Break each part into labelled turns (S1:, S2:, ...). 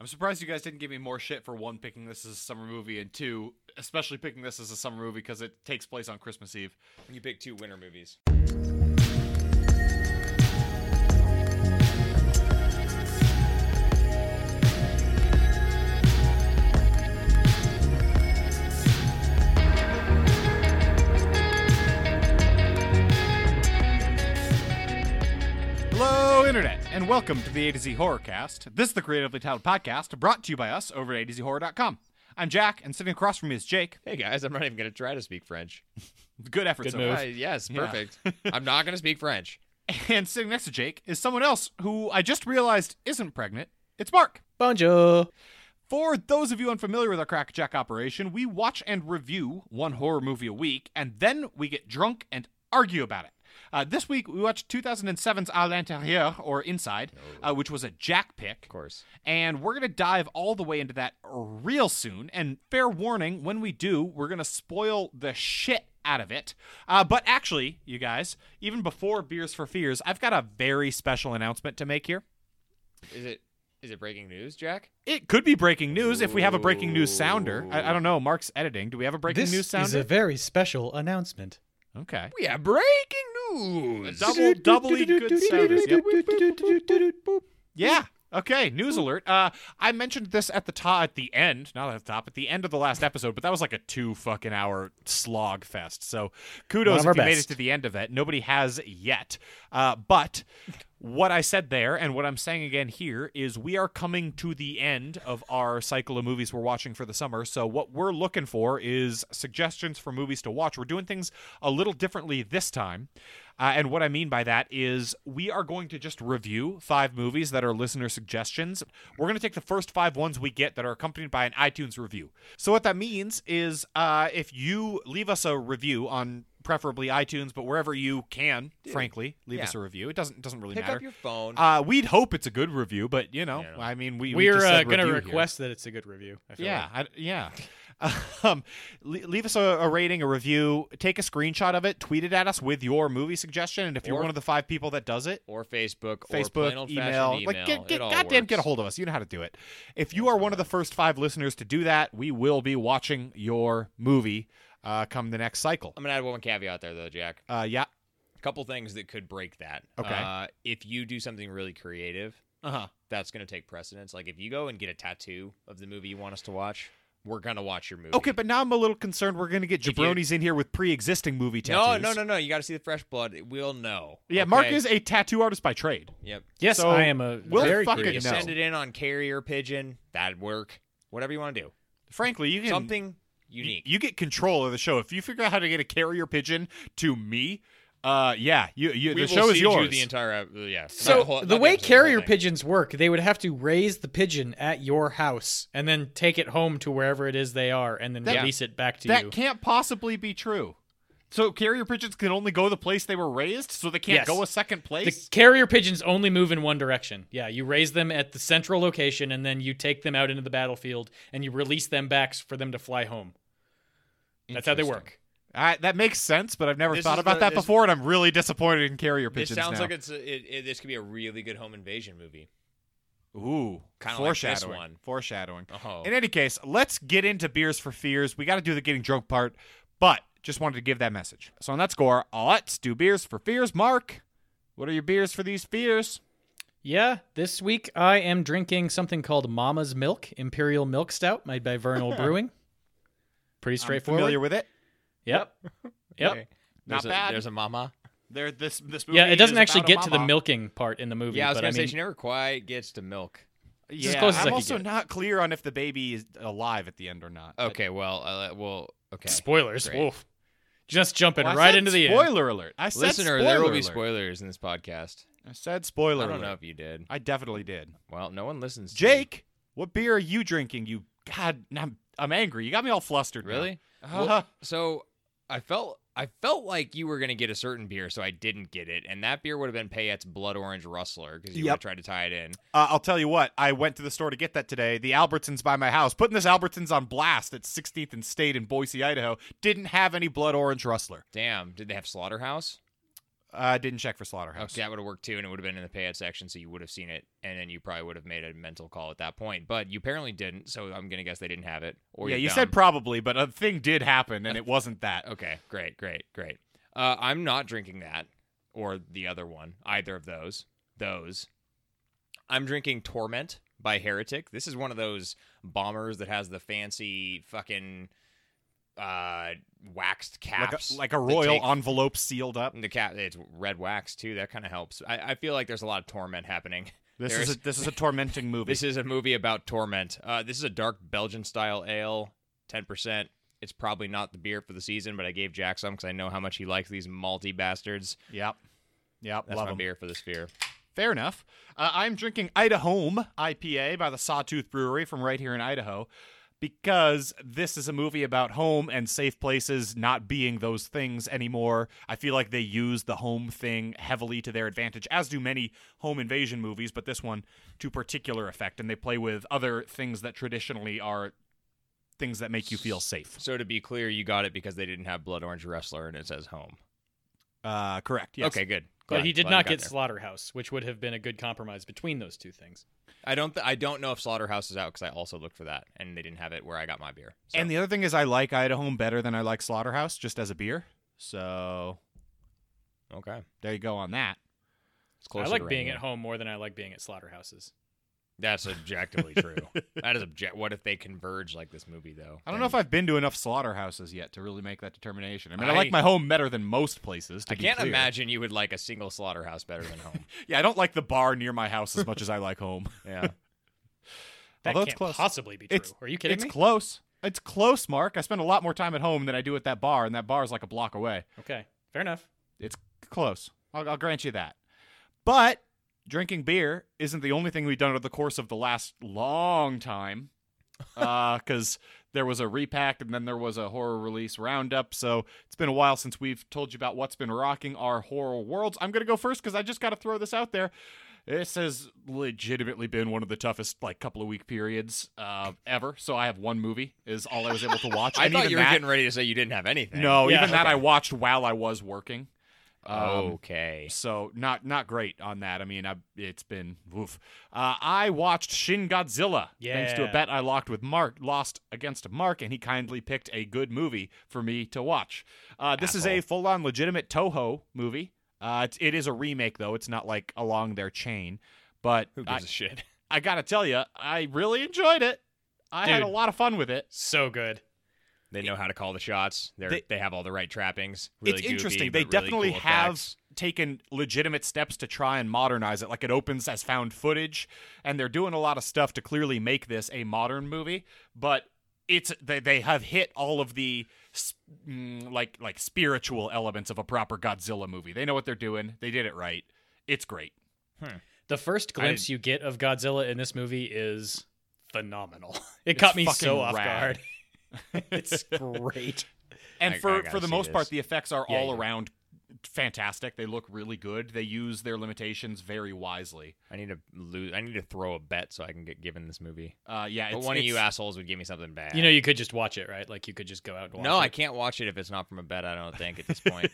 S1: I'm surprised you guys didn't give me more shit for one picking this as a summer movie and two, especially picking this as a summer movie because it takes place on Christmas Eve.
S2: You pick two winter movies.
S1: Hello, Internet, and welcome to the A to Z Horrorcast. This is the creatively titled podcast brought to you by us over at AtoZHorror.com. I'm Jack, and sitting across from me is Jake.
S2: Hey guys, I'm not even gonna try to speak French.
S1: Good effort
S3: Good
S1: so
S3: move.
S1: far.
S2: Uh, yes,
S1: Yeah.
S2: perfect. I'm not gonna speak French.
S1: And sitting next to Jake is someone else who I just realized isn't pregnant. It's Mark.
S3: Bonjour.
S1: For those of you unfamiliar with our Crackjack operation, we watch and review one horror movie a week, and then we get drunk and argue about it. Uh, this week, we watched 2007's À l'intérieur, or Inside, uh, which was a Jack pick.
S2: Of course.
S1: And we're going to dive all the way into that real soon. And fair warning, when we do, we're going to spoil the shit out of it. Uh, but actually, you guys, even before Beers for Fears, I've got a very special announcement to make here.
S2: Is it is it breaking news, Jack?
S1: It could be breaking news if we have a breaking news sounder. I, I don't know. Mark's editing. Do we have a breaking
S3: This
S1: news
S3: is
S1: sounder?
S3: a very special announcement.
S1: okay.
S2: We have breaking news.
S1: Double, doubly good sounders. Yep. Yeah. Okay. News alert. Uh, I mentioned this at the top, at the end, not at the top, at the end of the last episode, but that was like a two fucking hour slog fest. So
S3: One of
S1: kudos if
S3: our
S1: you made it
S3: best.
S1: to the end of it. Nobody has yet. Uh, but what I said there and what I'm saying again here is we are coming to the end of our cycle of movies we're watching for the summer. So what we're looking for is suggestions for movies to watch. We're doing things a little differently this time. Uh, and what I mean by that is we are going to just review five movies that are listener suggestions. We're going to take the first five ones we get that are accompanied by an iTunes review. So what that means is uh, if you leave us a review on preferably iTunes, but wherever you can, frankly, leave
S2: yeah.
S1: us a review. It doesn't doesn't really
S2: Pick
S1: matter.
S2: up your phone.
S1: uh, we'd hope it's a good review, but you know,
S2: Yeah.
S1: I mean, we we
S3: We're
S1: just
S3: uh,
S1: said
S3: going to
S1: review here.
S3: request that it's a good review. I feel
S1: Yeah, I, yeah. um, le- leave us a, a rating, a review. Take a screenshot of it. Tweet it at us with your movie suggestion. And if you're
S2: Or-
S1: one of the five people that does it,
S2: or Facebook, or plain
S1: Facebook,
S2: old
S1: email, like get, get goddamn get a hold of us. You know how to do it. If you are one of the first five listeners to do that, we will be watching your movie uh, come the next cycle.
S2: I'm gonna add one caveat there though, Jack.
S1: Uh, yeah.
S2: A couple things that could break that.
S1: Okay.
S2: Uh, if you do something really creative,
S1: Uh huh.
S2: that's gonna take precedence. Like if you go and get a tattoo of the movie you want us to watch, we're gonna watch your movie.
S1: Okay, but now I'm a little concerned. We're gonna get
S2: If you-
S1: jabronis in here with pre-existing movie tattoos.
S2: No, no, no, no. You got to see the fresh blood. We'll know.
S1: Yeah,
S2: okay?
S1: Mark is a tattoo artist by trade.
S2: Yep.
S3: Yes,
S1: So,
S3: I am a
S1: we'll
S3: very
S1: fucking
S2: You
S3: creative.
S1: know.
S2: send it in on carrier pigeon. That'd work. Whatever you want to do.
S1: Frankly, you can
S2: Something unique.
S1: You get control of the show. If you figure out how to get a carrier pigeon to me, uh, yeah, you, you
S2: we
S1: the
S2: will
S1: show is
S2: cede you
S1: yours.
S2: the entire. ep- yeah. Not
S3: So
S2: the whole-
S3: the
S2: not
S3: way
S2: episode, the whole
S3: carrier
S2: thing.
S3: pigeons work, they would have to raise the pigeon at your house and then take it home to wherever it is they are, and then
S1: That-
S3: release it back to
S1: that
S3: you.
S1: can't possibly be true. So carrier pigeons can only go the place they were raised, so they can't
S3: Yes.
S1: go a second
S3: The
S1: place.
S3: carrier pigeons only move in one direction. Yeah, you raise them at the central location, and then you take them out into the battlefield, and you release them back for them to fly home. That's how they
S2: Interesting.
S3: work.
S1: I, that makes sense, but I've never
S2: This
S1: thought
S2: is
S1: about
S2: the-
S1: that
S2: this-
S1: before, and I'm really disappointed in carrier
S2: This
S1: pigeons.
S2: sounds
S1: now.
S2: like it's a, it, it- This could be a really good home invasion movie.
S1: Ooh,
S2: Kinda like this
S1: foreshadowing.
S2: one.
S1: Foreshadowing.
S2: Oh.
S1: In any case, let's get into beers for fears. We got to do the getting drunk part, but just wanted to give that message. So on that score, let's do beers for fears. Mark, what are your beers for these fears?
S3: Yeah, this week I am drinking something called Mama's Milk Imperial Milk Stout made by Vernal Brewing. Pretty straightforward.
S1: I'm familiar with it.
S3: Yep. Yep.
S2: Okay.
S1: Not
S2: There's a-
S1: bad.
S2: There's a mama.
S1: There, this this movie.
S3: Yeah, it doesn't
S1: is
S3: actually
S1: about
S3: get
S1: a
S3: to the
S1: mama.
S3: milking part in the movie.
S2: Yeah, I was
S3: but
S2: gonna
S3: I
S2: say
S3: mean,
S2: she never quite gets to milk.
S3: It's
S1: Yeah,
S3: as close as I
S1: I'm
S3: could
S1: also
S3: get.
S1: not clear on if the baby is alive at the end or not.
S2: Okay. Well. Uh, well. Okay.
S3: spoilers.
S2: Great.
S3: Woof. Just jumping
S1: Well, I
S3: right
S1: said
S3: into the end.
S1: spoiler alert. I said
S2: Listener,
S1: spoiler
S2: there will be
S1: alert.
S2: spoilers in this podcast.
S1: I said spoiler
S2: I don't
S1: alert.
S2: know if you did.
S1: I definitely did.
S2: Well, no one listens. to me.
S1: Jake, what beer are you drinking? You God, I'm, I'm angry. You got me all flustered. now.
S2: Really?
S1: Uh-huh.
S2: Well, so I felt I felt like you were gonna get a certain beer, so I didn't get it, and that beer would have been Payette's Blood Orange Rustler because you would
S1: Yep.
S2: have tried to tie it in.
S1: Uh, I'll tell you what. I went to the store to get that today. The Albertsons by my house, putting this Albertsons on blast at 16th and State in Boise, Idaho, didn't have any blood orange rustler. Uh,
S2: Damn, did they have Slaughterhouse?
S1: I didn't check for Slaughterhouse.
S2: Okay, that would have worked too, and it would have been in the payout section, so you would have seen it, and then you probably would have made a mental call at that point. But you apparently didn't, so I'm gonna guess they didn't have it. Or
S1: yeah,
S2: you're
S1: you
S2: dumb.
S1: said probably, but a thing did happen, and it wasn't that.
S2: Okay, great, great, great. Uh, I'm not drinking that or the other one, either of those. Those. I'm drinking Torment by Heretic. This is one of those bombers that has the fancy fucking uh, waxed
S1: Like
S2: caps,
S1: a, like a
S2: that
S1: royal
S2: take-
S1: envelope sealed up.
S2: The cap, it's red wax too. That kind of helps. I, I feel like there's a lot of torment happening.
S1: This
S2: There's-
S1: is a, this is a tormenting movie.
S2: This is a movie about torment. Uh, this is a dark Belgian style ale, ten percent. It's probably not the beer for the season, but I gave Jack some because I know how much he likes these malty bastards.
S1: yep, yep.
S2: That's
S1: love
S2: my
S1: 'em.
S2: beer for this beer.
S1: Fair enough. Uh, I'm drinking Idaho IPA by the Sawtooth Brewery from right here in Idaho because this is a movie about home and safe places not being those things anymore. I feel like they use the home thing heavily to their advantage, as do many home invasion movies, but this one to particular effect. And they play with other things that traditionally are things that make you feel safe.
S2: So to be clear, you got it because they didn't have Blood Orange Wrestler, and it says home.
S1: Uh, correct. Yes.
S2: Okay, good.
S3: But
S2: Glad-
S3: he did
S2: glad I
S3: not
S2: got
S3: get
S2: there.
S3: Slaughterhouse, which would have been a good compromise between those two things.
S2: I don't. Th- I don't know if Slaughterhouse is out because I also looked for that, and they didn't have it where I got my beer. So.
S1: And the other thing is, I like Idaho better than I like Slaughterhouse just as a beer. So
S2: okay,
S1: there you go on that.
S2: it's close.
S3: I like being at home more than I like being at slaughterhouses.
S2: That's objectively true. that is object. What if they converge like this movie though?
S1: I don't know if I've been to enough slaughterhouses yet to really make that determination. I mean, I,
S2: I-
S1: like my home better than most places. To
S2: I
S1: be
S2: can't
S1: clear.
S2: imagine you would like a single slaughterhouse better than home.
S1: Yeah, I don't like the bar near my house as much as I like home.
S2: yeah.
S3: That
S1: Although it's
S3: can't
S1: close.
S3: possibly be true.
S1: It's-
S3: Are you kidding
S1: it's
S3: me?
S1: close. It's close, Mark. I spend a lot more time at home than I do at that bar, and that bar is like a block away.
S3: okay, fair enough.
S1: It's close. I'll, I'll grant you that. But drinking beer isn't the only thing we've done over the course of the last long time. Because there was a repack and then there was a horror release roundup. So it's been a while since we've told you about what's been rocking our horror worlds. I'm going to go first because I just got to throw this out there. This has legitimately been one of the toughest like couple of week periods uh, ever. So I have one movie is all I was able to watch.
S2: I
S1: And
S2: thought
S1: even
S2: you were
S1: that-
S2: getting ready to say you didn't have anything.
S1: No,
S3: Yeah.
S1: even that
S2: Okay. Oh.
S1: I watched while I was working. Um,
S2: okay.
S1: so not not great on that. I mean, I, it's been woof. Uh, I watched Shin Godzilla thanks to a
S3: Yeah.
S1: bet I locked with Mark, lost against Mark, and he kindly picked a good movie for me to watch. Uh, this is a
S2: Asshole.
S1: full-on legitimate Toho movie. Uh, it's it is a remake though. It's not like along their chain, but
S2: Who gives
S1: I,
S2: a shit?
S1: I gotta tell you, I really enjoyed it. I had a
S3: Dude.
S1: lot of fun with it.
S3: So good.
S2: They know how to call the shots. They're,
S1: They-
S2: they have all the right trappings. Really
S1: it's
S2: goofy,
S1: interesting.
S2: but
S1: They
S2: really
S1: definitely
S2: cool
S1: have
S2: effects.
S1: taken legitimate steps to try and modernize it. Like it opens as found footage, and they're doing a lot of stuff to clearly make this a modern movie. But it's they they have hit all of the s- mm, like like spiritual elements of a proper Godzilla movie. They know what they're doing. They did it right. It's great.
S3: The first
S2: I didn't-
S3: glimpse you get of Godzilla in this movie is phenomenal. It caught me
S1: fucking
S3: so off
S1: rad.
S3: guard. it's great.
S1: And
S2: I- I
S1: for
S2: gotta
S1: for the
S2: see
S1: most part,
S2: this.
S1: the effects are
S3: Yeah,
S1: all
S3: yeah.
S1: around fantastic. They look really good. They use their limitations very wisely.
S2: I need to lose. I need to throw a bet so I can get given this movie.
S1: Uh, yeah,
S2: But
S1: it's,
S2: one of
S1: it's-
S2: you assholes would give me something bad.
S3: You know, you could just watch it, right? Like you could just go out and watch
S2: no,
S3: it.
S2: I can't watch it if it's not from a bet. I don't think at this point.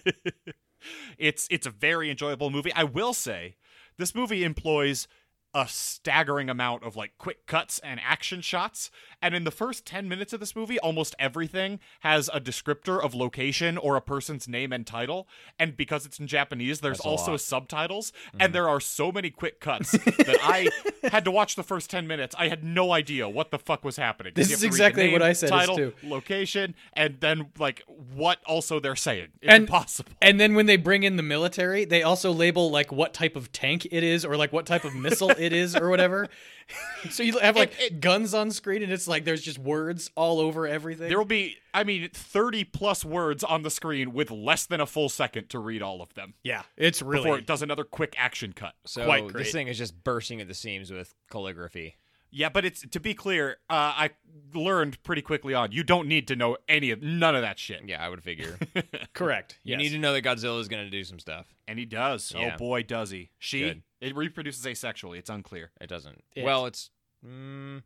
S1: it's it's a very enjoyable movie. I will say, this movie employs a staggering amount of like quick cuts and action shots. And in the first 10 minutes of this movie, almost everything has a descriptor of location or a person's name and title. And because it's in Japanese, there's
S2: That's a
S1: also
S2: lot.
S1: subtitles.
S3: Mm-hmm.
S1: And there are so many quick cuts that I had to watch the first 10 minutes. I had no idea what the fuck was happening.
S3: This
S1: You have
S3: is
S1: to read the
S3: exactly
S1: name,
S3: what I said is
S1: title,
S3: too.
S1: location, and then like what also they're saying. It's
S3: And-
S1: impossible.
S3: And then when they bring in the military, they also label like what type of tank it is or like what type of missile it is or whatever. so you have like guns on screen and it's like there's just words all over everything.
S1: There will be, I mean, 30 plus words on the screen with less than a full second to read all of them
S3: yeah, it's really
S1: before it does another quick action cut.
S2: So
S3: Quite great.
S2: this thing is just bursting at the seams with calligraphy.
S1: Yeah, but it's to be clear, uh, I learned pretty quickly on you don't need to know any of none of that shit.
S2: Yeah, I would figure.
S3: correct.
S2: You need to know that Godzilla is going to do some stuff.
S1: And he does.
S2: Yeah.
S1: Oh boy, does he. She
S2: Good.
S1: it reproduces asexually. It's unclear.
S2: It doesn't.
S3: It.
S2: Well, it's. Mm,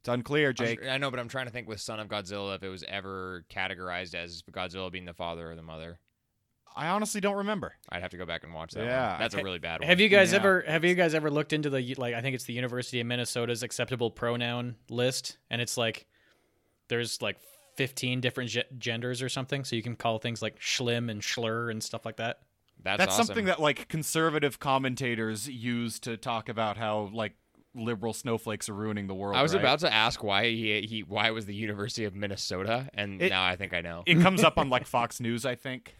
S1: It's unclear,
S2: I'm
S1: Jake.
S2: tr- I know, but I'm trying to think with Son of Godzilla if it was ever categorized as Godzilla being the father or the mother.
S1: I honestly don't remember.
S2: I'd have to go back and watch that.
S1: Yeah,
S2: one. that's
S1: I-
S2: a really bad one.
S3: Have you guys
S1: Yeah.
S3: ever have you guys ever looked into the like I think it's the University of Minnesota's acceptable pronoun list and it's like there's like 15 different ge- genders or something so you can call things like schlim and schlur and stuff like that.
S2: That's,
S1: That's
S2: awesome.
S1: something that like conservative commentators use to talk about how like liberal snowflakes are ruining the world.
S2: I was
S1: right?
S2: about to ask why he he why was the University of Minnesota, and
S1: It-
S2: now I think I know.
S1: It comes up on like Fox News, I think.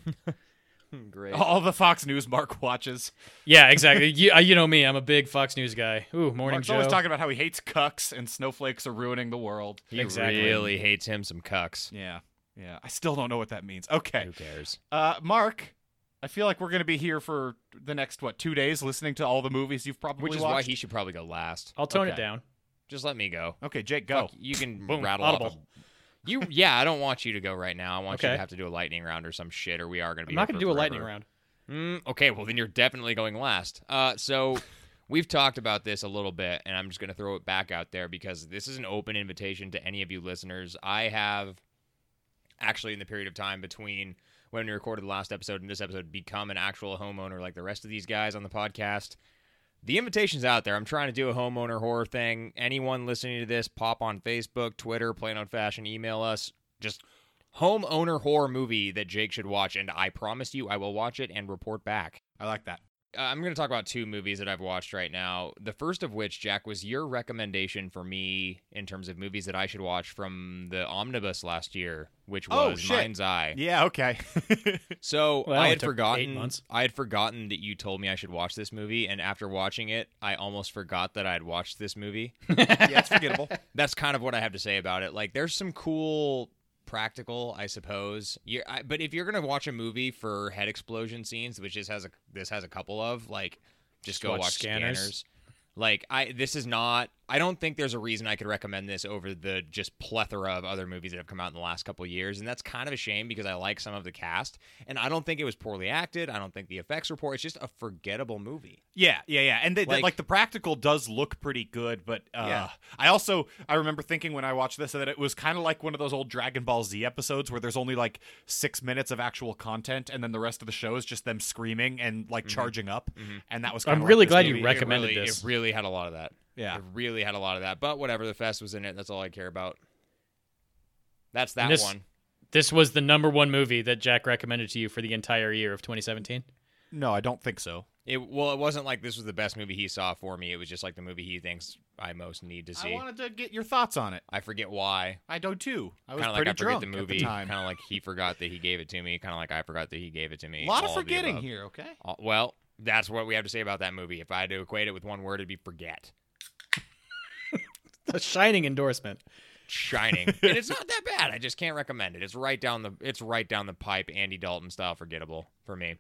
S2: Great.
S1: All the Fox News Mark watches.
S3: Yeah, exactly. you, uh, you know me, I'm a big Fox News guy. Ooh, morning
S1: Mark's
S3: Joe.
S1: always talking about how he hates cucks and snowflakes are ruining the world.
S2: He
S3: Exactly.
S2: really hates him some cucks.
S1: Yeah, yeah. I still don't know what that means. Okay,
S2: Who cares?
S1: uh, Mark. I feel like we're gonna be here for the next what two days, listening to all the movies you've probably
S2: Which is why
S1: watched.
S2: he should probably go last.
S4: Oh.
S3: I'll tone it
S1: Okay.
S3: down.
S2: Just let me go.
S1: Okay, Jake, go.
S2: Fuck, you can
S1: Boom.
S2: rattle off.
S3: Audible.
S2: a- you yeah, I don't want you to go right now. I want you
S3: Okay.
S2: to have to do a lightning round or some shit, or we are gonna be.
S3: I'm not going
S2: here for
S3: to do a lightning
S2: forever.
S3: round.
S2: Mm, okay, well then you're definitely going last. Uh, so we've talked about this a little bit, and I'm just gonna throw it back out there because this is an open invitation to any of you listeners. I have actually in the period of time between when we recorded the last episode and this episode become an actual homeowner like the rest of these guys on the podcast. The invitation's out there. I'm trying to do a homeowner horror thing. Anyone listening to this, pop on Facebook, Twitter, Plain Old Fashion, email us. Just homeowner horror movie that Jake should watch, and I promise you I will watch it and report back.
S1: I like that.
S2: Uh, I'm going to talk about two movies that I've watched right now. The first of which, Jack, was your recommendation for me in terms of movies that I should watch from the omnibus last year, which
S1: Oh,
S2: was
S1: shit.
S2: Mind's Eye.
S1: Yeah. Okay.
S2: So
S3: Well,
S2: I
S3: it
S2: had
S3: took eight
S2: forgotten.
S3: months.
S2: I had forgotten that you told me I should watch this movie, and after watching it, I almost forgot that I had watched this movie.
S1: yeah, it's forgettable.
S2: That's kind of what I have to say about it. Like, there's some cool practical, I suppose. You, I, but if you're gonna watch a movie for head explosion scenes, which this has a this has a couple of, like, just,
S3: Just
S2: go
S3: watch
S2: watch,
S3: Scanners.
S2: scanners. Like, I this is not. I don't think there's a reason I could recommend this over the just plethora of other movies that have come out in the last couple years, and that's kind of a shame because I like some of the cast, and I don't think it was poorly acted. I don't think the effects were poor. It's just a forgettable movie.
S1: Yeah, yeah, yeah. And they, they- like,
S2: Like-
S1: the practical does look pretty good, but uh,
S2: Yeah.
S1: I also I remember thinking when I watched this that it was kind of like one of those old Dragon Ball Z episodes where there's only like six minutes of actual content, and then the rest of the show is just them screaming and like
S2: Mm-hmm.
S1: charging up. And that was.
S3: I'm
S1: kinda
S3: really
S1: like this
S3: glad you
S1: movie.
S2: It
S3: rec- recommended
S2: really-
S3: this.
S2: It really had a lot of that.
S1: Yeah.
S2: It really had a lot of that. But whatever, the fest was in it. That's all I care about. That's that
S3: And this-
S2: one.
S3: This was the number 1 movie that Jack recommended to you for the entire year of 2017.
S1: No, I don't think so.
S2: It well, it wasn't like this was the best movie he saw for me. It was just like the movie he thinks I most need to see.
S1: I
S2: I,
S1: wanted to get your thoughts on it.
S2: forget why.
S1: I do too. I was
S2: Kind
S1: pretty
S2: of like I forget
S1: drunk
S2: the
S1: at the
S2: movie.
S1: time.
S2: Kind of like he forgot that he gave it to me. Kind of like I forgot that he gave it to me.
S1: A lot
S2: All
S1: of
S2: the
S1: forgetting
S2: above.
S1: here. Okay.
S2: All- well, that's what we have to say about that movie. If I had to equate it with one word, it'd be forget.
S3: A shining endorsement.
S2: Shining, and it's not that bad. I just can't recommend it. It's right down the it's right down the pipe, Andy Dalton style, forgettable for me.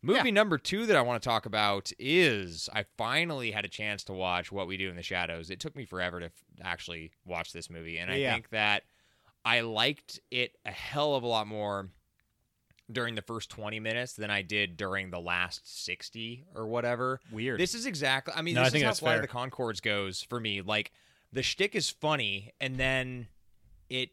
S2: Movie number two that I want to talk about is I finally had a chance to watch What We Do in the Shadows. It took me forever to f- actually watch this movie, and I
S1: Yeah.
S2: think that I liked it a hell of a lot more during the first 20 minutes than I did during the last 60 or whatever.
S1: Weird.
S2: This is exactly. I mean,
S3: No, I
S2: this
S3: think
S2: is how
S3: that's
S2: Flight
S3: fair.
S2: of the Concords goes for me. Like the shtick is funny, and then it,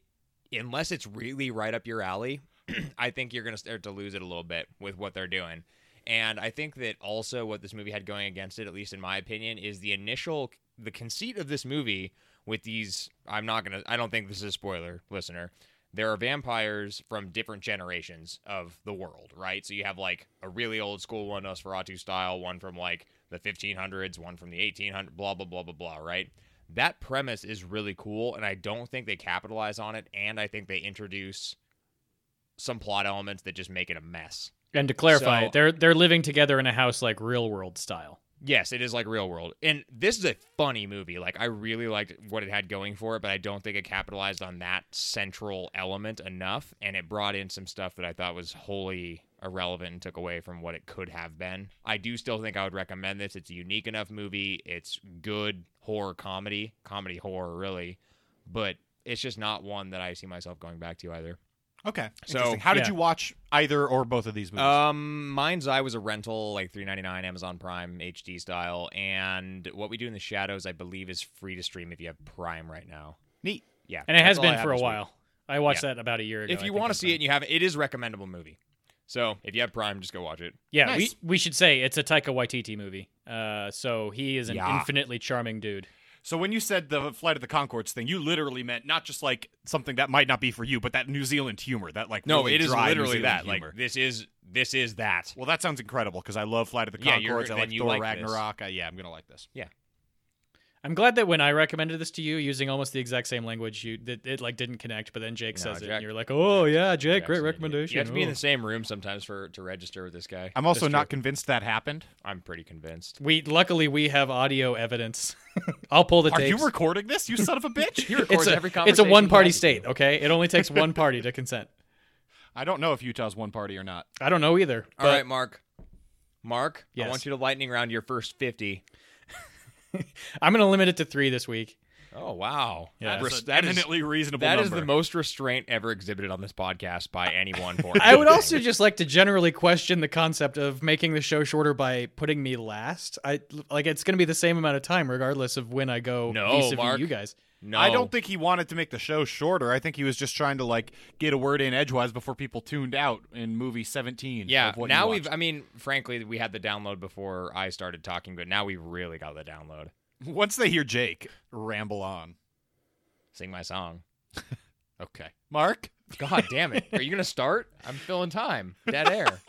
S2: unless it's really right up your alley, I think you're gonna start to lose it a little bit with what they're doing. And I think that also what this movie had going against it, at least in my opinion, is the initial the conceit of this movie with these. I'm not gonna. I don't think this is a spoiler, listener. There are vampires from different generations of the world, right? So you have like a really old school one, Nosferatu style, one from like the 1500s, one from the 1800s, blah blah blah blah blah, right? That premise is really cool, and I don't think they capitalize on it. And I think they introduce some plot elements that just make it a mess.
S3: And to clarify,
S2: So-
S3: they're they're living together in a house like real world style.
S2: Yes, it is like real world. And this is a funny movie. Like I really liked what it had going for it, but I don't think it capitalized on that central element enough and it brought in some stuff that I thought was wholly irrelevant and took away from what it could have been. I do still think I would recommend this. It's a unique enough movie. It's good horror comedy, comedy horror really, but it's just not one that I see myself going back to either.
S1: okay.
S2: So,
S1: Interesting. how did
S3: yeah.
S1: you watch either or both of these movies?
S2: Um, Mind's Eye was a rental, like three ninety nine, Amazon Prime HD style, and What We Do in the Shadows, I believe, is free to stream if you have Prime right now.
S1: Neat.
S2: Yeah,
S3: And it
S2: that's
S3: has
S2: all I
S3: been
S2: have
S3: for a
S2: this week.
S3: while. I watched that about a year ago.
S2: If you want to see it, and you have it, it is recommendable movie. So if you have Prime, just go watch it.
S4: Yeah,
S1: Nice.
S4: we, we should say it's a Taika Waititi movie. Uh, so he is an
S1: Yeah.
S4: infinitely charming dude.
S1: So when you said the Flight of the Concords thing, you literally meant not just like something that might not be for you, but that New Zealand humor, that like
S2: No,
S1: really
S2: it is
S1: dry New
S2: literally
S1: Zealand
S2: that.
S1: humor.
S2: Like this is this is that.
S1: well, that sounds incredible because I love Flight of the
S2: Yeah, you're-
S1: Concords. I
S2: then
S1: like
S2: you
S1: Thor
S2: like this.
S1: Ragnarok. I, yeah, I'm gonna like this.
S4: I'm glad that when I recommended this to you using almost the exact same language, you that it like didn't connect. But then Jake
S2: No,
S4: says it,
S2: Jack-
S4: and you're like, "Oh yeah, Jake,
S2: Jackson,
S4: great
S2: you-
S4: recommendation."
S2: You have to be in
S4: oh."
S2: the same room sometimes for to register with this guy.
S1: I'm also
S2: That's
S1: not
S2: true.
S1: convinced that happened.
S2: I'm pretty convinced.
S4: We luckily we have audio evidence. I'll pull the
S1: Are
S4: tapes.
S1: you recording this, you son of a bitch?
S2: He records
S4: it's a,
S2: every
S4: it's a
S2: conversation he
S4: one party
S2: has with
S4: state,
S2: you.
S4: okay? It only takes one party to consent.
S1: I don't know if Utah's one party or not.
S4: I don't know either.
S2: All right, Mark. Mark, I
S4: Yes.
S2: want you to lightning round your first fifty.
S4: I'm going to limit it to three this week.
S2: Oh wow, Res-
S4: Yeah.
S1: That's an
S2: that is
S1: eminently reasonable.
S2: that is
S1: number.
S2: the most restraint ever exhibited on this podcast by anyone. For
S4: I would
S2: anything.
S4: also just like to generally question the concept of making the show shorter by putting me last. I like it's going to be the same amount of time regardless of when I go
S2: No,
S4: vis-a-vis
S2: Mark.
S4: you guys.
S2: no.
S1: I don't think he wanted to make the show shorter. I think he was just trying to like get a word in edgewise before people tuned out in movie 17.
S2: Yeah.
S1: of what
S2: Now
S1: you
S2: we've. I mean, frankly, we had the download before I started talking, but now we've really got the download.
S1: watched. once they hear Jake ramble on.
S2: Sing my song.
S1: Okay, Mark,
S2: God damn it! Are you gonna start? I'm filling time. Dead air.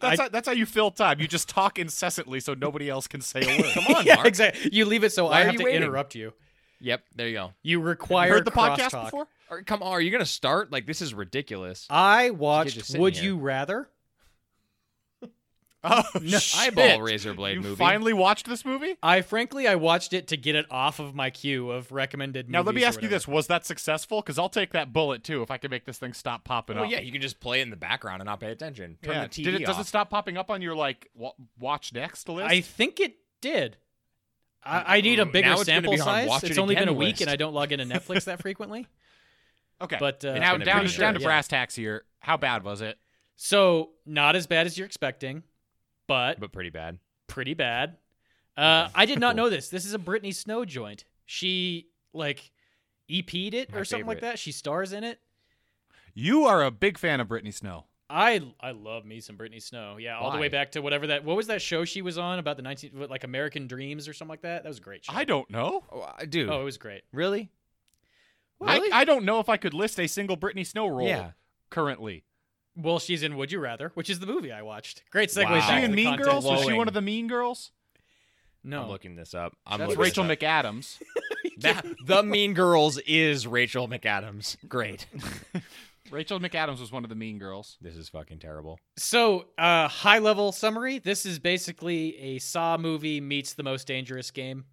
S1: that's how, that's how you fill time. You just talk incessantly so nobody else can say a word.
S2: Come on,
S4: yeah,
S2: Mark.
S4: exactly. You leave it so
S2: Why
S4: I
S2: are
S4: have
S2: you
S4: to
S2: waiting?
S4: interrupt you.
S2: Yep. There you go.
S4: You
S1: You
S4: require
S1: heard the podcast
S4: crosstalk.
S1: before?
S2: All right, come on. Are you gonna start? Like this is ridiculous.
S4: I
S2: just
S4: watched
S2: sitting
S4: Would
S2: here.
S4: You Rather?
S1: Oh,
S2: Eyeball
S1: shit.
S2: razor blade
S1: You
S2: movie.
S1: finally watched this movie?
S4: I frankly I watched it to get it off of my queue of recommended
S1: Now let me
S4: movies or
S1: ask you
S4: whatever.
S1: this: Was that successful? Because I'll take that bullet too if I can make this thing stop popping
S2: Well,
S1: up.
S2: yeah, you can just play it in the background and not pay attention. Turn
S1: Yeah.
S2: the TV
S1: Did it,
S2: off.
S1: Does it stop popping up on your like wa- watch next list?
S4: I think it did. I, I need a
S2: Mm,
S4: bigger
S2: now it's gonna
S4: sample
S2: be on
S4: size.
S2: Watch It
S4: it's only been a
S2: Again
S4: week,
S2: list.
S4: and I don't log into Netflix that frequently.
S1: okay,
S4: But uh,
S2: It's
S1: now
S2: gonna
S1: down
S2: be
S1: to,
S2: sure,
S1: down to
S4: yeah.
S1: brass tacks here. How bad was it?
S4: So not as bad as you're expecting, but
S2: But pretty bad.
S4: pretty bad. Uh, I did not
S2: Cool.
S4: know this. This is a Britney Snow joint. She like EP'd it
S2: My
S4: or something like
S2: favorite.
S4: that. She stars in it.
S1: You are a big fan of Britney Snow.
S4: I I love me some Britney Snow. Yeah, all the
S2: Why?
S4: way back to whatever that what was that show she was on about the nineteen what, like American Dreams or something like that. That was a great. Show.
S1: I don't know.
S2: Oh, I- dude.
S4: Oh, it was great.
S2: really?
S1: I, I don't know if I could list a single Britney Snow role
S2: Yeah.
S1: currently.
S4: Well, she's in Would You Rather, which is the movie I watched. Great segue.
S2: Wow.
S4: back
S1: Was she
S4: to
S1: in
S4: the
S1: Mean
S4: content.
S1: Girls? Was she
S2: blowing.
S1: one of the Mean Girls?
S4: No.
S2: I'm looking this up. I'm
S1: That's
S2: looking
S1: Rachel
S2: this up.
S1: McAdams.
S2: That, the Mean Girls is Rachel McAdams. Great.
S1: Rachel McAdams was one of the Mean Girls.
S2: this is fucking terrible.
S4: So, uh, high level summary. This is basically a Saw movie meets the Most Dangerous Game.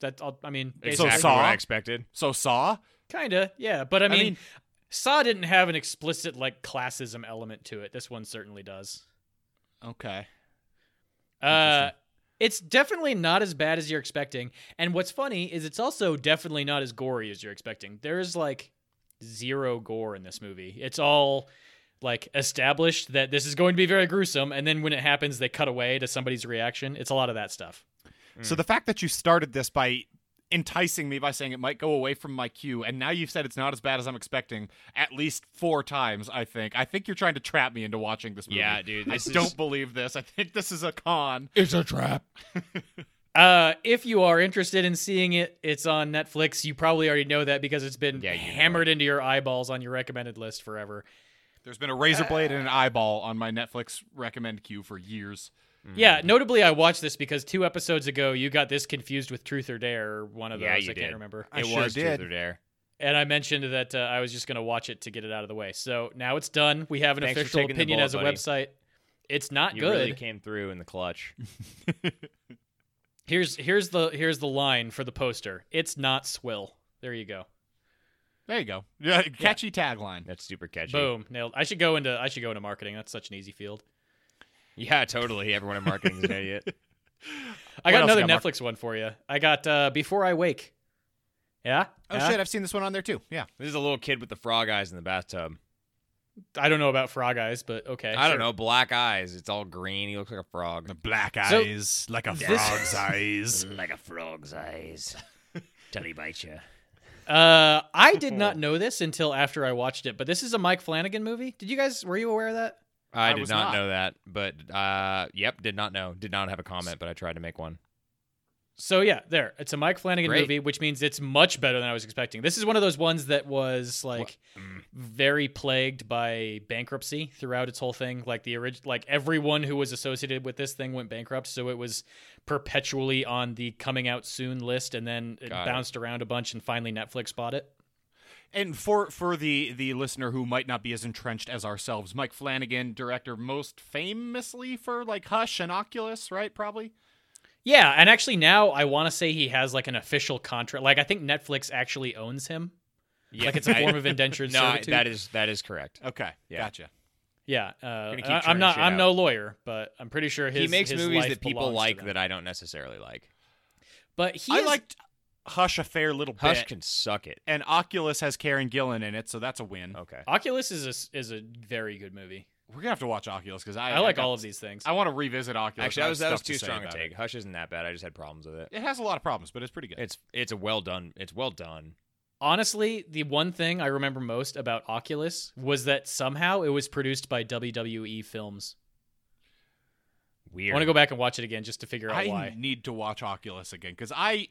S4: That I'll, I mean,
S1: It's So
S4: basically-
S2: exactly
S1: Saw?
S2: what I expected.
S1: So Saw.
S4: kinda, yeah. But I mean,
S1: mean-
S4: Saw didn't have an explicit like classism element to it. This one certainly does.
S1: Okay.
S4: Uh, it's definitely not as bad as you're expecting. And what's funny is it's also definitely not as gory as you're expecting. There's like zero gore in this movie. It's all like established that this is going to be very gruesome, and then when it happens, they cut away to somebody's reaction. It's a lot of that stuff.
S1: So the fact that you started this by enticing me by saying it might go away from my queue, and now you've said it's not as bad as I'm expecting at least four times, I think. I think you're trying to trap me into watching this movie.
S2: Yeah, dude.
S1: I
S2: This is-
S1: don't believe this. I think this is a con.
S2: It's a trap.
S4: Uh, if you are interested in seeing it, it's on Netflix. You probably already know that because it's been
S2: Yeah, you know
S4: hammered into your eyeballs on your recommended list forever.
S1: There's been a razor blade and an eyeball on my Netflix recommend queue for years.
S2: Mm.
S4: Yeah,
S2: Mm-hmm.
S4: notably, I watched this because two episodes ago you got this confused with Truth or Dare, or one of
S2: Yeah,
S4: those.
S2: you
S4: I
S2: did.
S4: can't remember.
S1: I
S2: it
S1: sure
S2: was
S1: did.
S2: Truth or Dare.
S4: And I mentioned that uh, I was just going to watch it to get it out of the way. So now it's done. We have an
S2: Thanks for
S4: official
S2: taking the
S4: opinion
S2: bullet,
S4: as a
S2: buddy.
S4: website. It's not
S2: You
S4: good.
S2: really came through in the clutch.
S4: Here's here's the here's the line for the poster. It's not swill. There you go.
S1: There you go. Yeah, catchy tagline.
S2: That's super catchy.
S4: Boom, nailed. I should go into I should go into marketing. That's such an easy field.
S2: Yeah, totally. Everyone in marketing's an idiot.
S1: What
S4: I got
S1: else
S4: another
S1: you got, Mark?
S4: Netflix one for you. I got uh, Before I Wake. Yeah.
S1: Oh
S4: Yeah?
S1: shit, I've seen this one on there too. Yeah.
S2: This is a little kid with the frog eyes in the bathtub.
S4: I don't know about frog eyes, but okay.
S2: I
S4: sure.
S2: don't know. Black eyes. It's all green. He looks like a frog.
S1: black
S4: So-
S1: like a
S4: This-
S1: eyes.
S2: Like a frog's eyes. Tubby bite you.
S4: Uh, I did not know this until after I watched it, but this is a Mike Flanagan movie. Did you guys were you aware of that?
S2: I,
S1: I
S2: did
S1: was not.
S2: not, know that, but uh, yep, did not know. Did not have a comment, but I tried to make one.
S4: So yeah, there. It's a Mike Flanagan
S2: Great.
S4: movie, which means it's much better than I was expecting. This is one of those ones that was like
S2: mm.
S4: very plagued by bankruptcy throughout its whole thing. Like the orig- like everyone who was associated with this thing went bankrupt, so it was perpetually on the coming out soon list, and then it
S2: Got it.
S4: bounced around a bunch, and finally Netflix bought it.
S1: And for for the the listener who might not be as entrenched as ourselves, Mike Flanagan, director most famously for like Hush and Oculus, right? Probably.
S4: Yeah, and actually now I want to say he has like an official contract. Like I think Netflix actually owns him.
S2: Yeah,
S4: Like it's a
S2: I-
S4: form of indentured
S2: no, I-
S4: servitude. Uh,
S2: that is that is correct.
S1: Okay,
S2: Yeah.
S1: gotcha.
S4: Yeah, uh,
S2: keep
S4: I,
S2: churning
S4: am not.
S2: shit
S4: I'm
S2: out.
S4: no lawyer, but I'm pretty sure his
S2: he makes
S4: his
S2: movies
S4: life
S2: that people
S4: belongs to
S2: like
S4: them.
S2: that I don't necessarily like.
S4: But he
S1: I
S4: is-
S1: liked Hush a fair little
S2: Hush
S1: bit,
S2: can suck it.
S1: and Oculus has Karen Gillan in it, so that's a win.
S2: Okay.
S4: Oculus is a, s- is a very good movie.
S1: We're gonna have to watch Oculus because I
S4: I, like
S1: got-
S4: all of these things.
S1: I want to revisit Oculus. I
S2: Actually, that
S1: have
S2: was that was
S1: stuff to
S2: too
S1: say
S2: strong a
S1: about
S2: take.
S1: It.
S2: Hush isn't that bad. I just had problems with it.
S1: It has a lot of problems, but it's pretty good.
S2: It's it's a well done. It's well done.
S4: Honestly, the one thing I remember most about Oculus was that somehow it was produced by WWE Films.
S2: Weird.
S4: I want to go back and watch it again just to figure out
S1: I
S4: why.
S1: need to watch Oculus again because I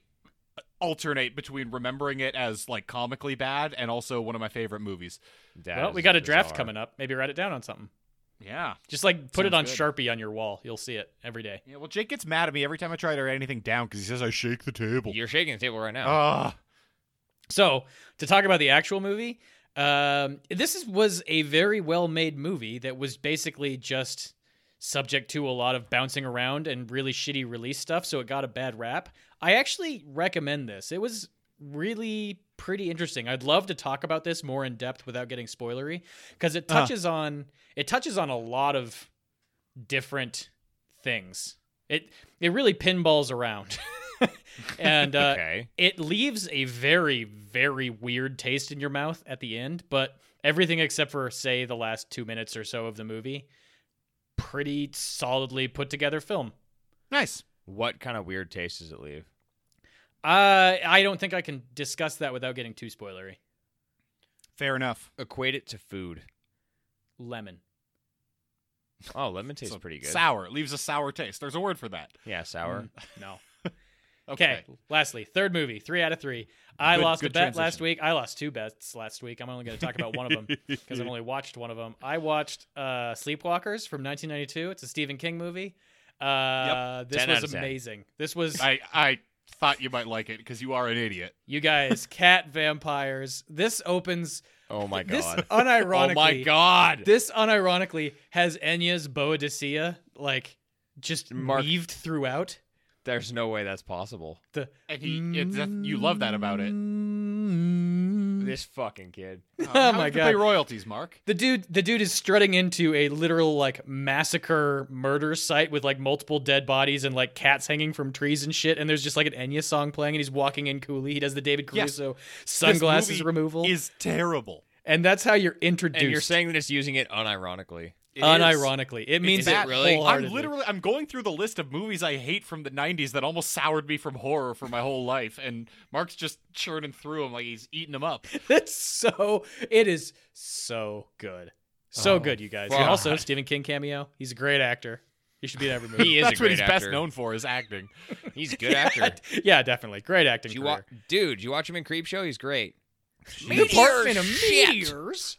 S1: alternate between remembering it as like comically bad and also one of my favorite movies.
S2: That
S4: well,
S2: is
S4: we got a draft
S2: bizarre.
S4: coming up. Maybe write it down on something.
S1: Yeah.
S4: Just like put it on
S1: Sounds
S4: Sharpie on your wall. You'll see it every day.
S1: Yeah, well, Jake gets mad at me every time I try to write anything down because he says I shake the table.
S2: You're shaking the table right
S4: Uh,
S2: now.
S1: Ah,
S4: So to talk about the actual movie, um, this is, was a very well made movie that was basically just subject to a lot of bouncing around and really shitty release stuff, so it got a bad rap. I actually recommend this. It was really pretty interesting. I'd love to talk about this more in depth without getting spoilery because it
S1: Uh-huh.
S4: touches on it touches on a lot of different things. It it really pinballs around. and uh,
S2: okay.
S4: it leaves a very very weird taste in your mouth at the end but everything except for say the last two minutes or so of the movie pretty solidly put together film
S1: nice.
S2: What kind of weird taste does it leave?
S4: uh, i don't think i can discuss that without getting too spoilery
S1: Fair enough.
S2: Equate it to food.
S4: lemon
S2: Oh, lemon tastes
S1: So
S2: pretty good.
S1: Sour. It leaves a sour taste. There's a word for that.
S2: yeah, sour.
S4: Mm, no
S1: Okay.
S4: okay lastly third movie three out of three i
S1: Good-
S4: lost
S1: good
S4: a bet last
S1: transition.
S4: week i lost two bets last week i'm only going to talk about one of them because I've only watched one of them. I watched uh, Sleepwalkers from 1992. It's a Stephen King movie. Uh, This
S2: 10 out of
S4: was
S2: 10.
S4: amazing. This was
S1: I, I thought you might like it because you are an idiot.
S4: you guys, cat vampires. This opens.
S2: Oh my
S4: This
S2: god.
S4: unironically.
S2: oh my god.
S4: This unironically has Enya's Boadicea like just
S2: Mark-
S4: weaved throughout.
S2: There's no way that's possible.
S4: The
S1: And he, it's, that- you love that about it. Oh,
S4: Mm.
S2: This fucking kid.
S1: Uh,
S4: Oh
S1: how
S4: my
S1: do they Pay
S4: God.
S1: royalties, Mark.
S4: The dude, the dude is strutting into a literal like massacre murder site with like multiple dead bodies and like cats hanging from trees and shit. And there's just like an Enya song playing, and he's walking in coolly. He does the David
S1: Yes.
S4: Caruso sunglasses
S1: movie
S4: removal,
S1: Is terrible.
S4: and that's how you're introduced.
S2: And you're saying that it's using it unironically.
S1: It is.
S4: unironically, it means
S2: is it
S4: that
S2: really?
S1: I'm
S2: I'm
S4: wholeheartedly.
S1: literally I'm going through the list of movies I hate from the 90s that almost soured me from horror for my whole life and Mark's just churning through them like he's eating them up.
S4: That's so. It is so good, so
S2: Oh,
S4: good, you guys.
S2: fuck.
S4: And also, Stephen King cameo. He's a great actor. He should be in every movie.
S2: He is
S1: That's
S2: a
S1: what
S2: great
S1: he's
S2: actor.
S1: best known for is acting.
S2: He's a good actor.
S4: yeah, definitely great acting.
S2: Did you
S4: career.
S2: wa- dude, you watch him in Creep Show? He's great.
S1: Meteors,
S4: Department of
S2: shit.
S4: Meteors.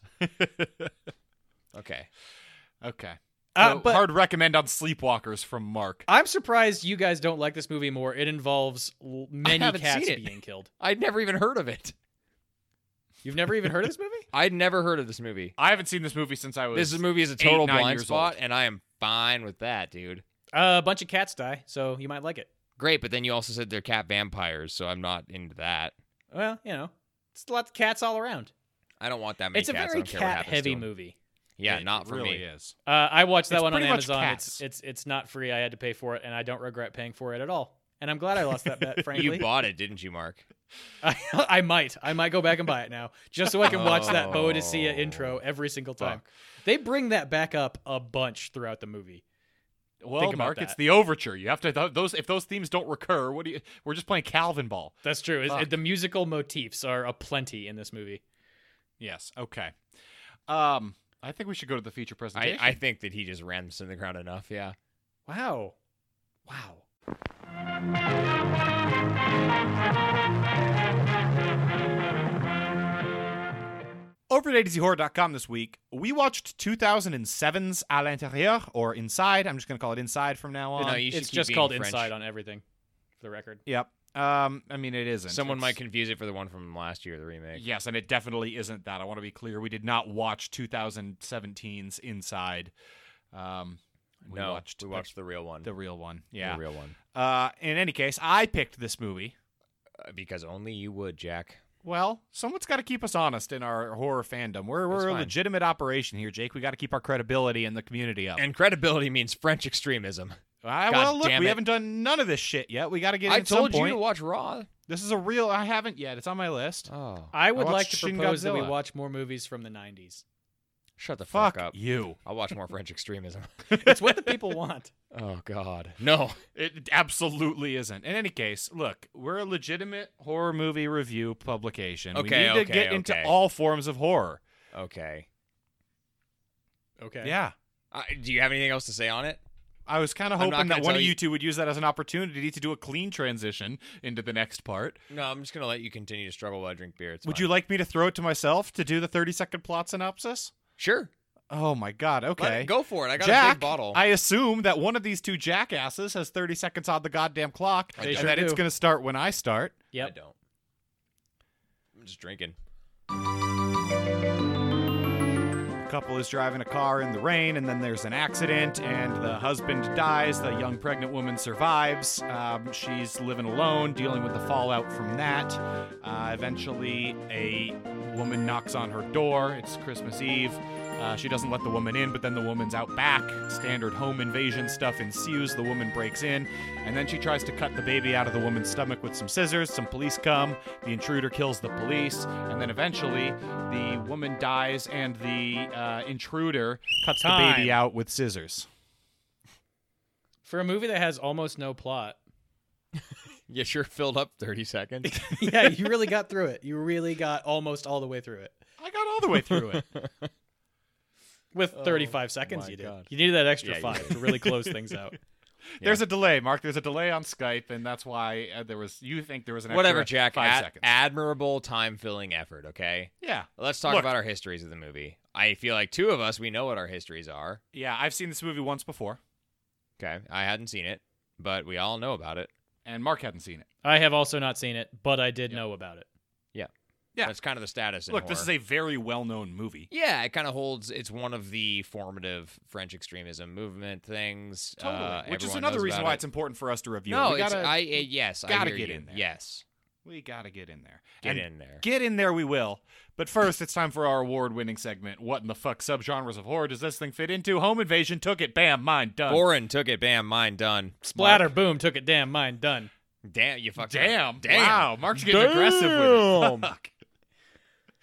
S2: Okay.
S1: Okay.
S4: Uh,
S1: So,
S4: but
S1: hard recommend on Sleepwalkers from Mark.
S4: I'm surprised you guys don't like this movie more. It involves l- many
S2: haven't
S4: cats
S2: seen it.
S4: being killed.
S2: I'd never even heard of it.
S4: You've never even heard of this movie?
S2: I'd never heard of this movie.
S1: I haven't seen this movie since I was
S2: This movie is a
S1: eight,
S2: total
S1: nine
S2: blind
S1: years
S2: spot,
S1: old.
S2: and I am fine with that, dude.
S4: Uh, a bunch of cats die, so you might like it.
S2: Great, but then you also said they're cat vampires, so I'm not into that.
S4: Well, you know, it's lots of cats all around.
S2: I don't want that many
S4: it's a
S2: cats. I
S4: very
S2: don't care what happens to
S4: cat-heavy
S2: 'em.
S4: movie.
S2: Yeah,
S1: It
S2: not for
S1: really
S2: me.
S1: is.
S4: Uh, I watched that
S1: It's
S4: one on
S1: pretty much
S4: Amazon.
S1: cats.
S4: It's it's it's not free. I had to pay for it, and I don't regret paying for it at all. And I'm glad I lost that bet. Frankly,
S2: You bought it, didn't you, Mark?
S4: I, I might I might go back and buy it now just so I can watch that Boadicea
S2: Oh,
S4: intro every single time.
S2: Fuck.
S4: They bring that back up a bunch throughout the movie.
S1: Well,
S4: Think about
S1: Mark, it's
S4: that.
S1: the overture. You have to th- those if those themes don't recur, what do you We're just playing Calvin Ball.
S4: That's true. It- it-
S1: Fuck.
S4: the musical motifs are aplenty in this movie.
S1: Yes. Okay. Um I think we should go to the feature
S2: I,
S1: presentation.
S2: I think that he just ran this in the ground enough. Yeah.
S4: Wow. Wow.
S1: Over at ADZHorror.com this week, we watched 2007's À l'intérieur, or Inside. I'm just going to call it Inside from now on.
S2: No, you should
S4: It's
S2: keep
S4: just
S2: being
S4: called
S2: French.
S4: inside on everything, for the record.
S1: Yep. Um, I mean, it isn't.
S2: Someone
S1: It's-
S2: might confuse it for the one from last year, the remake.
S1: Yes, and it definitely isn't that. I want to be clear. We did not watch 2017's Inside. Um, we
S2: no,
S1: watched,
S2: we watched the real one.
S1: the real one. Yeah.
S2: the real one.
S1: Uh, in any case, I picked this movie.
S2: Uh, because only you would, Jack.
S1: Well, someone's got to keep us honest in our horror fandom. We're,
S2: That's
S1: we're a
S2: fine.
S1: legitimate operation here, Jake. We got to keep our credibility in the community up.
S2: And credibility means French extremism.
S1: Ah,
S2: God
S1: well, look,
S2: damn
S1: we
S2: it.
S1: haven't done none of this shit yet. We got to get
S2: I
S1: in at some
S2: told you
S1: point.
S2: to watch Raw.
S1: This is a real. I haven't yet. It's on my list.
S2: Oh,
S4: I would
S1: watched
S4: like to
S1: Shin
S4: propose that we
S1: Godzilla.
S4: watch more movies from the 90s.
S2: shut the fuck,
S1: Fuck
S2: up.
S1: you.
S2: I'll watch more French extremism.
S4: It's what the people want.
S2: Oh God, no.
S1: It absolutely isn't. In any case, look, we're a legitimate horror movie review publication. we
S2: Okay,
S1: need to
S2: okay,
S1: get into
S2: okay.
S1: all forms of horror.
S2: Okay.
S4: Okay.
S1: Yeah.
S2: Uh, do you have anything else to say on it?
S1: I was kind of
S2: I'm not
S1: hoping
S2: gonna
S1: that one
S2: tell
S1: of
S2: you-
S1: you two would use that as an opportunity to do a clean transition into the next part.
S2: No, I'm just gonna let you continue to struggle while I drink beer. It's
S1: would
S2: fine.
S1: you like me to throw it to myself to do the 30 second plot synopsis?
S2: Sure.
S1: Oh my god.
S2: Let
S1: Okay.
S2: it- go for it. I got
S1: Jack,
S2: a big bottle.
S1: I assume that one of these two jackasses has 30 seconds on the goddamn clock
S2: They
S1: and
S4: sure
S1: that it's
S4: do.
S1: going to start when I start.
S2: I
S4: Yep.
S2: don't. I'm just drinking.
S1: couple is driving a car in the rain, and then there's an accident, and the husband dies. The young pregnant woman survives. Um, she's living alone, dealing with the fallout from that. Uh, eventually, a woman knocks on her door. It's Christmas Eve. Uh, she doesn't let the woman in, but then the woman's out back. Standard home invasion stuff ensues. The woman breaks in, and then she tries to cut the baby out of the woman's stomach with some scissors. Some police come. The intruder kills the police, and then eventually the woman dies, and the uh, intruder cuts the baby
S4: Time.
S1: out with scissors.
S4: For a movie that has almost no plot.
S2: You sure filled up 30 seconds.
S4: yeah, you really got through it. You really got almost all the way through it.
S1: I got all the way through it.
S4: With 35 seconds,
S2: my
S4: you did.
S2: God.
S4: You needed that extra
S2: Yeah, you
S4: five
S2: did.
S4: to really close things out.
S1: There's a delay, Mark. There's a delay on Skype, and that's why uh, there was. You think there was an extra
S2: Whatever, Jack.
S1: Five
S2: ad-
S1: seconds.
S2: admirable time filling effort, okay?
S1: yeah,
S2: Let's talk
S1: Look.
S2: about our histories of the movie. I feel like two of us, we know what our histories are.
S1: yeah. I've seen this movie once before,
S2: Okay. I hadn't seen it, but we all know about it.
S1: and Mark hadn't seen it.
S4: I have also not seen it, but I did know about it.
S1: Yeah.
S2: That's kind of the status. In
S1: Look, this
S2: horror.
S1: is a very well-known movie.
S2: Yeah, it kind of holds. It's one of the formative French extremism movement things.
S1: Totally,
S2: uh,
S1: which is
S2: everyone
S1: another
S2: knows
S1: reason
S2: about
S1: why
S2: it.
S1: it's important for us to review. it.
S2: no,
S1: we
S2: it's
S1: gotta,
S2: I. It, yes, I
S1: gotta
S2: hear
S1: get
S2: you.
S1: in there.
S2: Yes,
S1: we gotta get in there.
S2: get
S1: and
S2: in there.
S1: Get in there, we will. But first, it's time for our award-winning segment. What in the fuck subgenres of horror does this thing fit into? Home invasion took it. Bam, mine done.
S2: Foreign took it. Bam, mine done.
S4: Splatter, boom, took it. Damn, mine done.
S2: Damn, you fucked.
S1: Damn,
S2: Up. Damn.
S1: Wow, Mark's getting aggressive with
S2: Damn.
S1: it. Fuck.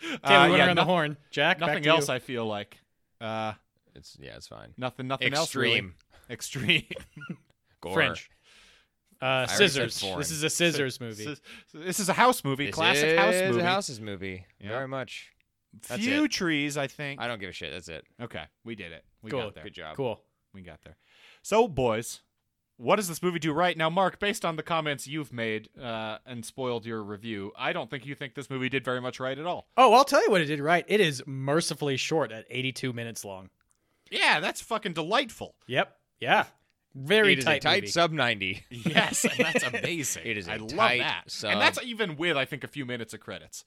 S4: Okay,
S1: Uh,
S4: we went
S1: yeah,
S4: around
S1: noth-
S4: the horn. Jack, back
S1: Nothing
S4: to you.
S1: else. I feel like uh,
S2: It's yeah, it's fine.
S1: nothing. Nothing
S2: Extreme.
S1: else. Really. Extreme.
S2: Gore.
S4: French. Uh,
S2: said
S4: scissors.
S2: foreign.
S4: This is a scissors movie.
S1: This is- this is a house movie.
S2: This
S1: classic house
S2: is
S1: movie.
S2: A houses movie.
S1: Yeah.
S2: Very much. that's
S1: Few
S2: it.
S1: trees, I think.
S2: I don't give a shit. That's it.
S1: Okay, we did it. We
S4: Cool.
S1: got there.
S2: Good job.
S4: Cool.
S1: We got there. So, boys, what does this movie do right now, Mark? Based on the comments you've made uh, and spoiled your review, I don't think you think this movie did very much right at all.
S4: Oh, I'll tell you what it did right. It is mercifully short at 82 minutes long.
S1: Yeah, that's fucking delightful.
S4: Yep. Yeah. Very
S2: it is
S4: tight.
S2: a tight
S4: movie.
S2: sub ninety.
S1: Yes, and that's amazing.
S2: It is a
S1: I love
S2: tight
S1: that.
S2: sub.
S1: And that's even with I think a few minutes of credits.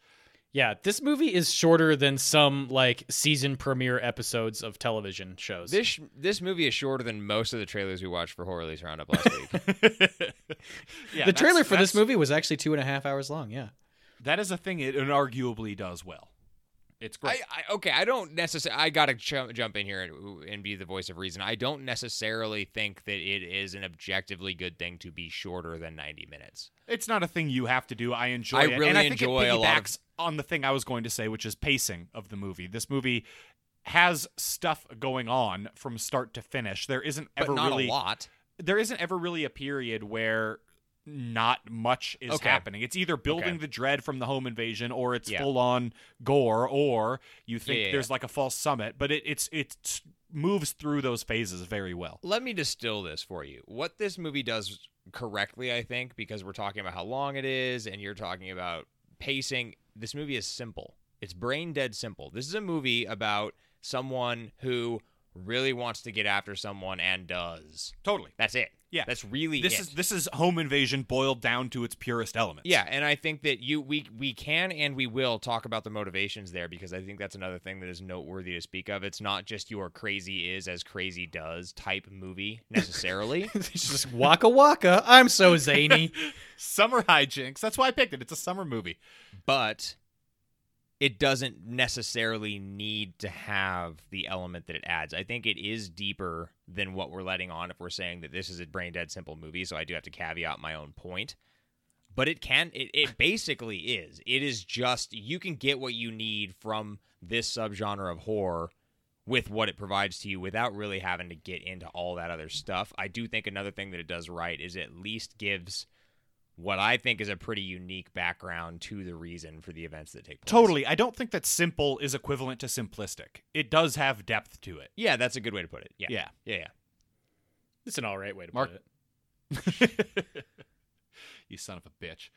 S4: yeah, this movie is shorter than some like season premiere episodes of television shows.
S2: This sh- this movie is shorter than most of the trailers we watched for Horror Release Roundup last week.
S1: Yeah,
S4: the trailer
S1: that's-
S4: for this
S1: that's-
S4: movie was actually two and a half hours long. Yeah.
S1: that is a thing it inarguably does well. It's great.
S2: I, I okay, I don't necessarily. I gotta ch- jump in here and, and be the voice of reason. I don't necessarily think that it is an objectively good thing to be shorter than ninety minutes.
S1: It's not a thing you have to do. I enjoy
S2: I
S1: it.
S2: really
S1: and I think it
S2: enjoy a lot of-
S1: piggybacks on the thing I was going to say, which is pacing of the movie. This movie has stuff going on from start to finish. There isn't
S2: But
S1: ever
S2: not
S1: really
S2: a lot.
S1: there isn't ever really a period where not much is
S2: Okay.
S1: happening. It's either building
S2: Okay.
S1: the dread from the home invasion, or it's
S2: Yeah.
S1: full on gore, or you think
S2: Yeah, yeah,
S1: there's like a false summit. But it it's it moves through those phases very well.
S2: Let me distill this for you. What this movie does correctly, I think, because we're talking about how long it is and you're talking about pacing, this movie is simple. It's brain dead simple. This is a movie about someone who really wants to get after someone and does.
S1: Totally.
S2: That's it.
S1: Yeah.
S2: That's really
S1: This
S2: it.
S1: is this is home invasion boiled down to its purest elements.
S2: Yeah, and I think that you we we can and we will talk about the motivations there because I think that's another thing that is noteworthy to speak of. It's not just your crazy is as crazy does type movie necessarily.
S3: It's just waka waka. I'm so zany.
S1: Summer hijinks. That's why I picked it. It's a summer movie.
S2: but it doesn't necessarily need to have the element that it adds. I think it is deeper than what we're letting on if we're saying that this is a brain dead simple movie, so I do have to caveat my own point. But it can it, it basically is. It is just you can get what you need from this subgenre of horror with what it provides to you without really having to get into all that other stuff. I do think another thing that it does right is it at least gives what I think is a pretty unique background to the reason for the events that take place.
S1: Totally. I don't think that simple is equivalent to simplistic. It does have depth to it.
S2: Yeah, that's a good way to put it. Yeah.
S1: Yeah.
S2: Yeah. yeah.
S4: It's an all right way to
S1: Mark-
S4: put it.
S1: you son of a bitch.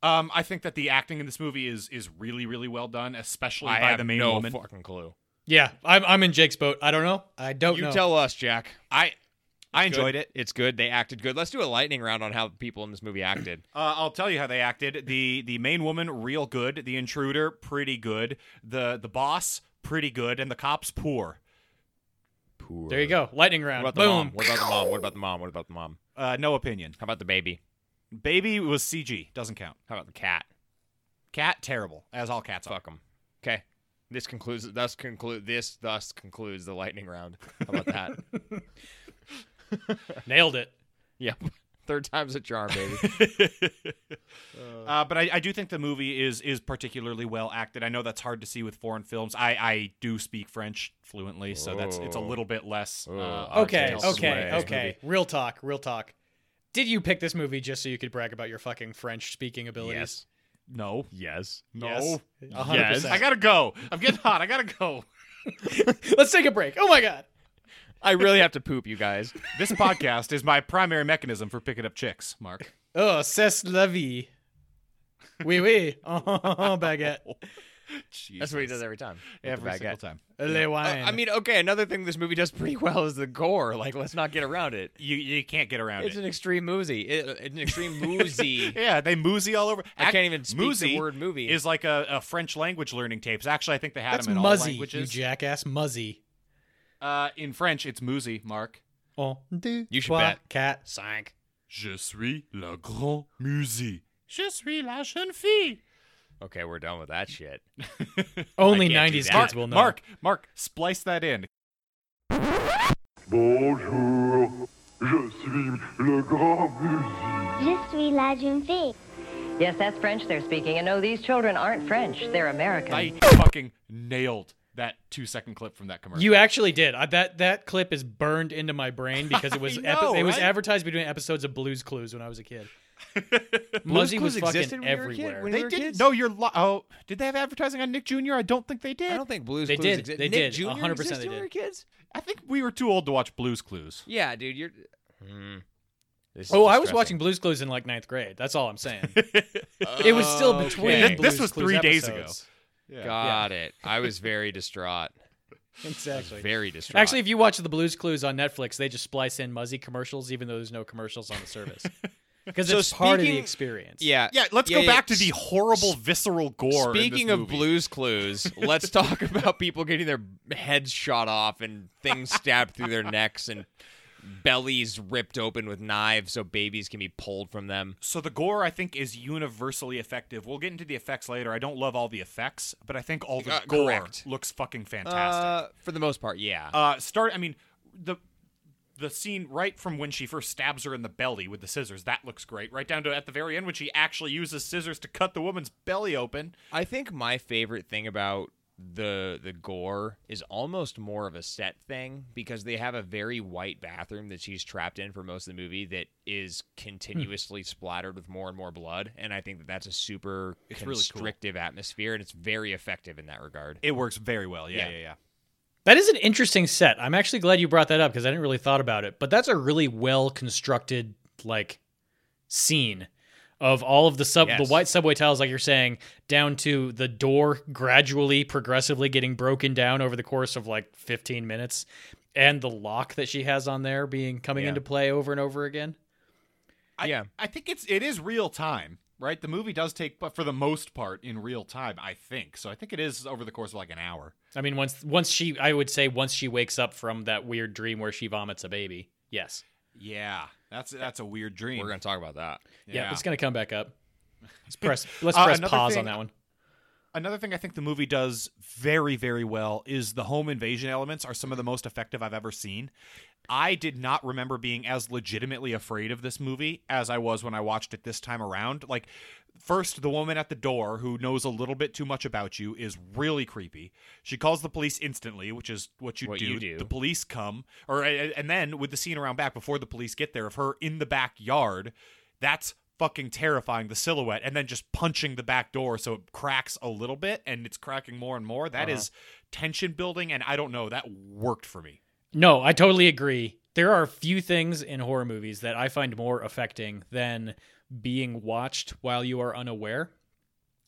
S1: Um, I think that the acting in this movie is is really really well done, especially
S2: I
S1: by
S2: have
S1: the main
S2: no
S1: woman.
S2: fucking clue.
S3: yeah, I'm, I'm in Jake's boat. I don't know. I don't
S2: You
S3: know.
S2: tell us, Jack.
S1: I I
S2: Good.
S1: enjoyed it.
S2: It's good. They acted good. Let's do a lightning round on how people in this movie acted.
S1: Uh, I'll tell you how they acted. the The main woman, real good. The intruder, pretty good. the The boss, pretty good, and the cops, poor.
S2: Poor.
S4: There you go. Lightning
S2: What
S4: round.
S2: about the mom?
S4: Boom.
S2: What about the mom? What about the mom? What about the mom?
S1: Uh, no opinion.
S2: How about the baby?
S1: Baby was CG. Doesn't count.
S2: How about the cat?
S1: Cat, terrible, as all cats are.
S2: Fuck them. Okay. This concludes. Thus conclude. This thus concludes the lightning round. How about that?
S4: Nailed it.
S2: yep. Third time's a charm, baby.
S1: Uh, but I, I do think the movie is is particularly well acted. I know that's hard to see with foreign films. I, I do speak French fluently, so that's it's a
S2: Oh.
S1: little bit less.
S2: Oh,
S1: uh,
S2: I
S1: arduous
S3: Okay,
S2: Jake's
S3: okay,
S1: way.
S2: boat.
S3: okay. Real talk, real talk. Did you pick this movie just so you could brag about your fucking French speaking abilities?
S1: No,
S2: Yes.
S1: no,
S3: Yes. 100%.
S1: I gotta go. I'm getting hot. I gotta go.
S3: Let's take a break. Oh my god.
S2: I really have to poop, you guys.
S1: This podcast is my primary mechanism for picking up chicks. Mark,
S3: Oh, c'est la vie. Oui, oui. Oh, baguette.
S2: That's what he does every time. with the
S1: every single
S2: baguette.
S1: time.
S3: Le wine.
S2: Uh, I mean, okay, another thing this movie does pretty well is the gore. Like, let's not get around it.
S1: You you can't get around
S2: It's
S1: it.
S2: an extreme movie. It- it's an extreme movie.
S1: yeah, they moozy all over.
S2: I can't even speak
S1: moozy
S2: the word movie.
S1: Is like a, a French language learning tapes. Actually, I think they had
S3: that's
S1: them in all
S3: muzzy, you
S1: languages.
S3: jackass. Muzzy.
S1: uh, in French, it's moozy. Mark.
S3: On deux,
S2: You should
S3: trois,
S2: bet.
S3: quatre.
S2: Sank.
S1: Je suis la grand musée. Je suis la jeune fille.
S2: Okay, we're done with that shit.
S3: Only
S2: I can't do
S3: 90s
S2: that.
S3: kids will know.
S1: Mark, Mark, splice that in.
S5: Bonjour, je suis le grand musique.
S6: Je suis la jeune fille.
S7: Yes, that's French they're speaking. And no, these children aren't French. They're American.
S1: I fucking nailed that two second clip from that commercial.
S4: You actually did. I, that that clip is burned into my brain because it was
S1: I
S4: epi-
S1: know,
S4: it was
S1: right?
S4: advertised between episodes of Blues Clues when I was a kid. Muzzy was
S2: Clues existed when
S4: fucking
S2: you were a kid?
S4: everywhere.
S2: When
S1: they
S2: we were
S1: didn't.
S2: kids?
S1: No, you're. Li- oh, did they have advertising on Nick Jr.? I don't think they did.
S2: I
S1: I,
S2: don't think Blues
S4: They
S2: Clues
S4: did.
S2: exi-
S4: They
S2: Nick
S4: did.
S2: Jr.
S4: 100%
S2: existed
S4: they
S2: when we
S4: did.
S2: were kids?
S1: think we were too old to watch Blue's Clues.
S2: Yeah, dude. You're. Hmm. This is
S4: Oh, I was
S2: distressing.
S4: watching Blues Clues in like ninth grade. That's all I'm saying. it was still between.
S2: Oh, Okay.
S1: This was
S4: Blues
S1: three
S4: Clues
S1: days ago.
S4: episodes.
S2: Got it. I was very distraught.
S4: Exactly.
S2: Very distraught.
S4: Actually, if you watch the Blues Clues on Netflix, they just splice in Muzzy commercials, even though there's no commercials on the service, because
S2: So
S4: it's part of the
S2: speaking-
S4: experience.
S2: yeah.
S1: Yeah, let's
S2: Yeah,
S1: go
S2: yeah.
S1: back to the horrible visceral gore. in this
S2: Speaking of
S1: movie.
S2: Blues Clues, let's talk about people getting their heads shot off and things stabbed through their necks and bellies ripped open with knives so babies can be pulled from them.
S1: so the gore I think is universally effective. We'll get into the effects later. I don't love all the effects, but I think all the
S2: Uh,
S1: gore
S2: correct.
S1: looks fucking fantastic.
S2: Uh, for the most part, yeah.
S1: Uh, start. I mean, the the scene right from when she first stabs her in the belly with the scissors that looks great. Right down to at the very end when she actually uses scissors to cut the woman's belly open.
S2: I think my favorite thing about the the gore is almost more of a set thing because they have a very white bathroom that she's trapped in for most of the movie that is continuously splattered with more and more blood and I think that that's a super
S1: really cool.
S2: constrictive atmosphere and it's very effective in that regard.
S1: It works very well. Yeah,
S2: Yeah.
S1: yeah, yeah.
S4: That is an interesting set. I'm actually glad you brought that up because I didn't really thought about it. But that's a really well constructed like scene of all of the sub
S2: Yes.
S4: the white subway tiles like you're saying down to the door gradually progressively getting broken down over the course of like 15 minutes and the lock that she has on there being coming
S2: Yeah.
S4: into play over and over again.
S1: I,
S2: Yeah.
S1: I think it's it is real time, right? The movie does take, but for the most part, in real time. I think so. I think it is over the course of like an hour.
S4: I mean once once she I would say once she wakes up from that weird dream where she vomits a baby. Yes.
S1: Yeah, that's that's a weird dream.
S2: We're going to talk about that.
S4: Yeah,
S1: Yeah.
S4: it's going to come back up. Let's press let's
S1: Uh,
S4: press
S1: another
S4: pause
S1: thing-
S4: on that one.
S1: Another thing I think the movie does very, very well is the home invasion elements are some of the most effective I've ever seen. I did not remember being as legitimately afraid of this movie as I was when I watched it this time around. Like, first, the woman at the door who knows a little bit too much about you is really creepy. She calls the police instantly, which is what you,
S2: What
S1: do.
S2: you do.
S1: The police come, or and then with the scene around back before the police get there of her in the backyard, that's fucking terrifying. The silhouette, and then just punching the back door so it cracks a little bit, and it's cracking more and more. That is
S4: Uh-huh.
S1: tension building, and I don't know. That worked for me.
S4: No, I totally agree. There are few things in horror movies that I find more affecting than being watched while you are unaware.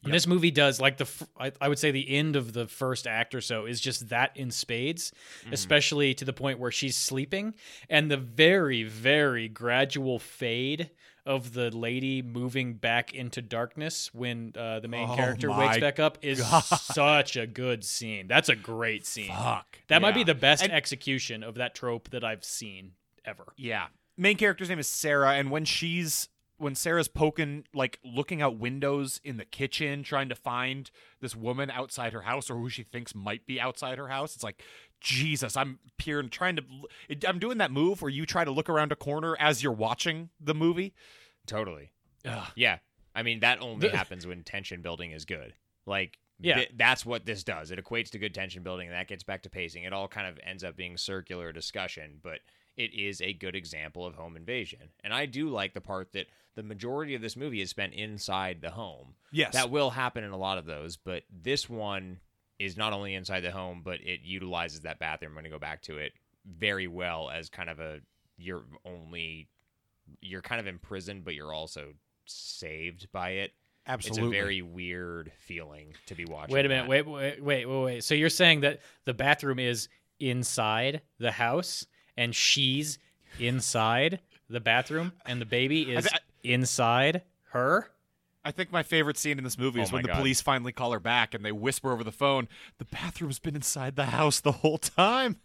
S4: And this movie does like the f- I, I would say the end of the first act or so is just that in spades,
S1: Mm-hmm.
S4: especially to the point where she's sleeping and the very very gradual fade of the lady moving back into darkness when uh, the main
S1: Oh
S4: character
S1: my
S4: wakes back up is
S1: God.
S4: such a good scene. That's a great scene.
S1: Fuck.
S4: That might be
S1: Yeah.
S4: the best
S1: And-
S4: execution of that trope that I've seen ever.
S1: Yeah. Main character's name is Sarah, and when she's when Sarah's poking, like looking out windows in the kitchen, trying to find this woman outside her house or who she thinks might be outside her house, it's like, Jesus, I'm peering, trying to, I'm doing that move where you try to look around a corner as you're watching the movie.
S2: Totally. Yeah. I mean, that only happens when tension building is good. Like,
S4: Yeah.
S2: th- that's what this does. It equates to good tension building, and that gets back to pacing. It all kind of ends up being circular discussion, but it is a good example of home invasion. And I do like the part that the majority of this movie is spent inside the home.
S1: Yes.
S2: That will happen in a lot of those, but this one is not only inside the home, but it utilizes that bathroom. I'm going to go back to it very well as kind of a you're only you're kind of imprisoned, but you're also saved by it. It's a very weird feeling to be watching.
S4: Wait a minute.
S2: that.
S4: Wait, wait, wait, wait, wait. So you're saying that the bathroom is inside the house and she's inside the bathroom and the baby is
S1: I-
S4: inside her?
S1: I think my favorite scene in this movie is
S2: Oh my
S1: when the
S2: God.
S1: police finally call her back and they whisper over the phone, the bathroom's been inside the house the whole time.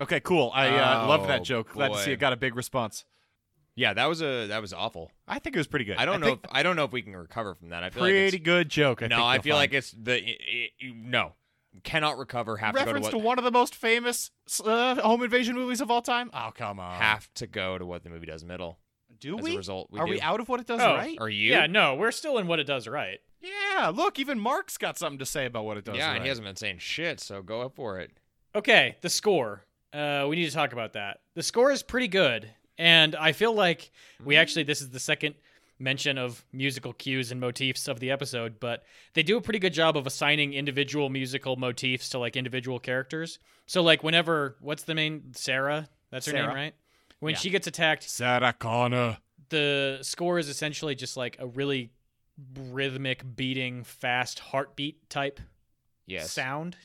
S1: Okay, cool. I uh, love that
S2: Oh,
S1: joke. Glad to
S2: boy.
S1: see it got a big response.
S2: Yeah, that was a that was awful.
S1: I think it was pretty good.
S2: I don't know. If,
S1: think
S2: I don't know if we can recover from that. I feel
S1: pretty
S2: like
S1: good joke. I
S2: it's, no.
S1: think
S2: I
S1: you'll
S2: feel like
S1: find.
S2: it's the i i no cannot recover. Have to go to
S1: reference
S2: what
S1: to, one of the most famous uh, home invasion movies of all time. Oh come on.
S2: have to go to what the movie does middle.
S1: do
S2: as a
S1: we?
S2: result, we
S1: Are
S2: do.
S1: we out of what it does
S4: Oh.
S1: right?
S2: Are you?
S4: Yeah, no, we're still in what it does right.
S1: yeah. Look, even Mark's got something to say about what it does.
S2: yeah, and
S1: right.
S2: he hasn't been saying shit. So go up for it.
S4: Okay, the score. Uh, we need to talk about that. The score is pretty good, and I feel like we
S1: Mm-hmm.
S4: actually this is the second mention of musical cues and motifs of the episode, but they do a pretty good job of assigning individual musical motifs to like individual characters. So like whenever what's the main Sarah? That's her name,
S1: Sarah.
S4: right? When
S1: Yeah.
S4: she gets attacked,
S1: Sarah Connor.
S4: the score is essentially just like a really rhythmic beating fast heartbeat type
S2: Yes.
S4: sound.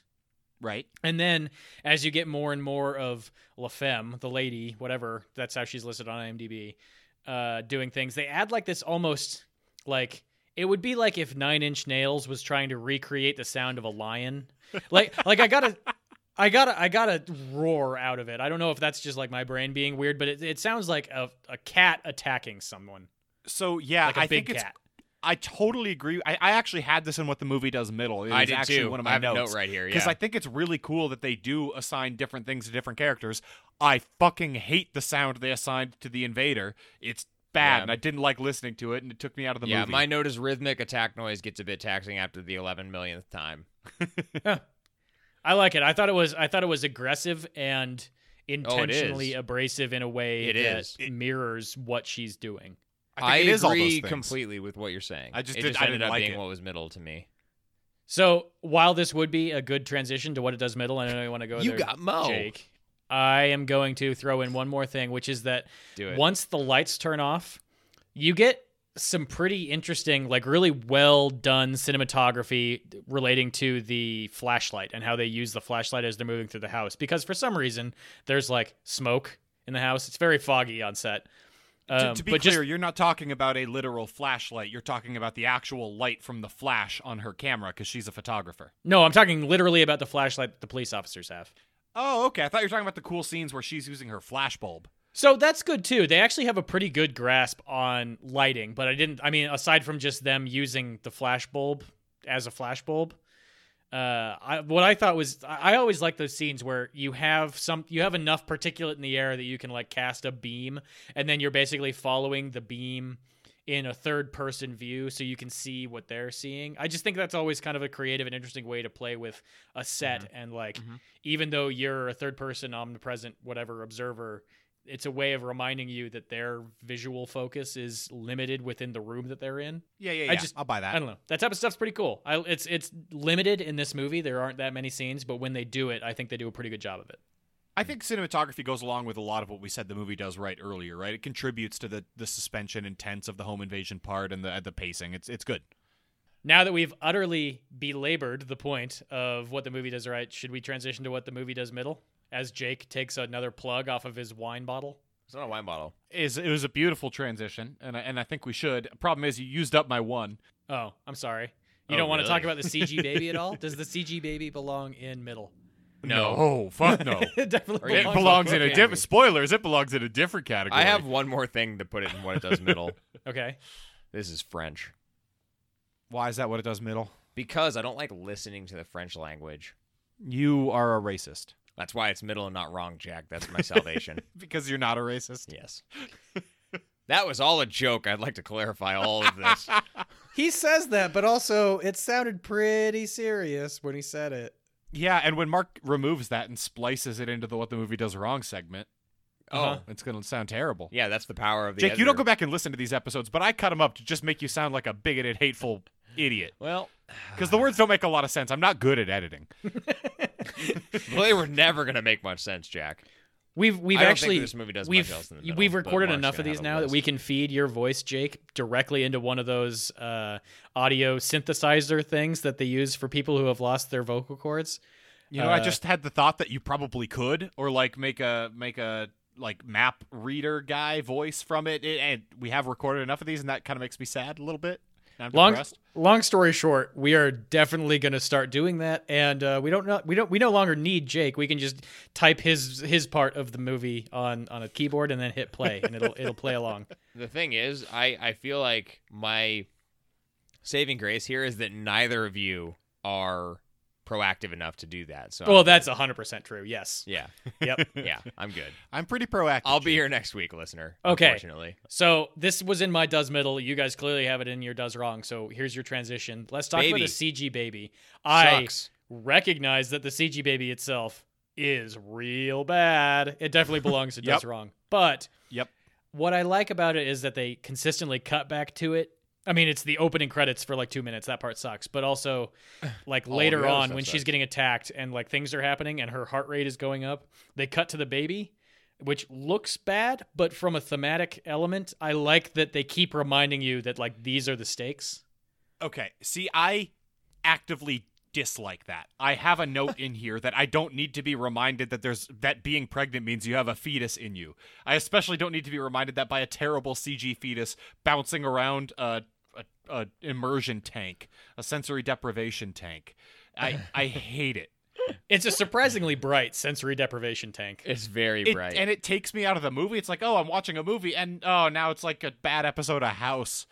S1: Right.
S4: And then as you get more and more of La Femme, the lady, whatever, that's how she's listed on IMDb, uh, doing things, they add like this almost like it would be like if Nine Inch Nails was trying to recreate the sound of a lion. Like like I gotta I gotta I gotta roar out of it. I don't know if that's just like my brain being weird, but it, it sounds like a, a cat attacking someone.
S1: So yeah,
S4: Like a
S1: I
S4: big
S1: think it's.
S4: cat.
S1: I totally agree. I, I actually had this in what the movie does middle. It
S2: I
S1: is
S2: did
S1: actually
S2: too.
S1: One of
S2: I
S1: my
S2: have a
S1: notes
S2: note right here.
S1: because
S2: yeah.
S1: I think it's really cool that they do assign different things to different characters. I fucking hate the sound they assigned to the invader. It's bad,
S2: Yeah.
S1: and I didn't like listening to it, and it took me out of the
S2: yeah,
S1: movie.
S2: my note is rhythmic attack noise gets a bit taxing after the 11 millionth time.
S4: I like it. I thought it was I thought it was aggressive and intentionally
S2: Oh, is.
S4: abrasive in a way
S2: It
S4: that
S2: is.
S4: mirrors what she's doing.
S1: I think it is all
S2: agree
S1: those things.
S2: completely with what you're saying.
S1: I just
S2: it
S1: did-
S2: just
S1: I
S2: ended
S1: didn't
S2: up
S1: like
S2: being
S1: it.
S2: what was middle to me.
S4: So while this would be a good transition to what it does middle, and I know you want to go
S2: You
S4: there,
S2: got Mo.
S4: Jake. I am going to throw in one more thing, which is that
S2: Do it.
S4: once the lights turn off, you get some pretty interesting, like really well done cinematography relating to the flashlight and how they use the flashlight as they're moving through the house. Because for some reason, there's like smoke in the house. It's very foggy on set.
S1: To,
S4: Um,
S1: to be
S4: but
S1: clear,
S4: just
S1: you're not talking about a literal flashlight. You're talking about the actual light from the flash on her camera because she's a photographer.
S4: no, I'm talking literally about the flashlight that the police officers have.
S1: Oh, okay. I thought you were talking about the cool scenes where she's using her flashbulb.
S4: So that's good too. They actually have a pretty good grasp on lighting, but I didn't. I mean, aside from just them using the flash bulb as a flash bulb, uh, I, what I thought was I I always like those scenes where you have some you have enough particulate in the air that you can like cast a beam, and then you're basically following the beam in a third person view so you can see what they're seeing. I just think that's always kind of a creative and interesting way to play with a set
S1: Mm-hmm.
S4: and like even though you're a third person omnipresent whatever observer, it's a way of reminding you that their visual focus is limited within the room that they're in.
S1: Yeah, yeah, yeah.
S4: I just-
S1: I'll buy that.
S4: I don't know. That type of stuff's pretty cool. I, it's it's limited in this movie. There aren't that many scenes, but when they do it, I think they do a pretty good job of it.
S1: I think cinematography goes along with a lot of what we said the movie does right earlier, right? It contributes to the, the suspension and tense of the home invasion part and the the pacing. It's it's good.
S4: Now that we've utterly belabored the point of what the movie does right, should we transition to what the movie does middle? As Jake takes another plug off of his wine bottle.
S2: It's not a wine bottle.
S1: Is it was a beautiful transition, and I, and I think we should. Problem is, you used up my one.
S4: Oh, I'm sorry. You
S2: Oh,
S4: don't want to talk
S2: really?
S4: about the CG baby at all? Does the CG baby belong in middle?
S2: No.
S1: oh, fuck no.
S4: It definitely
S2: you-
S1: it
S2: Belongs
S1: belongs
S2: on
S1: in a
S2: book
S1: different.
S2: hands.
S1: Spoilers. It belongs in a different category.
S2: I have one more thing to put it in what it does middle.
S4: Okay.
S2: this is French.
S1: Why is that what it does middle?
S2: Because I don't like listening to the French language.
S1: You are a racist
S2: That's why it's middle and not wrong, Jack. That's my salvation.
S1: because you're not a racist.
S2: yes. That was all a joke. I'd like to clarify all of this.
S3: He says that, but also it sounded pretty serious when he said it.
S1: Yeah, and when Mark removes that and splices it into the what the movie does wrong segment, uh-huh,
S2: Oh.
S1: it's going to sound terrible.
S2: Yeah, that's the power of the
S1: Jake, you don't
S2: editor.
S1: go back and listen to these episodes, but I cut them up to just make you sound like a bigoted, hateful idiot
S2: Well,
S1: because the words don't make a lot of sense. I'm not good at editing.
S2: they were never going to make much sense, Jack.
S4: We've we've
S2: I don't think
S4: actually
S2: this movie does much
S4: we've
S2: else in the middle,
S4: we've
S2: but
S4: recorded
S2: Mark's
S4: enough of
S2: gonna
S4: these
S2: have a
S4: now that we
S2: list.
S4: can feed your voice, Jake, directly into one of those uh, audio synthesizer things that they use for people who have lost their vocal cords.
S1: You know, I
S4: Uh,
S1: just had the thought that you probably could, or like make a make a like map reader guy voice from it. It- and we have recorded enough of these, and that kind of makes me sad a little bit. I'm
S4: Long
S1: depressed.
S4: long story short, we are definitely going to start doing that, and uh, we don't know we don't we no longer need Jake. We can just type his his part of the movie on on a keyboard and then hit play, and it'll it'll play along.
S2: The thing is, I, I feel like my saving grace here is that neither of you are proactive enough to do that. So,
S4: Well, that's hundred percent true. Yes.
S2: yeah,
S4: Yep.
S2: yeah, I'm good.
S1: I'm pretty proactive.
S2: I'll be here next week, listener.
S4: Okay.
S2: Unfortunately.
S4: So this was in my does middle. You guys clearly have it in your does wrong. So here's your transition. Let's talk about
S2: Baby.
S4: the CG baby. I
S2: Sucks.
S4: recognize that the CG baby itself is real bad. It definitely belongs to
S1: Yep.
S4: does wrong. But
S1: Yep.
S4: what I like about it is that they consistently cut back to it. I mean, it's the opening credits for like two minutes. That part sucks. But also, like
S2: All
S4: later
S2: Oh, the other
S4: on,
S2: stuff
S4: when she's
S2: sucks.
S4: getting attacked and like things are happening and her heart rate is going up, they cut to the baby, which looks bad. But from a thematic element, I like that they keep reminding you that like these are the stakes.
S1: Okay. See, I actively dislike that. I have a note in here that I don't need to be reminded that there's that being pregnant means you have a fetus in you. I especially don't need to be reminded that by a terrible CG fetus bouncing around a, a, a immersion tank, a sensory deprivation tank. I I hate it.
S4: It's a surprisingly bright sensory deprivation tank.
S2: It's very
S1: It-
S2: bright.
S1: And it takes me out of the movie. It's like, oh, I'm watching a movie, and oh, now it's like a bad episode of House.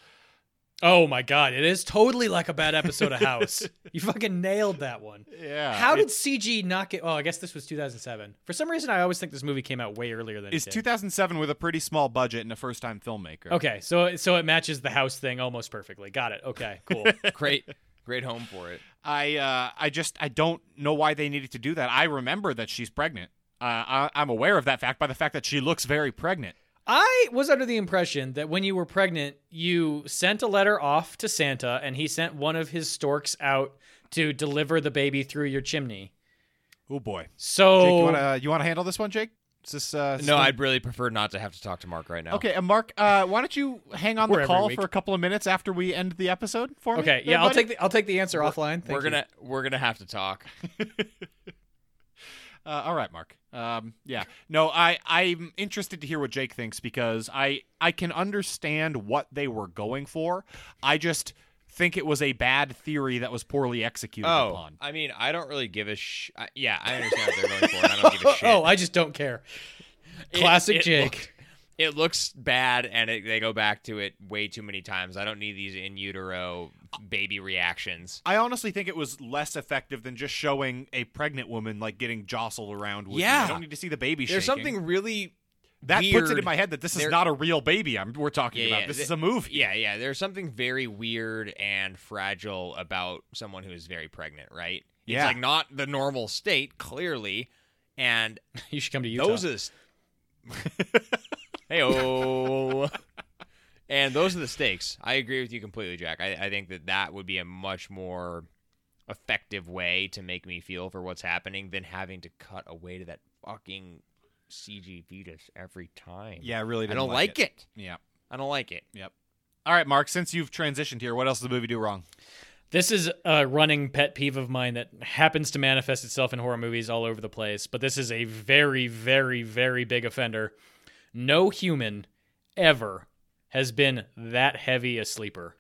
S4: Oh my god, it is totally like a bad episode of House. you fucking nailed that one.
S1: Yeah.
S4: How did
S1: it's-
S4: CG not get? Oh, I guess this was 2007. For some reason, I always think this movie came out way earlier than
S1: It's
S4: it did.
S1: 2007 with a pretty small budget and a first-time filmmaker.
S4: Okay, so so it matches the house thing almost perfectly. Got it. Okay, cool.
S2: Great, great home for it.
S1: I uh, I just I don't know why they needed to do that. I remember that she's pregnant. Uh, I, I'm aware of that fact by the fact that she looks very pregnant.
S4: I was under the impression that when you were pregnant, you sent a letter off to Santa, and he sent one of his storks out to deliver the baby through your chimney.
S1: Oh boy.
S4: So
S1: Jake,
S4: Oh.
S1: you wanna you wanna handle this one, Jake? Is this uh, is
S2: No,
S1: this-
S2: I'd really prefer not to have to talk to Mark right now.
S1: Okay, uh, Mark, uh, why don't you hang on
S4: We're
S1: the
S4: every
S1: call
S4: week.
S1: for a couple of minutes after we end the episode for me?
S4: okay,
S1: there,
S4: yeah, I'll
S1: buddy?
S4: take the, I'll take the answer offline. Thank
S2: we're
S4: you.
S2: gonna we're gonna have to talk.
S1: Uh, all right, Mark. Um, yeah. No, I I'm interested to hear what Jake thinks because I I can understand what they were going for. I just think it was a bad theory that was poorly executed
S2: Oh,
S1: upon.
S2: I mean, I don't really give a sh. I, yeah, I understand what they're going for. and I don't give a shit.
S4: Oh, I just don't care.
S2: It-
S4: Classic
S2: it
S4: Jake.
S2: looked- it looks bad, and it, they go back to it way too many times. I don't need these in utero baby reactions.
S1: I honestly think it was less effective than just showing a pregnant woman like getting jostled around. With
S2: Yeah.
S1: you don't need to see the baby.
S2: There's
S1: shaking.
S2: something really
S1: that puts it in
S2: weird.
S1: my head that this is
S2: There-
S1: not a real baby. I'm we're talking
S2: Yeah,
S1: about.
S2: yeah,
S1: This
S2: the-
S1: is a movie.
S2: Yeah, yeah. There's something very weird and fragile about someone who is very pregnant, right?
S1: Yeah.
S2: It's like not the normal state, clearly. And
S4: You should come to Utah.
S2: those are the. St- hey, oh. And those are the stakes. I agree with you completely, Jack. I, I think that that would be a much more effective way to make me feel for what's happening than having to cut away to that fucking CG fetus every time.
S1: Yeah, I really.
S2: I
S1: Didn't
S2: don't like it.
S1: Yeah.
S2: I don't like it.
S1: Yep. All right, Mark. Since you've transitioned here, what else does the movie do wrong?
S4: This is a running pet peeve of mine that happens to manifest itself in horror movies all over the place, but this is a very, very, very big offender. No human ever has been that heavy a sleeper.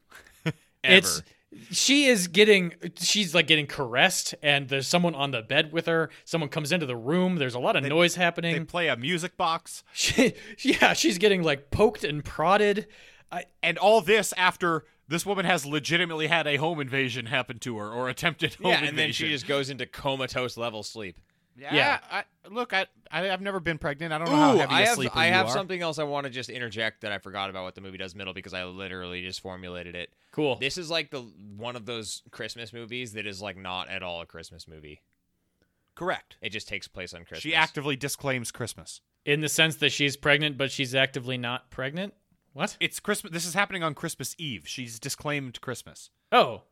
S4: It's she is getting she's like getting caressed and there's someone on the bed with her. Someone comes into the room, there's a lot of noise happening.
S1: They play a music box,
S4: She, yeah, she's getting like poked and prodded. I,
S1: and all this after this woman has legitimately had a home invasion happen to her or attempted home
S2: yeah,
S1: invasion.
S2: and then she just goes into comatose level sleep.
S1: yeah.
S4: Yeah.
S1: I, look, I, I I've never been pregnant. I don't
S2: Ooh,
S1: know how heavy
S2: I
S1: a
S2: have
S1: sleeper
S2: I
S1: you
S2: have
S1: are.
S2: something else I want to just interject that I forgot about what the movie does middle because I literally just formulated it.
S4: cool.
S2: This is like the one of those Christmas movies that is like not at all a Christmas movie.
S1: Correct.
S2: It just takes place on Christmas.
S1: She actively disclaims Christmas.
S4: In the sense that she's pregnant, but she's actively not pregnant. What?
S1: It's Christmas. This is happening on Christmas Eve. She's disclaimed Christmas.
S4: Oh,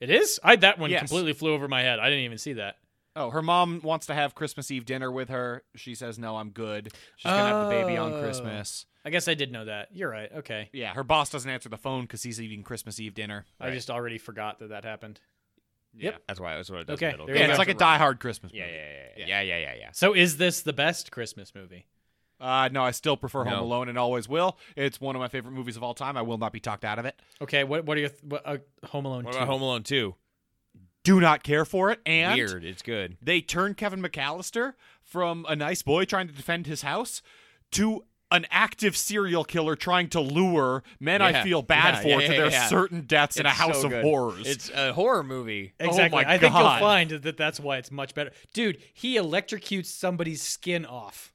S4: it is. I that one
S1: Yes.
S4: completely flew over my head. I didn't even see that.
S1: Oh, her mom wants to have Christmas Eve dinner with her. She says, "No, I'm good." She's gonna have the baby on
S4: Oh.
S1: Christmas.
S4: I guess I did know that. You're right. Okay.
S1: Yeah, her boss doesn't answer the phone because he's eating Christmas Eve dinner.
S4: I just already forgot that that happened.
S2: That's why that's what it does
S4: Okay,
S2: in the middle.
S4: there
S1: Yeah,
S4: you
S1: it's
S4: go.
S1: like a Die Hard Christmas.
S2: Yeah,
S1: movie.
S2: yeah, yeah, yeah, yeah, yeah, yeah, yeah.
S4: So is this the best Christmas movie?
S1: Uh, no, I still prefer Home
S2: No.
S1: Alone and always will. It's one of my favorite movies of all time. I will not be talked out of it.
S4: Okay. What What are your th- what, uh, Home Alone?
S2: What
S4: 2?
S2: about Home Alone 2?
S1: Do not care for it. And
S2: Weird. It's good.
S1: they turn Kevin McAllister from a nice boy trying to defend his house to an active serial killer trying to lure men I
S2: Yeah.
S1: feel bad
S2: Yeah,
S1: for
S2: yeah,
S1: to
S2: yeah,
S1: their
S2: yeah.
S1: certain deaths in a
S2: It's
S1: house
S2: so
S1: of
S2: good.
S1: horrors.
S2: It's a horror movie.
S4: Exactly.
S1: Oh my
S4: I think you'll
S1: God.
S4: find that that's why it's much better. Dude, he electrocutes somebody's skin off.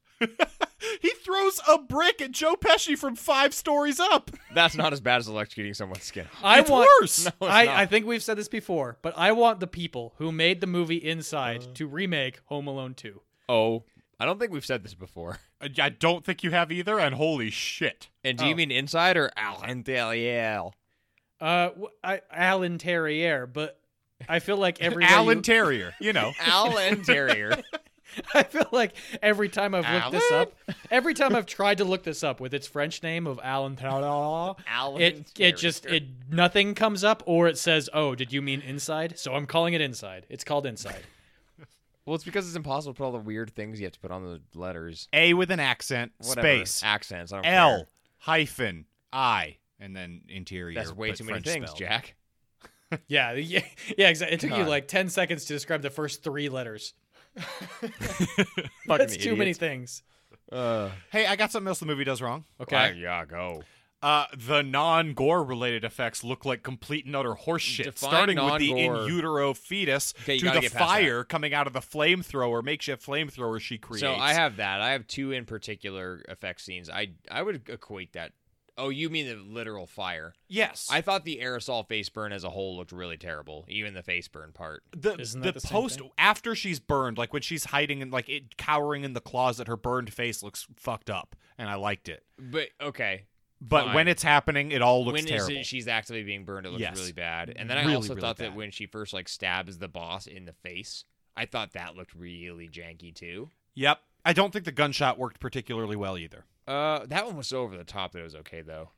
S1: he throws a brick at Joe Pesci from five stories up.
S2: That's not as bad as electrocuting someone's skin.
S4: I
S1: It's
S4: want,
S1: worse. No,
S2: it's
S4: I,
S2: not.
S4: I think we've said this before, but I want the people who made the movie Inside
S1: Uh.
S4: to remake Home Alone 2.
S2: Oh, I don't think we've said this before.
S1: I- I don't think you have either, and holy shit.
S2: And
S4: Oh.
S2: do you mean inside or out? Interior.
S4: Uh, wh- I, Alan Terrier, but I feel like every way
S1: Alan
S4: you-
S1: Terrier, you know.
S2: Al interior.
S4: I feel like every time I've looked this
S1: Alan?
S4: up, every time I've tried to look this up with its French name of Alan Terrier,
S2: Alan
S4: it it just it nothing comes up or it says, "Oh, did you mean Inside?" So I'm calling it Inside. It's called Inside.
S2: Well, it's because it's impossible to put all the weird things you have to put on the letters.
S1: A with an accent,
S2: Whatever.
S1: space,
S2: accents. I don't
S1: L
S2: care.
S1: hyphen I, and then interior.
S2: That's way
S1: but
S2: too many
S1: French
S2: things,
S1: spelled.
S2: Jack.
S4: Yeah, yeah, yeah. Exactly. It took you
S2: God.
S4: like ten seconds to describe the first three letters.
S2: Fucking
S4: That's too many things.
S2: Uh,
S1: Hey, I got something else the movie does wrong.
S4: Okay.
S2: yeah, go.
S1: uh, the non-gore related effects look like complete and utter horseshit.
S2: Define
S1: starting with the in
S2: non-gore.
S1: utero fetus
S2: Okay, you
S1: to
S2: gotta
S1: the
S2: get past that.
S1: fire coming out of the flamethrower, makeshift flamethrower she creates.
S2: So I have that. I have two in particular effect scenes. I I would equate that. Oh, you mean the literal fire?
S1: yes,
S2: I thought the aerosol face burn as a whole looked really terrible, even the face burn part.
S1: the
S4: Isn't
S1: the,
S4: that the same
S1: post
S4: thing?
S1: after she's burned, like when she's hiding and like it cowering in the closet, her burned face looks fucked up, and I liked it.
S2: But okay,
S1: But
S2: Fine.
S1: when it's happening, it all looks
S2: when is
S1: terrible.
S2: it she's actively being burned, it looks
S1: Yes.
S2: really bad. And then I
S1: Really,
S2: also
S1: really
S2: thought
S1: bad.
S2: that when she first like stabs the boss in the face, I thought that looked really janky too.
S1: Yep, I don't think the gunshot worked particularly well either.
S2: Uh, that one was so over the top that it was okay though.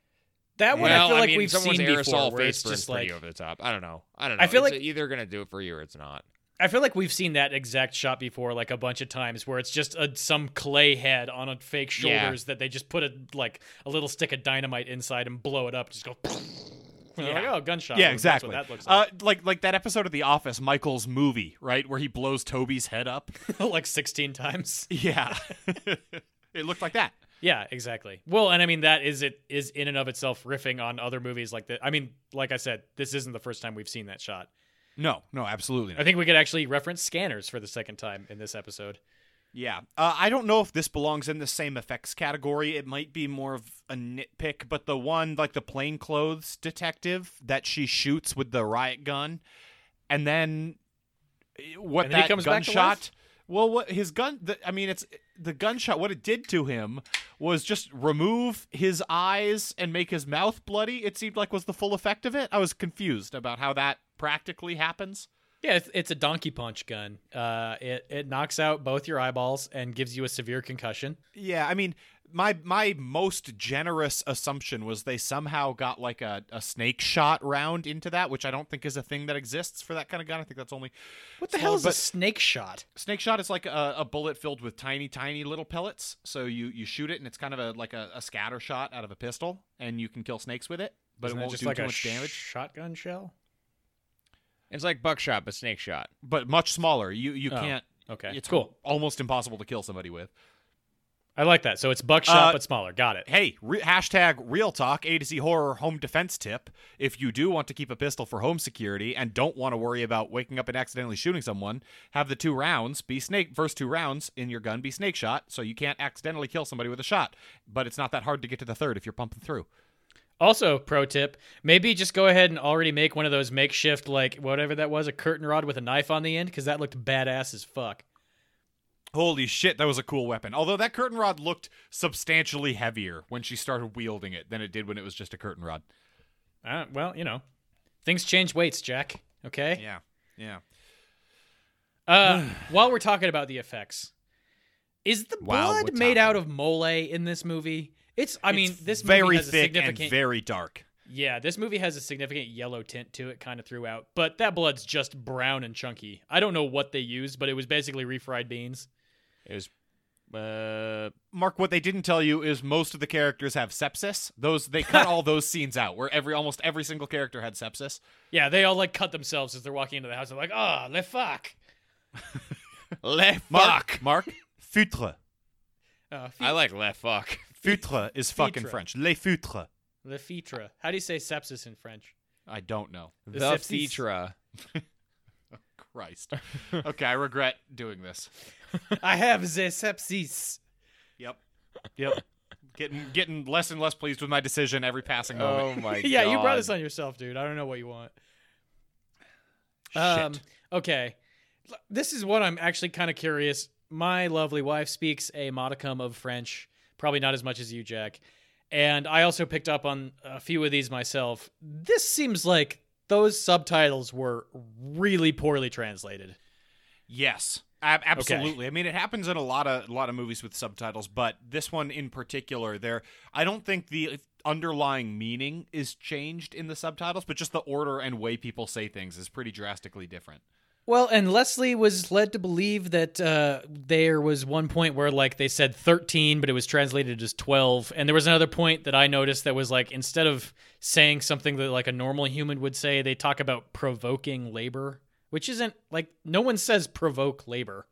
S4: That one
S2: well,
S4: I feel like
S2: mean,
S4: we've
S2: someone's
S4: seen
S2: aerosol
S4: before. Where
S2: face
S4: it's
S2: burn's
S4: just
S2: pretty
S4: like
S2: over the top. I don't know. I don't know.
S4: I feel
S2: It's
S4: like-
S2: either gonna do it for you or it's not.
S4: I feel like we've seen that exact shot before, like a bunch of times, where it's just a, some clay head on a fake
S2: Yeah.
S4: shoulders that they just put a like a little stick of dynamite inside and blow it up, just go. And they're
S2: Yeah.
S4: like, oh, gunshot.
S1: yeah,
S4: wound. That's
S1: exactly.
S4: what that looks
S1: uh,
S4: like.
S1: like like that episode of The Office, Michael's movie, right, where he blows Toby's head up.
S4: like sixteen times.
S1: Yeah, it looked like that.
S4: Yeah, exactly. Well, and I mean that is it is in and of itself riffing on other movies like that. I mean, like I said, this isn't the first time we've seen that shot.
S1: No, no, absolutely
S4: I
S1: not.
S4: think we could actually reference scanners for the second time in this episode.
S1: Yeah, uh, I don't know if this belongs in the same effects category. It might be more of a nitpick, but the one like the plainclothes detective that she shoots with the riot gun, and then eh, what
S4: And
S1: that
S4: then he comes back to
S1: gunshot.
S4: life?
S1: well, what his gun? The, I mean, it's the gunshot. What it did to him was just remove his eyes and make his mouth bloody. It seemed like was the full effect of it. I was confused about how that practically happens.
S4: Yeah, it's, it's a donkey punch gun. Uh, it it knocks out both your eyeballs and gives you a severe concussion.
S1: Yeah, I mean, my my most generous assumption was they somehow got like a, a snake shot round into that, which I don't think is a thing that exists for that kind of gun. I think that's only
S4: What the
S1: Well,
S4: hell is
S1: but-
S4: a snake shot?
S1: snake shot is like a, a bullet filled with tiny, tiny little pellets. So you you shoot it, and it's kind of a like a, a scatter shot out of a pistol, and you can kill snakes with it, but
S4: Isn't
S1: it
S4: that
S1: won't
S4: just
S1: do
S4: like
S1: too
S4: a
S1: much damage.
S4: Shotgun shell.
S2: It's like buckshot, but snake shot.
S1: But much smaller. You you
S4: Oh,
S1: can't.
S4: Okay,
S1: It's
S4: cool.
S1: Almost impossible to kill somebody with.
S4: I like that. So it's buckshot
S1: Uh,
S4: but smaller. Got it.
S1: hey, re- hashtag real talk, A to Z horror home defense tip. If you do want to keep a pistol for home security and don't want to worry about waking up and accidentally shooting someone, have the two rounds be snake, first two rounds in your gun be snake shot, so you can't accidentally kill somebody with a shot. But it's not that hard to get to the third if you're pumping through.
S4: Also, pro tip: maybe just go ahead and already make one of those makeshift, like whatever that was, a curtain rod with a knife on the end, because that looked badass as fuck.
S1: Holy shit, that was a cool weapon. Although that curtain rod looked substantially heavier when she started wielding it than it did when it was just a curtain rod.
S4: Uh, well, you know, things change weights, Jack. Okay.
S1: Yeah. Yeah.
S4: Uh, while we're talking about the effects, is the
S2: Wow,
S4: blood
S2: what's
S4: made out
S2: happening?
S4: of mole in this movie? It's. I mean,
S1: It's
S4: this movie
S1: very
S4: has
S1: thick
S4: a significant.
S1: and very dark.
S4: yeah, this movie has a significant yellow tint to it, kind of throughout. But that blood's just brown and chunky. I don't know what they used, but it was basically refried beans.
S2: It was uh
S1: Mark, what they didn't tell you is most of the characters have sepsis. Those they cut all those scenes out where every almost every single character had sepsis.
S4: Yeah, they all like cut themselves as they're walking into the house. They're like, "Ah, oh, le fuck."
S2: left
S1: Mark,
S2: fuck.
S1: Mark, futre,
S4: Uh,
S2: I like left fuck.
S1: futre is fucking
S4: Futre.
S1: French. Les futres.
S4: Le fitre. How do you say sepsis in French?
S1: I don't know.
S2: The,
S4: sepsis.
S2: Fitra.
S1: Christ. Okay, I regret doing this.
S4: I have the sepsis.
S1: Yep. Yep. Getting getting less and less pleased with my decision every passing moment.
S2: Oh my god.
S4: yeah, you brought this on yourself, dude. I don't know what you want. Um, okay. L- This is what I'm actually kind of curious. My lovely wife speaks a modicum of French, probably not as much as you, Jack. And I also picked up on a few of these myself. This seems like those subtitles were really poorly translated.
S1: Yes, ab- absolutely. I mean, it happens in a lot of a lot of movies with subtitles, but this one in particular, there, I don't think the underlying meaning is changed in the subtitles, but just the order and way people say things is pretty drastically different.
S4: Well, and Leslie was led to believe that uh, there was one point where, like, they said 13, but it was translated as 12. And there was another point that I noticed that was like, instead of saying something that, like, a normal human would say, they talk about provoking labor, which isn't like, no one says provoke labor.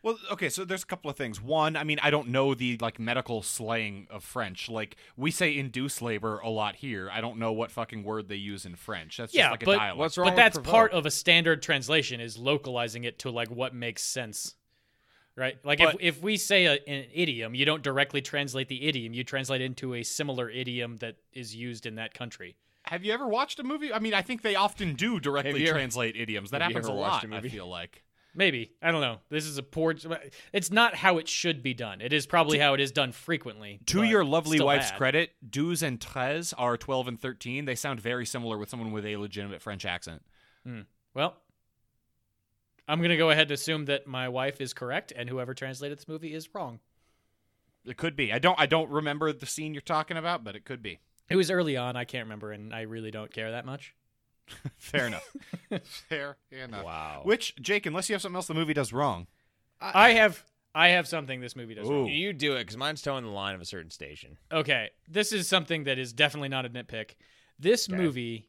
S1: Well, okay, so there's a couple of things. One, I mean, I don't know the like medical slang of French. Like we say induce labor a lot here. I don't know what fucking word they use in French. That's just
S4: Yeah,
S1: like a
S4: but
S1: dialect.
S2: what's wrong
S4: but
S2: with
S4: that's
S2: provoke?
S4: part of a standard translation is localizing it to like what makes sense right like
S1: But-
S4: if, if we say a, an idiom you don't directly translate the idiom you translate into a similar idiom that is used in that country
S1: Have you ever watched a movie? I mean, I think they often do directly
S2: you ever-
S1: translate idioms. That
S2: have you
S1: happens a
S2: ever watched
S1: lot.
S2: a
S1: I
S2: movie?
S1: feel like.
S4: maybe i don't know this is a poor it's not how it should be done it is probably how it is done frequently
S1: To
S4: but
S1: your lovely
S4: still
S1: wife's
S4: bad.
S1: credit, deux and treize are twelve and thirteen. They sound very similar with someone with a legitimate French accent.
S4: well i'm going to go ahead and assume that my wife is correct and whoever translated this movie is wrong
S1: It could be. I don't. I don't remember the scene you're talking about, but it could be.
S4: it was early on i can't remember and i really don't care that much
S1: Fair enough. Fair enough.
S2: Wow.
S1: Which Jake, unless you have something else the movie does wrong.
S4: I have I have something this movie does.
S1: Ooh.
S2: You do it because mine's towing the line of a certain station.
S4: Okay, this is something that is definitely not a nitpick. This movie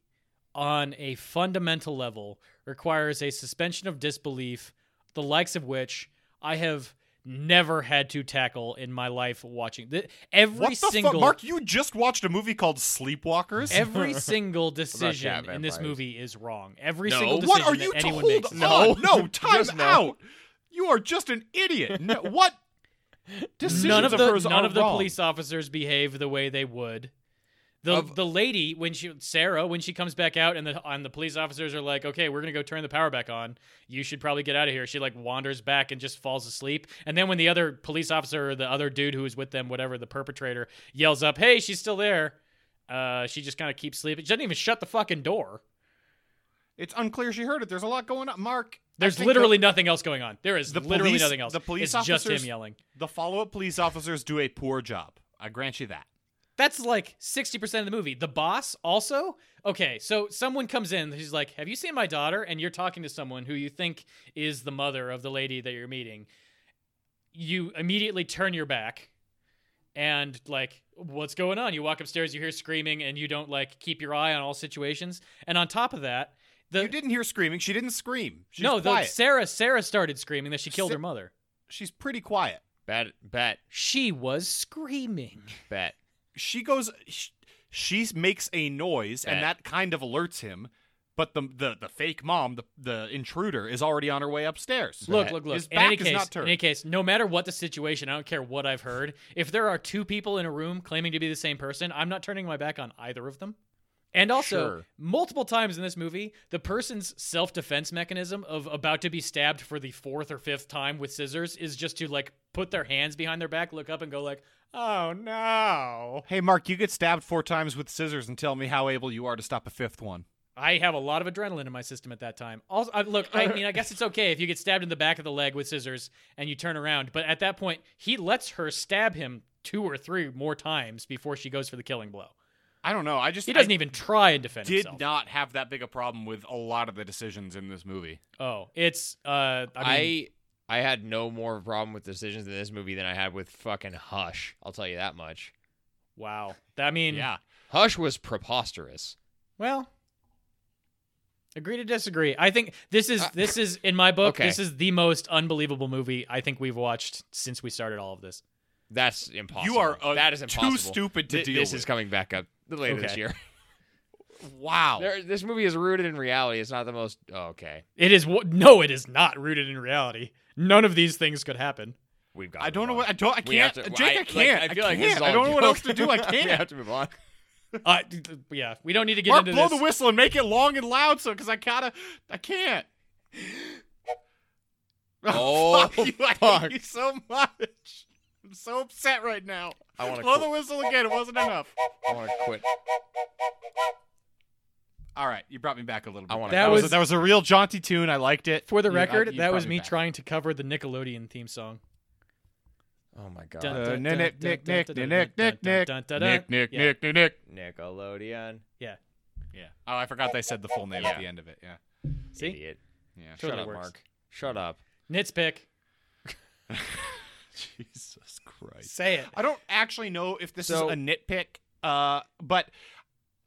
S4: on a fundamental level requires a suspension of disbelief the likes of which I have never had to tackle in my life watching. Th- every
S1: What the
S4: single
S1: fuck, Mark? You just watched a movie called Sleepwalkers.
S4: every single decision
S2: cat
S4: in this
S2: vampires?
S4: movie is wrong. Every
S2: No.
S4: single decision
S1: what are you
S4: that
S1: to
S4: anyone
S1: hold
S4: makes. is wrong.
S1: on? No, time
S2: Just no.
S1: out. You are just an idiot. No, what? Decisions
S4: none of the
S1: hers
S4: none
S1: are
S4: of the
S1: wrong.
S4: police officers behave the way they would. The
S2: Of-
S4: the lady when she Sarah when she comes back out and the and the police officers are like, okay, we're gonna go turn the power back on. You should probably get out of here. She like wanders back and just falls asleep. And then when the other police officer or the other dude who is with them, whatever the perpetrator, yells up, "Hey, she's still there!" Uh, she just kind of keeps sleeping. She doesn't even shut the fucking door.
S1: It's unclear she heard it. There's a lot going on, Mark. I
S4: There's
S1: think
S4: literally
S1: the,
S4: nothing else going on. There is
S1: the
S4: literally
S1: police-
S4: nothing else.
S1: the police
S4: it's just
S1: officers-
S4: him yelling.
S1: the follow-up police officers do a poor job. I grant you that.
S4: That's like 60% of the movie. The boss also? Okay, so someone comes in, he's like, Have you seen my daughter? And you're talking to someone who you think is the mother of the lady that you're meeting. You immediately turn your back and, like, what's going on? You walk upstairs, you hear screaming, and you don't, like, keep your eye on all situations. And on top of that, the.
S1: You didn't hear screaming. She didn't scream. She's
S4: no, the,
S1: quiet.
S4: Sarah. Sarah started screaming that she killed
S1: Sa-
S4: her mother.
S1: She's pretty quiet.
S2: Bet, bet,
S4: She was screaming.
S2: bet.
S1: she goes she, she makes a noise and
S2: Bet.
S1: that kind of alerts him but the, the the fake mom the the intruder is already on her way upstairs
S4: Look, look, look.
S1: His
S4: in any
S1: back is
S4: case,
S1: not turned.
S4: in any case, no matter what the situation, I don't care what I've heard. If there are two people in a room claiming to be the same person, I'm not turning my back on either of them. And also,
S2: Sure.
S4: multiple times in this movie, the person's self-defense mechanism of about to be stabbed for the fourth or fifth time with scissors is just to like put their hands behind their back, look up, and go like, "Oh no!"
S1: hey mark you get stabbed four times with scissors and tell me how able you are to stop a fifth one
S4: I have a lot of adrenaline in my system at that time. Also, I, look, I mean, I guess it's okay if you get stabbed in the back of the leg with scissors and you turn around, but at that point, he lets her stab him two or three more times before she goes for the killing blow.
S1: i don't know i just
S4: He doesn't
S1: I
S4: even try and defend
S1: did
S4: himself.
S1: not have that big a problem with a lot of the decisions in this movie
S4: Oh, it's uh, I mean,
S2: I I had no more of a problem with decisions in this movie than I had with fucking Hush. I'll tell you that much.
S4: wow. That- I
S2: Hmm.
S4: mean,
S1: yeah
S2: Hush was preposterous.
S4: Well, agree to disagree. I think this
S1: Uh,
S4: is this is in my book.
S2: okay.
S4: This is the most unbelievable movie I think we've watched since we started all of this.
S2: That's impossible.
S1: you are uh,
S2: that is
S1: too
S2: impossible.
S1: stupid to
S2: Th-
S1: deal
S2: This
S1: with.
S2: is coming back up later this
S4: Okay.
S2: year.
S1: wow
S2: There- this movie is rooted in reality. It's not the most oh, okay.
S4: It is wo- no, it is not rooted in reality. None of these things could happen.
S2: We've got.
S1: i don't know what i don't i
S2: We have
S1: can't
S2: to-
S1: jake i,
S2: like,
S1: can't
S2: I feel like
S1: can't.
S2: this is all
S1: I don't know what
S2: joke.
S1: else to do i
S2: we
S1: can't
S2: have to move on.
S4: Uh, d- d- yeah, we don't need to get
S1: Mark,
S4: into
S1: blow
S4: this.
S1: the whistle and make it long and loud, so because I gotta, I can't.
S2: Oh,
S1: fuck you! I hate
S2: fuck.
S1: you so much. I'm so upset right now.
S2: I want to
S1: Blow the whistle again. It wasn't enough.
S2: I want to quit.
S1: All right, you brought me back a little bit.
S2: I wanna-
S4: That was-
S1: a, that was a real jaunty tune. I liked it.
S4: For the
S1: You- I-
S4: record,
S1: you
S4: that
S1: brought
S4: was me
S1: back.
S4: trying to cover the Nickelodeon theme song.
S2: Oh my
S4: Dun,
S2: god.
S1: Uh,
S4: dun,
S1: Nick,
S4: dun,
S1: Nick,
S4: dun,
S1: Nick,
S4: dun,
S1: Nick,
S4: dun,
S1: Nick,
S4: dun,
S1: Nick,
S4: dun,
S1: Nick,
S4: dun,
S1: Nick,
S4: dun,
S1: Nick, Nick,
S4: dun. Yeah.
S1: Nick, Nick.
S2: Nickelodeon.
S4: Yeah.
S1: Yeah. Oh, I forgot they said the full name at the end of it. Yeah.
S4: See,
S2: Idiot.
S1: Yeah.
S4: Totally
S2: Shut up,
S4: works.
S2: Mark. Shut up.
S4: nitpick.
S1: Jesus Christ.
S4: Say it.
S1: I don't actually know if this
S2: So-
S1: is a nitpick, uh, but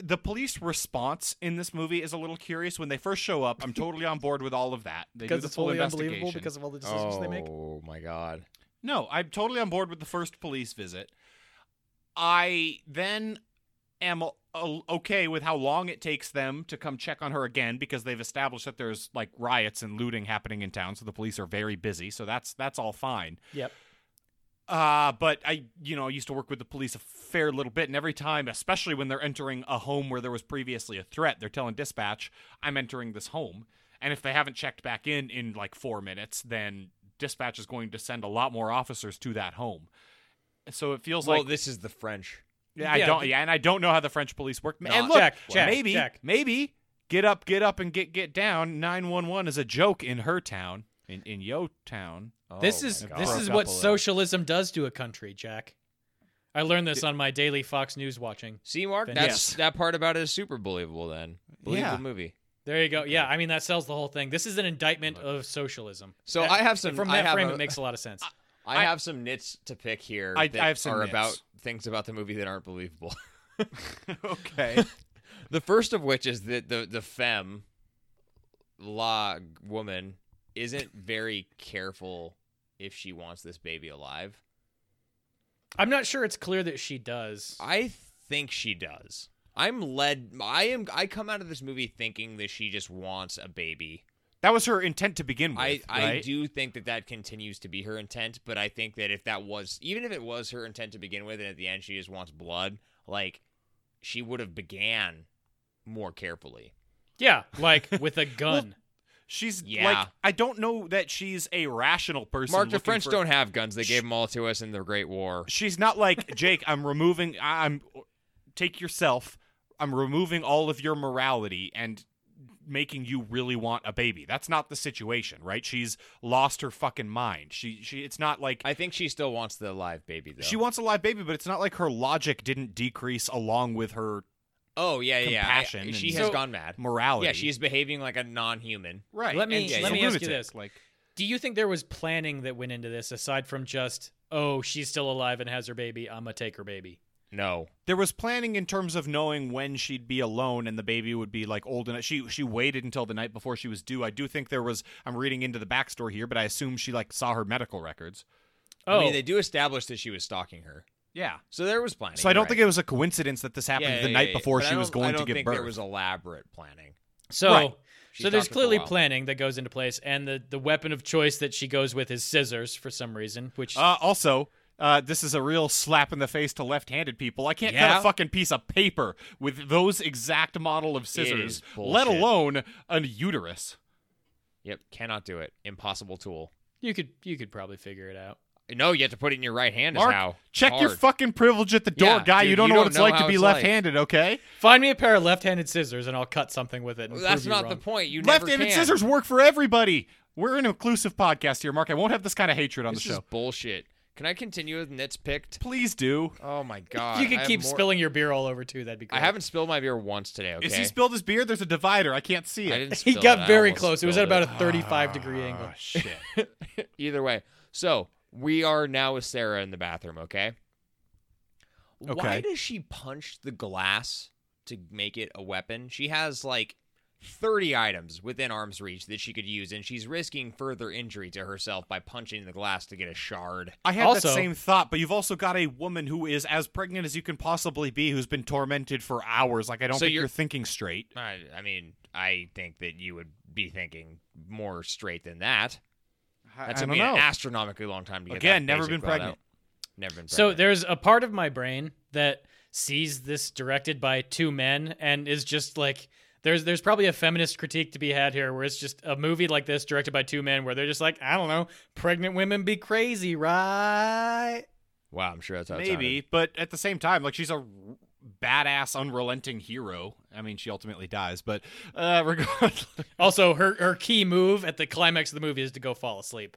S1: the police response in this movie is a little curious. When they first show up, I'm totally on board with all of that. They do
S3: because
S1: the
S3: it's
S1: full
S3: totally
S1: investigation.
S3: unbelievable because of all the decisions they make.
S2: Oh my god.
S1: No, I'm totally on board with the first police visit. I then am o- o- okay with how long it takes them to come check on her again because they've established that there's like riots and looting happening in town, so the police are very busy. So that's that's all fine.
S4: Yep.
S1: Uh, but I, you know, I used to work with the police a fair little bit, and every time, especially when they're entering a home where there was previously a threat, they're telling dispatch, "I'm entering this home," and if they haven't checked back in in like four minutes, then dispatch is going to send a lot more officers to that home. So it feels
S2: Well,
S1: like
S2: this is the French.
S1: yeah, I
S3: yeah,
S1: don't,
S3: the-
S1: yeah, and I don't know how the French police work.
S2: Not-
S1: and look,
S3: Check, check,
S1: maybe,
S3: check.
S1: maybe get up, get up, and get get down. Nine one one is a joke in her town, in in yo town.
S4: This
S2: Oh
S4: is
S2: my God.
S4: this is
S1: Broke
S4: what
S1: up a little.
S4: socialism does to a country, Jack. I learned this on my daily Fox News watching.
S2: See, Mark,
S4: Then
S2: that's
S1: yes.
S2: that part about it is super believable. Then believable
S1: Yeah.
S2: movie.
S4: There you go. Yeah, I mean that sells the whole thing. This is an indictment of socialism.
S2: So
S4: That-
S2: I have some-
S4: From
S2: I
S4: that
S2: have
S4: frame,
S2: a-
S4: it makes a lot of sense.
S2: I,
S1: I-
S2: have some nits to pick here
S1: I-
S2: that
S1: I have some
S2: are
S1: nits.
S2: about things about the movie that aren't believable.
S1: okay,
S2: the first of which is that the the femme la woman isn't very careful if she wants this baby alive.
S4: I'm not sure it's clear that she does.
S2: I think she does. I'm led. I am. I come out of this movie thinking that she just wants a baby.
S1: that was her intent to begin with.
S2: I I
S1: right?
S2: do think that that continues to be her intent, but I think that if that was even if it was her intent to begin with, and at the end she just wants blood, like she would have began more carefully.
S4: yeah, like with a gun.
S1: She's
S2: Yeah.
S1: like I don't know that she's a rational person.
S2: Mark, the
S1: looking
S2: French
S1: for-
S2: don't have guns. They gave them all to us in the Great War.
S1: She's not like Jake. I'm removing. I- I'm take yourself. I'm removing all of your morality and making you really want a baby. That's not the situation, right? She's lost her fucking mind. She she. It's not like
S2: I think she still wants the live baby though.
S1: she wants a live baby, but it's not like her logic didn't decrease along with her
S2: oh yeah, yeah. yeah. I-
S1: compassion and-
S2: she has
S1: So-
S2: gone mad.
S1: morality.
S2: Yeah, she is behaving like a non-human.
S1: right.
S4: Let me-
S1: and she's
S2: let
S1: a
S2: me
S4: ask
S1: lunatic,
S4: you this.
S1: Like
S4: Do you think there was planning that went into this aside from just oh she's still alive and has her baby? I'm gonna take her baby.
S2: No.
S1: there was planning in terms of knowing when she'd be alone and the baby would be like old enough. She she waited until the night before she was due. I do think there was. I'm reading into the backstory here, but I assume she like saw her medical records.
S4: Oh,
S2: I mean, they do establish that she was stalking her,
S1: Yeah.
S2: so there was planning.
S1: So I don't
S2: right.
S1: think it was a coincidence that this happened
S2: Yeah,
S1: the
S2: yeah,
S1: night
S2: yeah,
S1: before
S2: but I
S1: she was
S2: don't- I
S1: going to
S2: don't
S1: give
S2: think
S1: birth.
S2: There was elaborate planning.
S4: So,
S1: Right.
S2: She
S4: so there's
S2: talked for a
S4: clearly
S2: while.
S4: planning that goes into place, and the the weapon of choice that she goes with is scissors for some reason, which
S1: uh, also. Uh, this is a real slap in the face to left-handed people. I can't cut
S2: Yeah.
S1: a fucking piece of paper with those exact model of
S2: is
S1: scissors, let
S2: bullshit.
S1: alone a uterus.
S2: Yep, cannot do it. Impossible tool.
S4: you could you could probably figure it out.
S2: No, you have to put it in your right hand.
S1: Mark,
S2: is how
S1: check your
S2: Hard.
S1: fucking privilege at the door,
S2: Yeah,
S1: guy.
S2: dude,
S1: you don't
S2: you
S1: know what
S2: don't
S1: it's
S2: know
S1: like
S2: how
S1: to be
S2: it's like.
S1: left-handed, okay?
S4: Find me a pair of left-handed scissors, and I'll cut something with it. And
S2: Well, That's
S4: prove you
S2: not
S4: wrong.
S2: the point. You never
S1: Left-handed
S2: can.
S1: scissors work for everybody. We're an inclusive podcast here, Mark. I won't have this kind of hatred on
S2: This
S1: the
S2: is
S1: show.
S2: bullshit. Can I continue with nits picked?
S1: Please do.
S2: Oh my god.
S4: You
S2: I
S4: could
S2: have
S4: keep
S2: more-
S4: spilling your beer all over too. That'd be great.
S2: I haven't spilled my beer once today. Okay.
S1: Is he spilled his beer? There's a divider. I can't see
S2: I
S1: it.
S2: didn't.
S4: He
S2: spill
S4: got
S2: I
S4: very
S2: almost
S4: close. It was at
S2: spilled
S4: about a 35 degree angle.
S1: shit.
S2: Either way, so we are now with Sarah in the bathroom. Okay. Why
S1: Okay.
S2: does she punch the glass to make it a weapon? She has like. 30 items within arm's reach that she could use, and she's risking further injury to herself by punching the glass to get a shard.
S1: I had
S4: Also-
S1: that same thought, but you've also got a woman who is as pregnant as you can possibly be, who's been tormented for hours. Like I don't
S2: So
S1: think
S2: you're-
S1: you're thinking straight.
S2: I, I mean, I think that you would be thinking more straight than that. That
S1: I
S2: took
S1: don't
S2: me
S1: know.
S2: an astronomically long time to get
S1: Again,
S2: that
S1: never
S2: basic
S1: been
S2: thought
S1: pregnant.
S2: out. Never been pregnant.
S4: So there's a part of my brain that sees this directed by two men and is just like there's there's probably a feminist critique to be had here where it's just a movie like this directed by two men where they're just like, I don't know, pregnant women be crazy, right?
S2: wow, I'm sure that's how it
S1: Maybe,
S2: sounded.
S1: but at the same time, like she's a r- badass, unrelenting hero. I mean, she ultimately dies, but uh, regardless,
S4: Also, her her key move at the climax of the movie is to go fall asleep.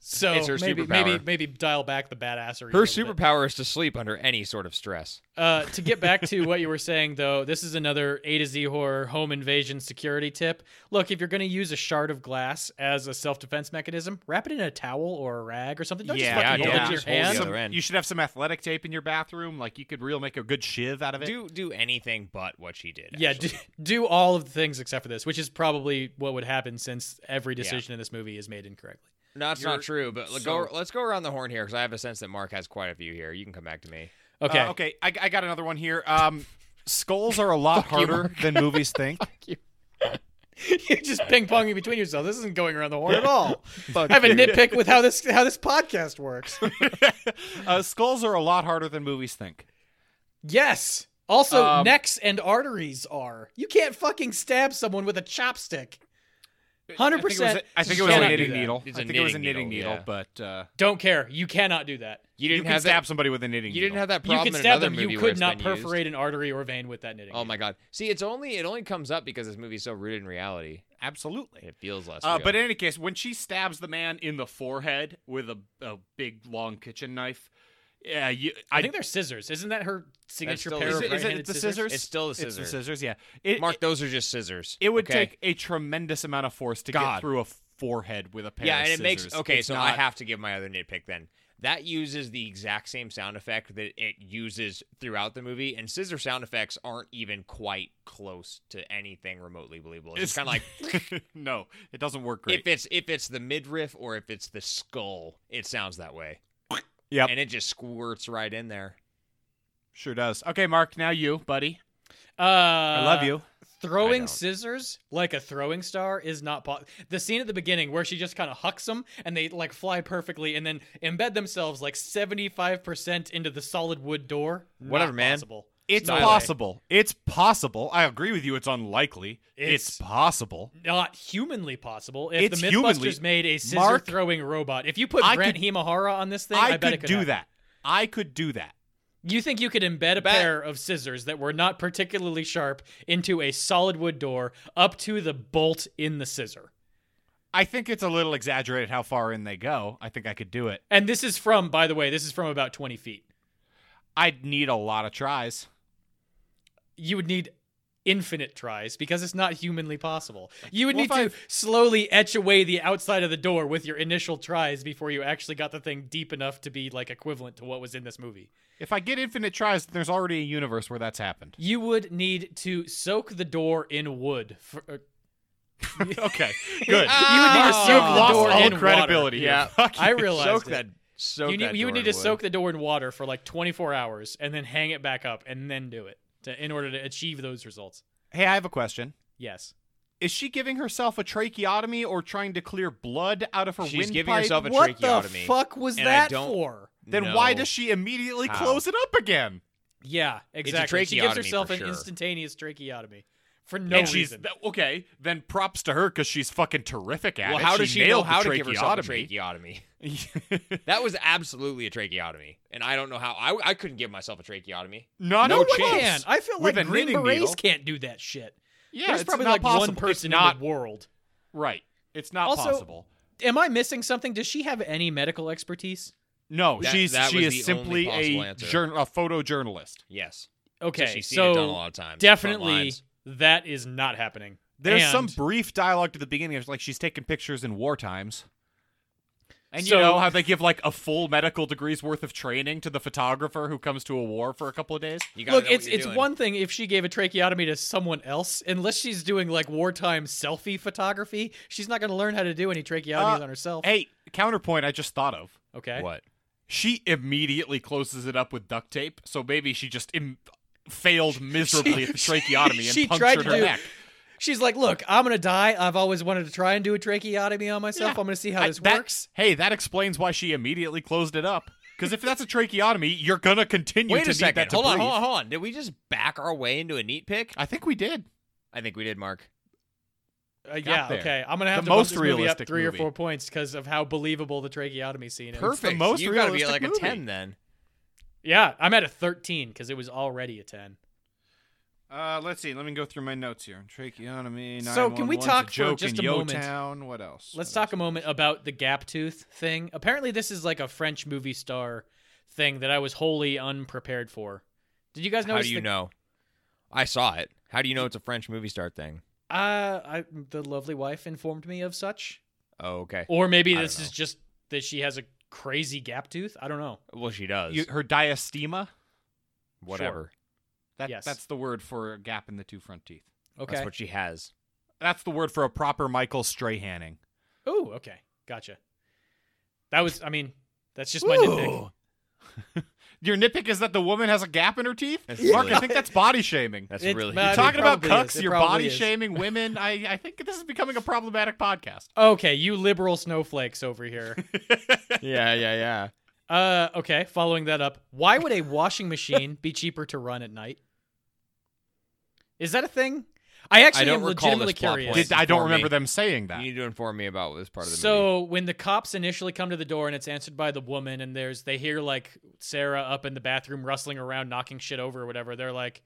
S3: So
S2: It's her
S3: maybe,
S2: superpower.
S3: maybe maybe dial back the badassery. a
S2: Her
S3: little bit.
S2: superpower is to sleep under any sort of stress.
S4: Uh, to get back to what you were saying, though, this is another A to Z horror home invasion security tip. Look, if you're going to use a shard of glass as a self defense mechanism, wrap it in a towel or a rag or something. Don't
S1: yeah,
S4: just fucking
S2: yeah,
S4: hold
S2: don't
S4: it in your
S2: just hold
S4: hand.
S2: the
S1: Ah, Some-
S2: other end.
S1: you should have some athletic tape in your bathroom. Like you could real make a good shiv out of it.
S2: Do do anything but what she did.
S4: Yeah,
S2: actually.
S4: do, do all of the things except for this, which is probably what would happen since every decision in this movie is made incorrectly.
S2: no, that's
S1: you're-
S2: not true. But let
S1: so-
S2: go, let's go around the horn here because I have a sense that Mark has quite a few here. You can come back to me.
S4: Okay.
S1: Uh, okay. I, I got another one here. Um, skulls are a lot harder than movies think.
S4: You're just ping ponging between yourselves. This isn't going around the horn at all. I have a nitpick with how this how this podcast works.
S1: uh, skulls are a lot harder than movies think.
S4: Yes. Also,
S1: Um,
S4: necks and arteries are. You can't fucking stab someone with a chopstick. Hundred percent.
S1: I think it was a
S2: Cannot do
S1: knitting
S2: that.
S1: needle.
S2: It's
S1: I
S2: a
S1: think it was a knitting
S2: knitting needle,
S1: needle, but uh,
S4: Don't care. You cannot do that.
S2: You
S1: you
S2: didn't
S1: can
S2: have
S1: stab
S2: that.
S1: somebody with a knitting
S2: You
S1: needle.
S2: didn't have that
S4: You
S2: problem
S4: could
S2: in
S4: stab
S2: another
S4: them.
S2: movie
S4: You
S2: where
S4: could
S2: it's
S4: not
S2: been used.
S4: perforate an artery or vein with that knitting.
S2: Oh
S1: Um,
S2: my
S4: needle.
S2: god! See, it's only it only comes up because this movie's so rooted in reality.
S1: Absolutely.
S2: It feels less.
S1: Uh,
S2: real.
S1: but in any case, when she stabs the man in the forehead with a, a big long kitchen knife, yeah, you, I,
S4: I think they're scissors. Isn't that her signature
S2: still-
S4: pair
S2: Is
S4: of
S2: it- is it
S4: right-handed
S1: the scissors?
S2: it's still the
S1: it's the
S2: scissors.
S1: scissors. Yeah, it,
S2: Mark,
S1: It,
S2: those are just scissors.
S1: it would
S2: okay?
S1: take a tremendous amount of force to
S2: God.
S1: get through a forehead with a pair.
S2: Yeah,
S1: of
S2: and it makes
S1: scissors.
S2: okay.
S1: It's
S2: so I
S1: not-
S2: have to give my other nitpick then. That uses the exact same sound effect that it uses throughout the movie, and scissor sound effects aren't even quite close to anything remotely believable. It's, kind of like
S1: like no, it doesn't work great.
S2: if it's if it's the midriff or if it's the skull, it sounds that way.
S1: Yep.
S2: and it just squirts right in there.
S1: sure does. Okay, Mark, now you, buddy. Uh,
S4: Uh,
S1: I love you.
S2: I
S4: Throwing
S2: don't.
S4: scissors like a throwing star is not possible. The scene at the beginning where she just kind of hucks them and they like fly perfectly and then embed themselves like 75% into the solid wood door.
S2: Whatever,
S4: not
S2: man.
S4: Possible.
S1: It's
S4: No way.
S1: possible. It's possible. I agree with you. It's unlikely. It's,
S4: It's-
S1: possible.
S4: Not humanly possible. If
S1: It's
S4: the Mythbusters
S1: humanly-
S4: made a scissor
S1: Mark,
S4: throwing robot, if you put
S1: I
S4: Brent
S1: could-
S4: Himahara on this thing,
S1: I,
S4: I, bet
S1: could,
S4: it could
S1: do
S4: happen.
S1: that. I could do that.
S4: You think you could embed a pair of scissors that were not particularly sharp into a solid wood door up to the bolt in the scissor?
S1: I think it's a little exaggerated how far in they go. I think I could do it.
S4: And this is from, by the way, this is from about 20 feet.
S1: I'd need a lot of tries.
S4: you would need infinite tries because it's not humanly possible. You would
S1: Well,
S4: need
S1: if
S4: to slowly etch away the outside of the door with your initial tries before you actually got the thing deep enough to be like equivalent to what was in this movie.
S1: If I get infinite tries, there's already a universe where that's happened.
S4: You would need to soak the door in wood. For, uh,
S1: okay, good.
S4: you would need to
S2: Ah,
S4: soak
S2: you've
S4: the
S1: lost
S4: door
S1: all
S4: in
S1: credibility.
S4: Water.
S1: here.
S2: Yeah.
S1: Fuck
S4: I
S1: you.
S4: realized
S2: Soak
S4: it.
S2: that. Soak
S4: you
S2: that
S4: need, you would
S2: door
S4: need to
S2: in wood.
S4: soak the door in water for like 24 hours and then hang it back up and then do it to, in order to achieve those results.
S1: Hey, I have a question.
S4: Yes.
S1: Is she giving herself a tracheotomy or trying to clear blood out of her
S2: She's
S1: windpipe?
S2: giving herself a
S4: what the
S2: tracheotomy.
S4: fuck was
S2: and I
S4: that
S2: don't-
S4: for?
S1: Then
S2: No.
S1: why does she immediately
S2: How?
S1: close it up again?
S4: Yeah, exactly. She gives
S2: tracheotomy
S4: herself
S2: for
S4: an
S2: sure.
S4: instantaneous tracheotomy for no
S1: and she's
S4: reason.
S1: th- okay. Then props to her because she's fucking terrific at
S2: Well,
S1: it.
S2: how does she know
S1: nailed the
S2: how to give herself a
S1: tracheotomy.
S2: tracheotomy? That was absolutely a tracheotomy, and I don't know how I, I couldn't give myself a tracheotomy.
S1: Not
S2: No
S1: a
S2: chance.
S1: chance.
S4: Man, I feel
S1: With
S4: like
S1: a
S4: Green
S1: knitting
S4: Berets
S1: needle.
S4: can't do that shit.
S1: Yeah,
S4: There's
S1: it's
S4: probably
S1: not
S4: like
S1: possible.
S4: one person
S1: it's not
S4: in the world.
S1: right. It's not
S4: Also-
S1: possible.
S4: Am I missing something? Does she have any medical expertise?
S1: No,
S2: That-
S1: she's
S2: that
S1: she
S2: was
S1: is
S2: the only
S1: simply
S2: possible
S1: a
S2: answer.
S1: jour- a photojournalist.
S2: Yes.
S4: Okay,
S2: she's seen
S4: so
S2: it done a lot of times. Front
S4: definitely
S2: lines.
S4: that is not happening.
S1: There's some
S4: And-
S1: brief dialogue to the beginning of like she's taking pictures in war times. And you
S4: So-
S1: know how they give like a full medical degree's worth of training to the photographer who comes to a war for a couple of days.
S2: You gotta
S4: Look,
S2: know what
S4: it's
S2: you're
S4: it's
S2: doing.
S4: one thing if she gave a tracheotomy to someone else, unless she's doing like wartime selfie photography. She's not going to learn how to do any tracheotomies
S1: Uh,
S4: on herself.
S1: Hey, counterpoint I just thought of.
S4: okay,
S2: What?
S1: She immediately closes it up with duct tape, so maybe she just Im- failed miserably at the tracheotomy
S4: she
S1: and
S4: tried
S1: punctured
S4: to
S1: her
S4: do-
S1: neck.
S4: She's like, look, I'm gonna die. I've always wanted to try and do a tracheotomy on myself.
S1: Yeah.
S4: I'm gonna see how
S1: I-
S4: this
S1: that-
S4: works.
S1: Hey, that explains why she immediately closed it up. Because if that's a tracheotomy, you're gonna continue
S2: Wait
S1: to
S2: a
S1: need that
S2: second.
S1: to
S2: Hold on,
S1: breathe.
S2: hold on, hold on. Did we just back our way into a neat pick?
S1: I think we did.
S2: I think we did, Mark.
S4: Uh, yeah,
S1: there.
S4: okay. I'm gonna have
S1: The
S4: to bump
S1: most
S4: this movie up
S1: realistic
S4: three
S1: movie.
S4: or four points because of how believable the tracheotomy scene is.
S2: Perfect.
S1: most
S2: you gotta be
S1: realistic
S2: like
S1: movie.
S2: a ten then.
S4: Yeah, I'm at a 13 because it was already a 10.
S1: Uh, let's see. Let me go through my notes here. Tracheotomy.
S4: So, can we
S1: 911's
S4: talk
S1: a
S4: for
S1: joke
S4: just
S1: in
S4: a moment?
S1: Yotown. What else?
S4: Let's
S1: What
S4: talk a moment about the gap tooth thing. Apparently, this is like a French movie star thing that I was wholly unprepared for. Did you guys
S2: How
S4: notice?
S2: do you
S4: the-
S2: know? I saw it. How do you know it's a French movie star thing?
S4: Uh, I, the lovely wife informed me of such.
S2: Oh, okay.
S4: Or maybe
S2: I don't
S4: this is
S2: know.
S4: just that she has a crazy gap tooth. I don't know.
S2: Well, she
S1: else?
S2: does.
S1: You- her diastema.
S2: Whatever.
S1: That,
S4: Yes.
S1: That's the word for a gap in the two front teeth.
S4: Okay.
S2: That's what she has.
S1: That's the word for a proper Michael Strahaning.
S4: oh, okay. Gotcha. That was. I mean, that's just my nitpick.
S2: Ooh.
S1: Your nitpick is that the woman has a gap in her teeth?
S2: That's
S1: Mark, I
S2: really-
S1: think that's body shaming.
S2: That's
S4: It-
S2: really.
S4: but I mean,
S1: Talking about
S4: probably is.
S1: cucks,
S4: It
S1: you're
S4: probably
S1: body
S4: is.
S1: shaming women. I, I think this is becoming a problematic podcast.
S4: Okay, you liberal snowflakes over here.
S2: yeah, yeah, yeah.
S4: uh, okay. Following that up, why would a washing machine be cheaper to run at night? Is that a thing? I actually
S2: don't
S4: am
S2: recall this
S4: legitimately
S2: plot
S4: curious.
S2: point.
S1: Did, I don't
S2: inform me.
S1: remember them saying that.
S2: You need to inform me about this part of the movie.
S4: so when the cops initially come to the door and it's answered by the woman and there's they hear like Sarah up in the bathroom rustling around knocking shit over or whatever they're like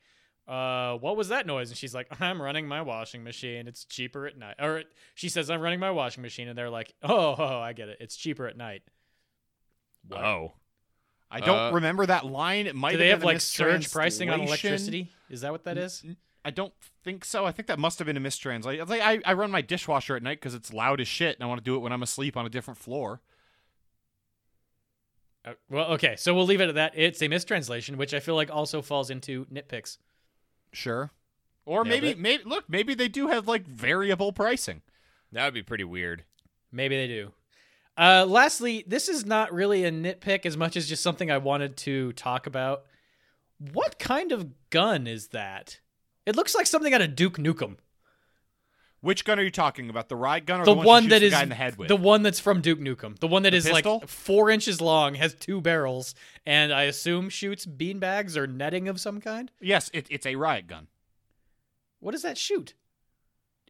S4: uh what was that noise and she's like I'm running my washing machine it's cheaper at night or she says I'm running my washing machine and they're like oh, oh I get it it's cheaper at night
S2: So, oh,
S1: I don't
S2: Uh,
S1: remember that line. It might
S4: do
S1: have
S4: they
S1: been
S4: have
S1: a
S4: like surge pricing on
S1: mistranslation.
S4: electricity is that what that is
S1: I don't think so. I think that must have been a mistranslation. It's Like I, I run my dishwasher at night because it's loud as shit, and I want to do it when I'm asleep on a different floor.
S4: Uh, well okay so we'll leave it at that it's a mistranslation which I feel like also falls into nitpicks
S1: Sure. Or
S2: Nailed
S1: maybe,
S2: it.
S1: maybe look, maybe they do have like variable pricing.
S2: that would be pretty weird.
S4: Maybe they do. Uh, lastly, this is not really a nitpick as much as just something I wanted to talk about. What kind of gun is that? It looks like something out of Duke Nukem.
S1: Which gun are you talking about? The ride gun or
S4: The,
S1: the,
S4: one
S1: she
S4: that
S1: shoots
S4: is
S1: the guy in the head with?
S4: the one that's from Duke Nukem. The one that
S1: The
S4: is
S1: pistol?
S4: like four inches long, has two barrels, and I assume shoots beanbags or netting of some kind.
S1: yes, it, it's a riot gun.
S4: What does that shoot?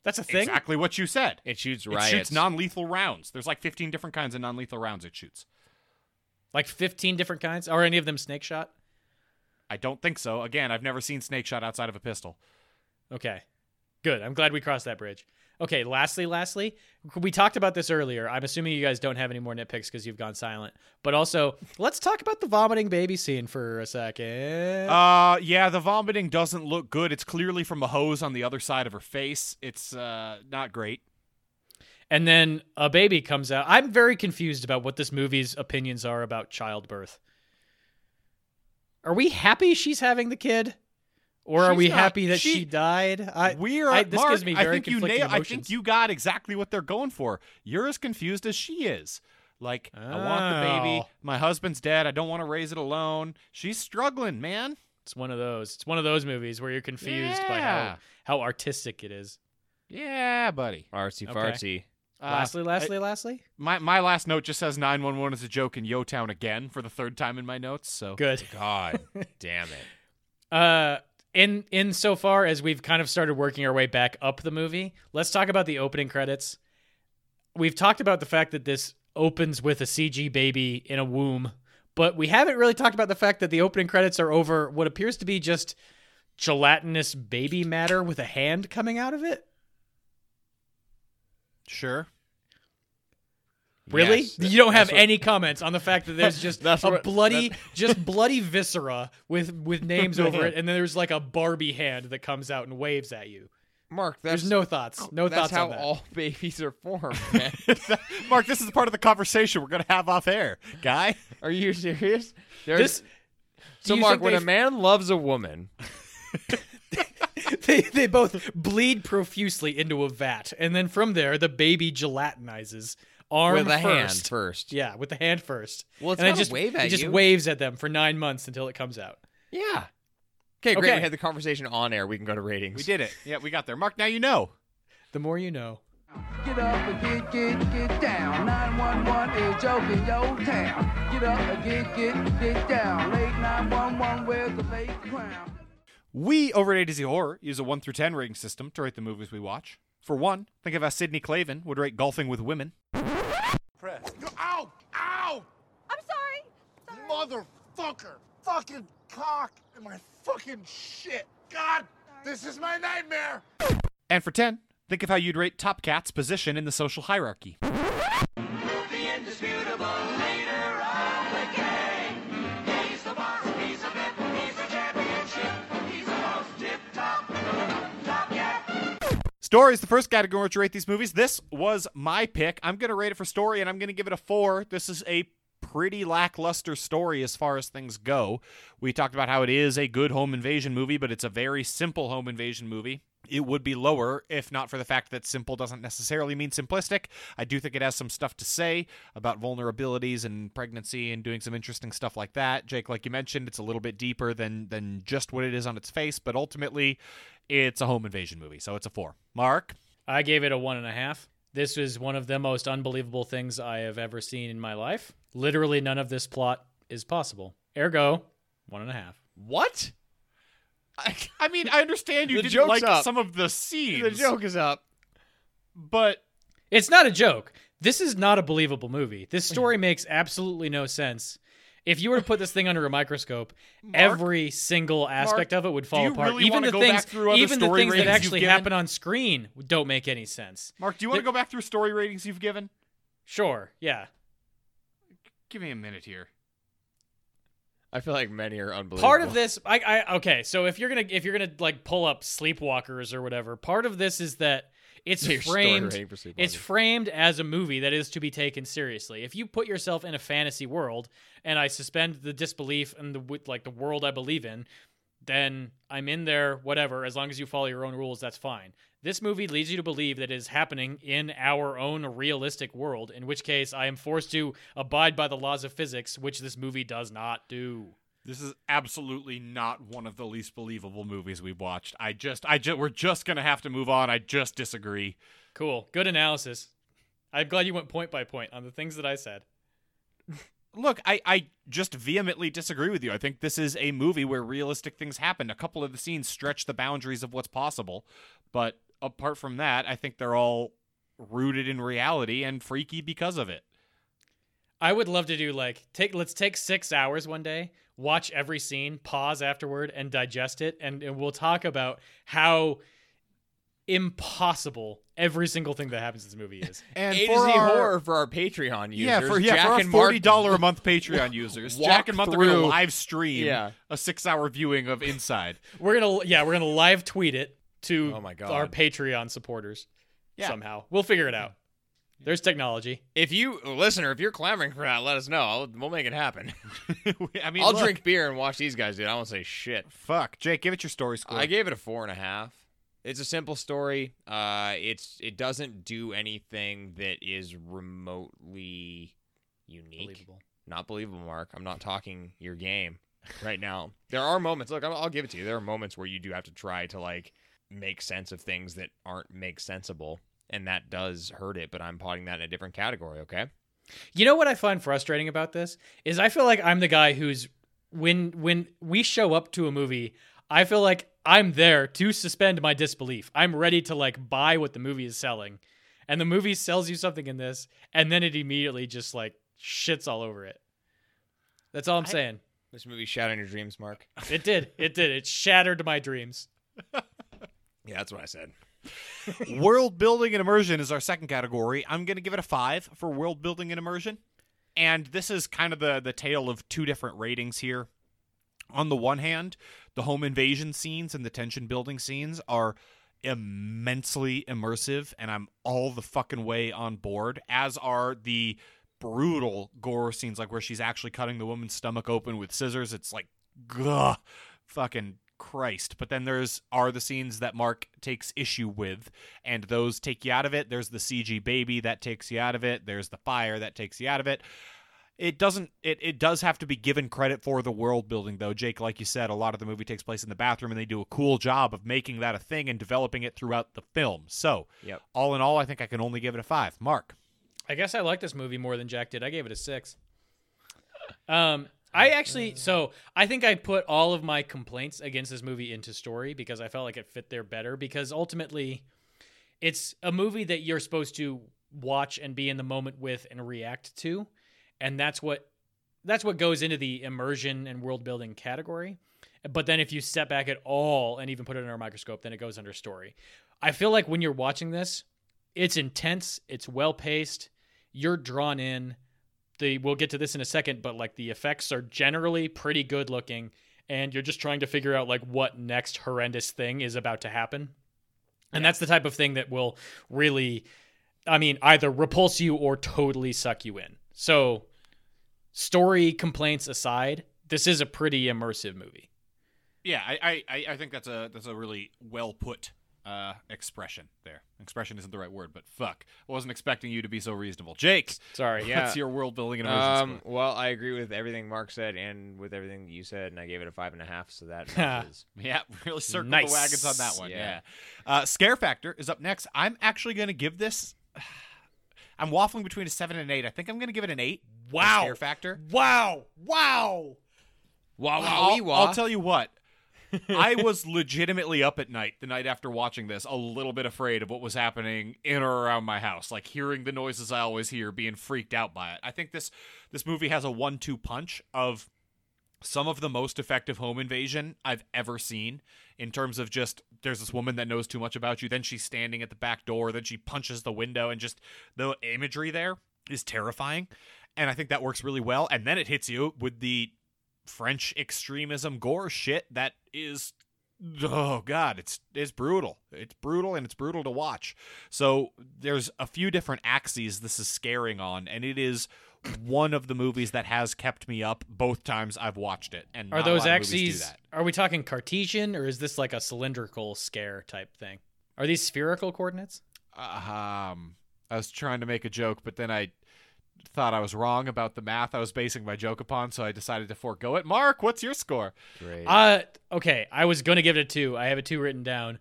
S4: That's a thing.
S1: Exactly what you said.
S2: It shoots
S1: It
S2: riots.
S1: shoots non-lethal rounds. There's like 15 different kinds of non-lethal rounds it shoots.
S4: Like fifteen different kinds. Are any of them snake shot?
S1: I don't think so. Again, I've never seen snake shot outside of a pistol.
S4: Okay. Good. I'm glad we crossed that bridge. Okay, lastly, lastly, we talked about this earlier. I'm assuming you guys don't have any more nitpicks because you've gone silent. But also, let's talk about the vomiting baby scene for a second.
S1: Uh, yeah, the vomiting doesn't look good. It's clearly from a hose on the other side of her face. It's uh not great.
S4: and then a baby comes out. I'm very confused about what this movie's opinions are about childbirth. Are we happy she's having the kid? Or are
S1: She's
S4: we
S1: not-
S4: happy that she,
S1: she-
S4: died? I,
S1: we are
S4: I- this
S1: Mark,
S4: gives me very
S1: I think you
S4: conflicting
S1: nail- I
S4: emotions.
S1: think you got exactly what they're going for. You're as confused as she is. Like, I want the baby.
S4: Oh.
S1: My husband's dead. I don't want to raise it alone. She's struggling, man.
S4: It's one of those. It's one of those movies where you're confused by
S1: Yeah.
S4: how how artistic it is.
S1: Yeah, buddy.
S2: Artsy
S4: Okay.
S2: fartsy.
S1: Uh,
S4: lastly, lastly,
S1: I-
S4: lastly.
S1: my my last note just says 911 is a joke in Yotown again for the third time in my notes. So
S4: Good.
S2: God damn it.
S4: Uh, in in so far as we've kind of started working our way back up the movie, let's talk about the opening credits. We've talked about the fact that this opens with a CG baby in a womb, but we haven't really talked about the fact that the opening credits are over what appears to be just gelatinous baby matter with a hand coming out of it.
S1: sure.
S4: Really?
S2: Yes.
S4: you don't have
S2: That's what-
S4: any comments on the fact that there's just
S2: That's
S4: a
S2: what-
S4: bloody, just bloody viscera with with names over it, and then there's like a Barbie hand that comes out and waves at you.
S2: Mark, that's
S4: There's no thoughts, no
S2: that's
S4: thoughts
S2: how
S4: on that.
S2: all babies are formed. man.
S1: Mark, this is part of the conversation we're gonna have off air, guy.
S2: are you serious? There's,
S4: this
S2: so,
S4: you
S2: Mark,
S4: think
S2: when a
S4: they've-
S2: man loves a woman,
S4: they they both bleed profusely into a vat, and then from there the baby gelatinizes arm
S2: with a
S4: first.
S2: hand first.
S4: Yeah, with the hand first.
S2: Well, it's
S4: and it
S2: gotta
S4: just
S2: wave
S4: it
S2: at
S4: just
S2: you.
S4: waves at them for nine months until it comes out.
S2: Yeah. Okay, great.
S4: Okay.
S2: We had the conversation on air. We can go to ratings.
S1: We did it. Yeah, we got there. Mark, now you know.
S4: The more you know.
S8: Get up and get, get, get down. 911 is joking your town. Get up and get, get, get down. Late 911 wears a fake crown.
S1: We over at A to Z Horror use a 1 through 10 rating system to rate the movies we watch. For one, think of how Sidney Clavin would rate golfing with women.
S9: Press. Ow! Ow!
S10: I'm sorry.
S9: Motherfucker! Fucking cock in my fucking shit! God This is my nightmare!
S1: And for 10, think of how you'd rate Top Cat's position in the social hierarchy. Story is the first category in which you rate these movies. This was my pick. I'm going to rate it for story and I'm going to give it a four. This is a pretty lackluster story as far as things go. We talked about how it is a good home invasion movie, but it's a very simple home invasion movie. It would be lower if not for the fact that simple doesn't necessarily mean simplistic. I do think it has some stuff to say about vulnerabilities and pregnancy and doing some interesting stuff like that. Jake, like you mentioned, it's a little bit deeper than than just what it is on its face, but ultimately it's a home invasion movie, so it's a four. Mark,
S4: I gave it a one and a half. This is one of the most unbelievable things I have ever seen in my life. Literally, none of this plot is possible. Ergo, one and a half.
S2: What?
S1: I mean, I understand you
S2: The
S1: didn't
S2: joke's
S1: like
S2: up.
S1: some of the scenes,
S2: The joke is up.
S1: but
S4: It's not a joke. This is not a believable movie. This story makes absolutely no sense. If you were to put this thing under a microscope, every single aspect of it would fall
S1: you
S4: apart.
S1: really
S4: even
S1: wanna
S4: the
S1: go
S4: things,
S1: back through other
S4: even the
S1: story
S4: things that
S1: ratings you've
S4: actually
S1: given?
S4: happen on screen don't make any sense.
S1: Mark, do you want to go back through story ratings you've given?
S4: Sure, yeah.
S1: Give me a minute here.
S2: I feel like many are unbelievable.
S4: part of this I, I okay so if you're gonna if you're gonna like pull up sleepwalkers or whatever part of this is that it's
S2: Your story rating
S4: framed
S2: for Sleepwalkers.
S4: it's framed as a movie that is to be taken seriously if you put yourself in a fantasy world and i suspend the disbelief and the with, like the world i believe in then i'm in there whatever as long as you follow your own rules that's fine this movie leads you to believe that it is happening in our own realistic world in which case i am forced to abide by the laws of physics which this movie does not do
S1: This is absolutely not one of the least believable movies we've watched. I just, I just, we're just gonna have to move on. I just disagree.
S4: Cool. Good analysis. I'm glad you went point by point on the things that I said.
S1: Look, I, I just vehemently disagree with you. I think this is a movie where realistic things happen. A couple of the scenes stretch the boundaries of what's possible, but apart from that, I think they're all rooted in reality and freaky because of it.
S4: I would love to do like take let's take 6 hours one day, watch every scene, pause afterward and digest it and, and we'll talk about how impossible every single thing that happens in this movie is.
S1: And
S2: A to Z horror for our Patreon users.
S1: Yeah, for yeah,
S2: Jack
S1: for our
S2: and Mark-
S1: forty dollar a month Patreon users,
S2: Walk
S1: Jack and Month are gonna
S2: through-
S1: live stream
S2: Yeah.
S1: a six hour viewing of Inside.
S4: We're going to yeah, we're going to live tweet it to
S2: Oh my God.
S4: our Patreon supporters
S1: Yeah.
S4: somehow. We'll figure it out. There's technology.
S2: If you listener, if you're clamoring for that, let us know. I'll, we'll make it happen.
S1: I mean,
S2: I'll
S1: look,
S2: drink beer and watch these guys, dude. I won't say shit.
S1: Fuck, Jake, give it your story score.
S2: I gave it a four and a half. It's a simple story. Uh, it's it doesn't do anything that is remotely unique.
S4: Believable.
S2: Not believable, Mark. I'm not talking your game right now. there are moments. Look, I'll, I'll give it to you. There are moments where you do have to try to like make sense of things that aren't make sensible, and that does hurt it. But I'm potting that in a different category. Okay.
S4: You know what I find frustrating about this is I feel like I'm the guy who's when when we show up to a movie, I feel like I'm there to suspend my disbelief. I'm ready to like buy what the movie is selling. And the movie sells you something in this and then it immediately just like shits all over it. That's all I'm saying.
S2: This movie shat on your dreams, Mark.
S4: It did. It did. It shattered my dreams.
S2: Yeah, that's what I said.
S1: world building and immersion is our second category. I'm gonna give it a five for world building and immersion. And this is kind of the the tale of two different ratings here. On the one hand, the home invasion scenes and the tension building scenes are immensely immersive, and I'm all the fucking way on board, as are the brutal gore scenes, like where she's actually cutting the woman's stomach open with scissors. It's like, gah, fucking Christ. But then there's are the scenes that Mark takes issue with, and those take you out of it. There's the CG baby that takes you out of it. There's the fire that takes you out of it it doesn't it, it does have to be given credit for the world building though jake like you said a lot of the movie takes place in the bathroom and they do a cool job of making that a thing and developing it throughout the film so
S2: Yep.
S1: all in all i think i can only give it a five mark
S4: I guess I like this movie more than Jack did. I gave it a six. Um, I actually, so I think I put all of my complaints against this movie into story because I felt like it fit there better. Because ultimately, it's a movie that you're supposed to watch and be in the moment with and react to, and that's what that's what goes into the immersion and world building category. But then if you step back at all and even put it under a microscope, then it goes under story. I feel like when you're watching this, it's intense, it's well paced, you're drawn in. The we'll get to this in a second, but like the effects are generally pretty good looking, and you're just trying to figure out like what next horrendous thing is about to happen. And that's the type of thing that will really I mean, either repulse you or totally suck you in. So, story complaints aside, this is a pretty immersive movie.
S1: Yeah, I- I, I, I think that's a that's a really well put uh, expression there. Expression isn't the right word, but fuck, I wasn't expecting you to be so reasonable, Jake.
S4: Sorry.
S2: Yeah.
S1: What's your world building and immersion
S2: Um,
S1: score?
S2: well, I agree with everything Mark said and with everything that you said, and I gave it a five and a half, so that matches.
S1: Yeah, really circled
S4: nice.
S1: the wagons on that one.
S2: Yeah.
S1: Yeah. Uh, Scare Factor is up next. I'm actually going to give this. I'm waffling between a seven and an eight. I think I'm going to give it an eight. for
S4: Wow.
S1: Scare Factor.
S4: Wow. Wow.
S2: wow,
S1: I'll, I'll tell you what. I was legitimately up at night the night after watching this, a little bit afraid of what was happening in or around my house, like hearing the noises I always hear, being freaked out by it. I think this this movie has a one-two punch of some of the most effective home invasion I've ever seen in terms of just there's this woman that knows too much about you, then she's standing at the back door, then she punches the window, and just the imagery there is terrifying. And I think that works really well. And then it hits you with the French extremism gore shit that is oh god it's it's brutal it's brutal and it's brutal to watch so there's a few different axes this is scaring on and it is one of the movies that has kept me up both times I've watched it and
S4: Are
S1: not a
S4: those
S1: lot of movies do
S4: axes?
S1: that.
S4: Are we talking Cartesian or is this like a cylindrical scare type thing? Are these spherical coordinates?
S1: um I was trying to make a joke but then I thought I was wrong about the math I was basing my joke upon so I decided to forego it Mark what's your score
S2: Great.
S4: Uh, okay. I was gonna give it a two. I have a two written down.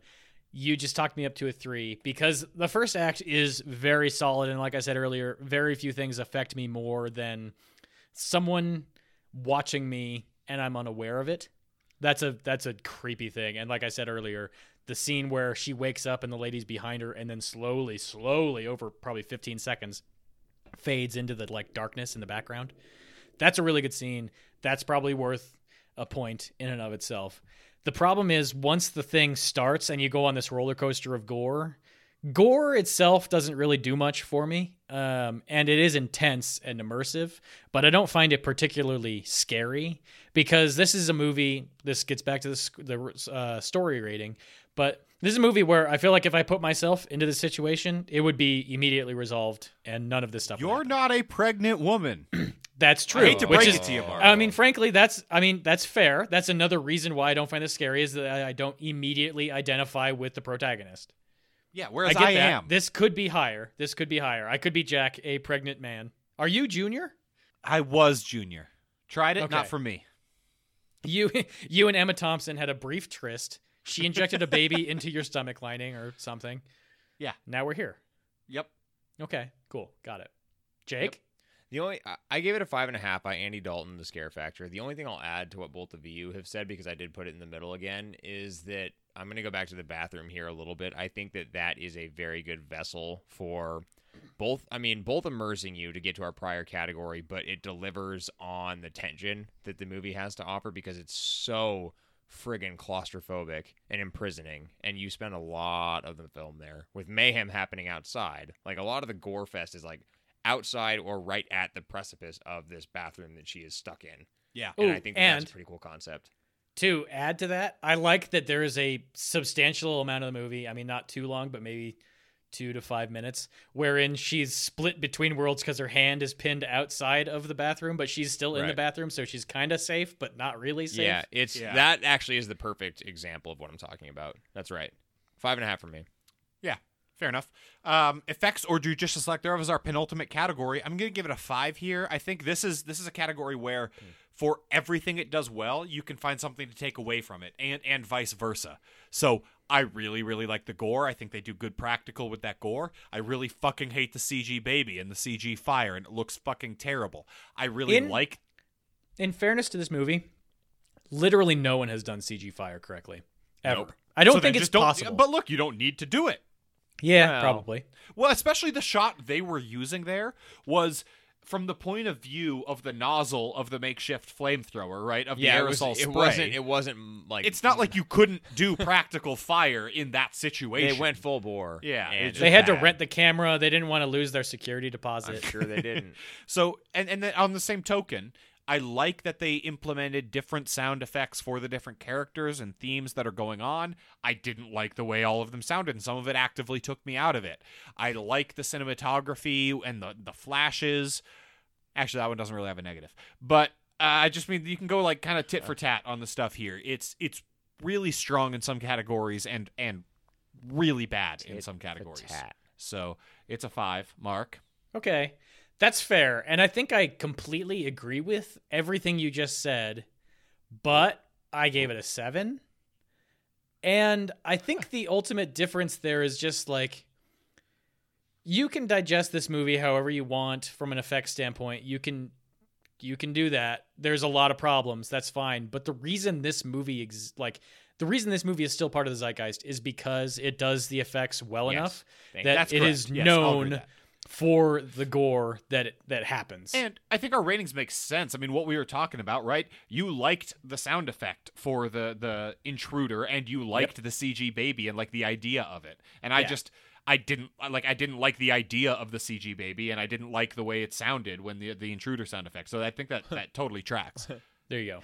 S4: You just talked me up to a three because the first act is very solid, and like I said earlier, very few things affect me more than someone watching me and I'm unaware of it. That's a that's a creepy thing. And like I said earlier, the scene where she wakes up and the lady's behind her, and then slowly, slowly over probably 15 seconds, fades into the like darkness in the background. That's a really good scene. That's probably worth a point in and of itself. The problem is once the thing starts and you go on this roller coaster of gore, gore itself doesn't really do much for me. Um, and it is intense and immersive, but I don't find it particularly scary because this is a movie. This gets back to the, sc- the uh, story rating, but this is a movie where I feel like if I put myself into this situation, it would be immediately resolved and none of this stuff. would
S1: You're
S4: happen.
S1: not a pregnant woman
S4: That's true.
S1: I hate to
S4: which
S1: break
S4: is-
S1: it to you Mark
S4: I mean, frankly, that's I mean that's fair. That's another reason why I don't find this scary is that I- I don't immediately identify with the protagonist.
S1: yeah whereas
S4: I get
S1: I
S4: that.
S1: am
S4: This could be higher. This could be higher. I could be Jack, a pregnant man. Are you junior?
S1: I was junior. Tried it, not
S4: Okay.
S1: for me.
S4: You you and Emma Thompson had a brief tryst. She injected a baby into your stomach lining or something.
S1: Yeah.
S4: Now we're here.
S1: Yep.
S4: Okay. Cool. Got it. Jake.
S2: The only I- I gave it a five and a half by Andy Dalton, The Scare Factor. The only thing I'll add to what both of you have said, because I did put it in the middle again, is that I'm going to go back to the bathroom here a little bit. I think that that is a very good vessel for both. I mean, both immersing you to get to our prior category, but it delivers on the tension that the movie has to offer because it's so friggin' claustrophobic and imprisoning, and you spend a lot of the film there with mayhem happening outside. Like a lot of the gore fest is like outside or right at the precipice of this bathroom that she is stuck in.
S1: Yeah.
S2: And
S4: Ooh,
S2: I think that
S4: and
S2: that's a pretty cool concept.
S4: To add to that, I like that there is a substantial amount of the movie. I mean, not too long, but maybe two to five minutes, wherein she's split between worlds because her hand is pinned outside of the bathroom, but she's still in the
S2: Right.
S4: bathroom, so she's kind of safe, but not really safe.
S2: Yeah, it's
S1: Yeah.
S2: that actually is the perfect example of what I'm talking about. That's right. Five and a half for me.
S1: Yeah. Fair enough. Um, effects or judicious lack thereof is our penultimate category. I'm gonna give it a five here. I think this is this is a category where
S4: Hmm.
S1: for everything it does well, you can find something to take away from it, and and vice versa. So I really, really like the gore. I think they do good practical with that gore. I really fucking hate the CG baby and the CG fire, and it looks fucking terrible. I really
S4: In-
S1: like
S4: In fairness to this movie, literally no one has done CG fire correctly ever.
S1: Nope.
S4: I don't
S1: So then
S4: think it's
S1: just don't-
S4: possible.
S1: But look, you don't need to do it.
S4: yeah,
S2: Well.
S4: probably.
S1: Well, especially the shot they were using there was from the point of view of the nozzle of the makeshift flamethrower, right? Of
S2: yeah,
S1: the aerosol
S2: it,
S1: spray.
S2: was, it wasn't. It wasn't like
S1: it's not like you couldn't do practical fire in that situation.
S2: they went full bore.
S1: Yeah,
S2: and
S1: it's
S4: They had to
S1: bad.
S4: rent the camera. They didn't want to lose their security deposit.
S2: sure they didn't.
S1: So, and and then on the same token, I like that they implemented different sound effects for the different characters and themes that are going on. I didn't like the way all of them sounded, and some of it actively took me out of it. I like the cinematography and the the flashes. Actually, that one doesn't really have a negative, but uh, I just mean you can go like kind of tit for tat on the stuff here. It's it's really strong in some categories and and really bad in some categories.
S2: tat.
S1: So it's a five, Mark.
S4: Okay. That's fair. And I think I completely agree with everything you just said, but I gave it a seven. And I think the ultimate difference there is just like you can digest this movie however you want from an effects standpoint. You can you can do that. There's a lot of problems. That's fine. But the reason this movie ex- like the reason this movie is still part of the zeitgeist is because it does the effects well
S2: Yes.
S4: enough
S2: Thank-
S4: that
S1: that's
S4: it is
S1: correct. Yes, I'll agree with
S4: known
S1: that.
S4: for the gore that that happens.
S1: And I think our ratings make sense. I mean, what we were talking about, right? You liked the sound effect for the the intruder, and you liked the CG baby and like the idea of it. And I
S4: Yeah.
S1: just I didn't I- like I didn't like the idea of the CG baby, and I didn't like the way it sounded when the the intruder sound effect. So I think that that totally tracks.
S4: there you go.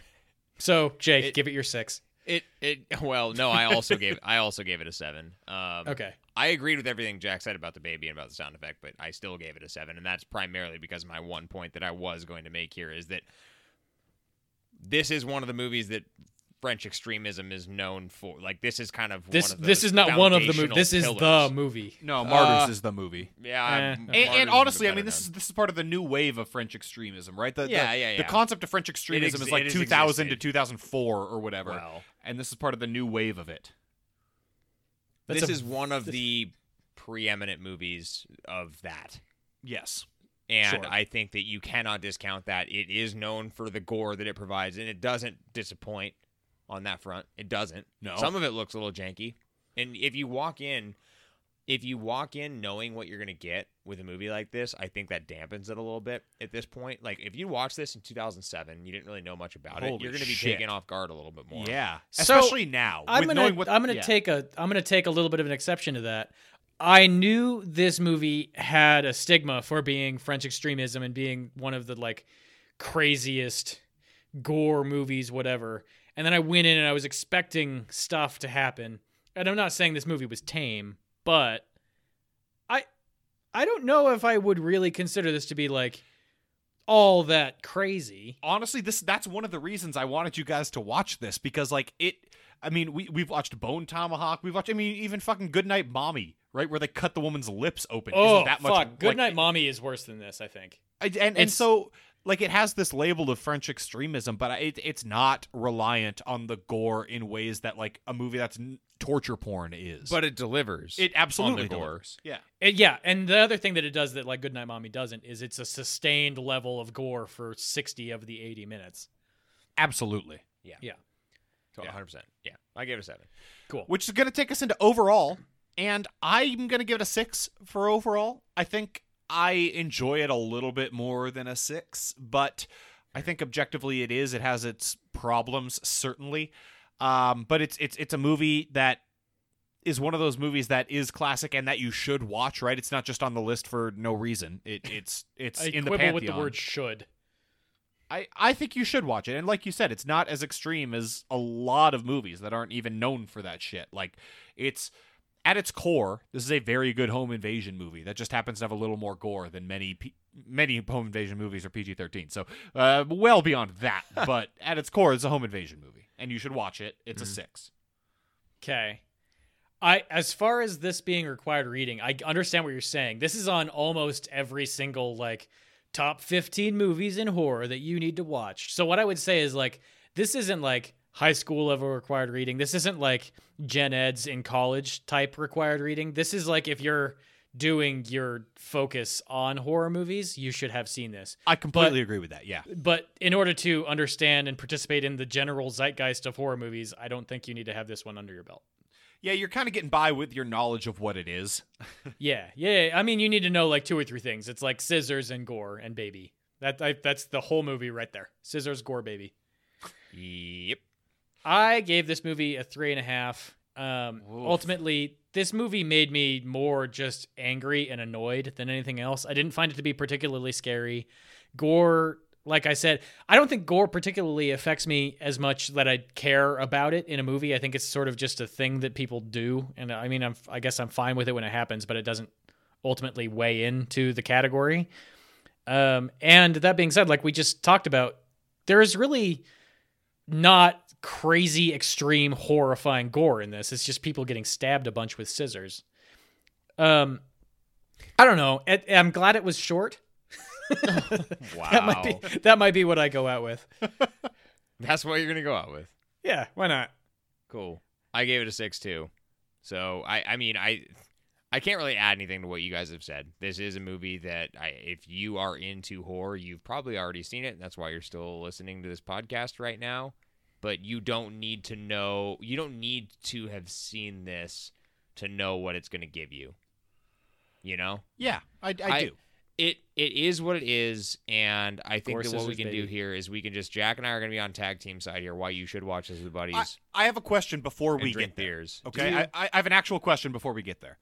S4: So Jake, give it your six.
S2: It it well no I also gave I also gave it a seven. Um,
S4: Okay.
S2: I agreed with everything Jack said about the baby and about the sound effect, but I still gave it a seven, and that's primarily because my one point that I was going to make here is that this is one of the movies that French extremism is known for. Like this is kind of
S4: This
S2: one of
S4: this
S2: those
S4: is not one of the movies.
S2: foundational
S4: This is
S2: pillars.
S4: the movie.
S1: No,
S2: Uh, Martyrs
S1: is the movie.
S2: yeah.
S4: Eh.
S2: I'm-
S4: And-
S1: And,
S2: Martyrs is
S1: and
S2: the
S1: honestly, I
S2: better
S1: mean, this
S2: known.
S1: is this is part of the new wave of French extremism, right? The, the-
S2: Yeah, yeah,
S1: The
S2: yeah.
S1: concept of French extremism is
S2: exi-
S1: like
S2: it has
S1: 2000 to
S2: existed.
S1: 2004 or whatever,
S2: Well.
S1: and this is part of the new wave of it.
S4: That's
S2: this
S4: a-
S2: is one of the preeminent movies of that.
S1: Yes.
S2: And
S4: Sure.
S2: I think that you cannot discount that. It is known for the gore that it provides, and it doesn't disappoint on that front. It doesn't.
S1: No.
S2: Some of it looks a little janky. And if you walk in, if you walk in knowing what you're going to get with a movie like this, I think that dampens it a little bit at this point. Like, if you watch this in 2007, you didn't really know much about it,
S1: Holy
S2: you're going to be
S1: shit.
S2: taken off guard a little bit more.
S1: Yeah,
S4: So,
S1: especially now.
S4: I'm
S1: with
S4: gonna
S1: knowing what,
S4: I'm gonna
S1: yeah.
S4: take a I'm gonna take a little bit of an exception to that. I knew this movie had a stigma for being French extremism and being one of the like craziest gore movies, whatever. And then I went in and I was expecting stuff to happen. And I'm not saying this movie was tame, but I I don't know if I would really consider this to be like all that crazy.
S1: Honestly, this that's one of the reasons I wanted you guys to watch this because like it. I mean, we we've watched Bone Tomahawk. We've watched. I mean, even fucking Goodnight Mommy, right, where they cut the woman's lips open.
S4: Oh,
S1: Isn't that much?
S4: fuck. Good
S1: like,
S4: Night Mommy is worse than this, I think.
S1: I- and and
S4: It's-
S1: so like it has this label of French extremism, but I- it, it's not reliant on the gore in ways that like a movie that's n- torture porn is.
S2: But it delivers.
S1: it absolutely
S2: gore.
S1: delivers. Yeah.
S4: It- yeah, and the other thing that it does that like Goodnight Mommy doesn't is it's a sustained level of gore for 60 of the 80 minutes.
S1: Absolutely.
S2: Yeah.
S4: Yeah.
S2: So 100%. Yeah. I gave it a seven.
S4: Cool.
S1: which is going to take us into overall. And I'm going to give it a six for overall. I think I enjoy it a little bit more than a six, but I think objectively it is. It has its problems, certainly. Um, but it's it's it's a movie that is one of those movies that is classic and that you should watch. Right? It's not just on the list for no reason. It, it's it's
S4: I
S1: in the
S4: quibble
S1: pantheon.
S4: with the word should.
S1: I, I think you should watch it. And like you said, it's not as extreme as a lot of movies that aren't even known for that shit. Like, it's at its core, this is a very good home invasion movie that just happens to have a little more gore than many P- many home invasion movies are PG 13. So, uh, well beyond that. but at its core, it's a home invasion movie. And you should watch it. It's a six.
S4: Okay. I as far as this being required reading, I understand what you're saying. This is on almost every single like top 15 movies in horror that you need to watch. So what I would say is like this isn't like high school level required reading. This isn't like gen eds in college type required reading. This is like if you're doing your focus on horror movies, you should have seen this
S1: I completely agree with that. Yeah.
S4: but in order to understand and participate in the general zeitgeist of horror movies, I don't think you need to have this one under your belt.
S1: yeah, you're kind of getting by with your knowledge of what it is.
S4: Yeah, yeah. I mean, you need to know like two or three things. It's like scissors and gore and baby. That I, that's the whole movie right there. Scissors, gore, baby.
S2: Yep.
S4: I gave this movie a three and a half. Um, ultimately, this movie made me more just angry and annoyed than anything else. I didn't find it to be particularly scary. Gore, like I said, I don't think gore particularly affects me as much that I care about it in a movie. I think it's sort of just a thing that people do, and I mean, I'm I guess I'm fine with it when it happens, but it doesn't ultimately weigh into the category. Um, and that being said, like we just talked about, there is really not crazy, extreme, horrifying gore in this. It's just people getting stabbed a bunch with scissors. Um, I don't know. It, I'm glad it was short.
S2: Wow.
S4: That might be that might be what I go out with.
S2: That's what you're gonna go out with.
S4: Yeah, why not?
S2: Cool. I gave it a six too. So I, I mean, I, I can't really add anything to what you guys have said. This is a movie that I, if you are into horror, you've probably already seen it. That's why you're still listening to this podcast right now. But you don't need to know. You don't need to have seen this to know what it's going to give you. You know.
S1: Yeah, I,
S2: I- It it is what it is, and I think
S4: Gore,
S2: that what we
S4: scissors,
S2: can do
S4: baby.
S2: here is we can just Jack and I are going to be on tag team side here. Why you should watch this with buddies
S1: I, I have a question before
S2: and
S1: we
S2: drink
S1: get there.
S2: beers.
S1: Okay, I, I I have an actual question before we get there.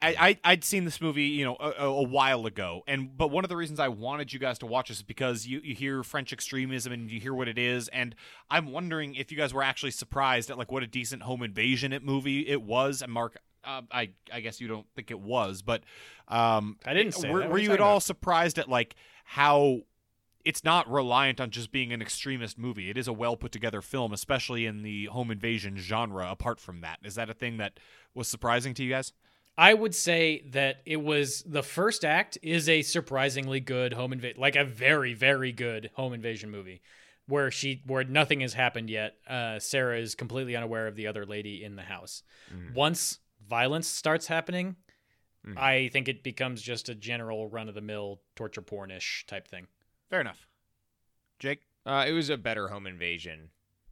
S1: I, I I'd seen this movie, you know, a, a while ago, and but one of the reasons I wanted you guys to watch this is because you, you hear French extremism and you hear what it is, and I'm wondering if you guys were actually surprised at like what a decent home invasion it movie it was. And Mark, uh, I I guess you don't think it was, but um,
S4: I didn't say
S1: were,
S4: that. What
S1: were
S4: are you
S1: you at
S4: talking
S1: all
S4: about?
S1: surprised at like how it's not reliant on just being an extremist movie. It is a well put together film, especially in the home invasion genre. Apart from that, is that a thing that was surprising to you guys?
S4: I would say that it was the first act is a surprisingly good home invasion, like a very very good home invasion movie, where she where nothing has happened yet. Uh, Sarah is completely unaware of the other lady in the house. Once violence starts happening, I think it becomes just a general run of the mill torture pornish type thing.
S1: Fair enough, Jake.
S2: Uh, it was a better home invasion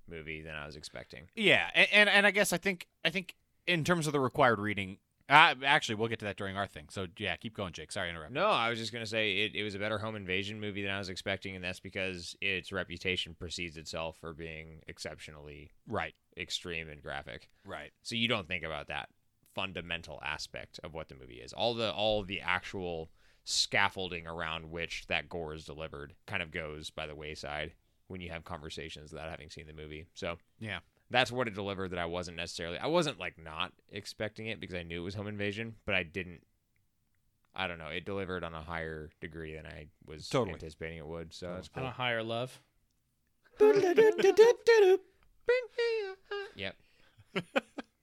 S2: movie than I was expecting.
S1: Yeah, and, and and I guess I think I think in terms of the required reading, uh, actually we'll get to that during our thing. So yeah, keep going, Jake. Sorry, to interrupt.
S2: No, I was just gonna say it, it was a better home invasion movie than I was expecting, and that's because its reputation precedes itself for being exceptionally
S1: Right,
S2: extreme and graphic.
S1: right.
S2: So you don't think about that fundamental aspect of what the movie is. All the all the actual scaffolding around which that gore is delivered kind of goes by the wayside when you have conversations without having seen the movie. So
S1: Yeah.
S2: that's what it delivered that I wasn't necessarily I wasn't like not expecting it because I knew it was home invasion, but I didn't I don't know, it delivered on a higher degree than I was
S1: Totally. Oh.
S2: anticipating it would. So that's
S4: On a
S2: cool.
S4: higher love.
S1: Ah.
S2: Yep.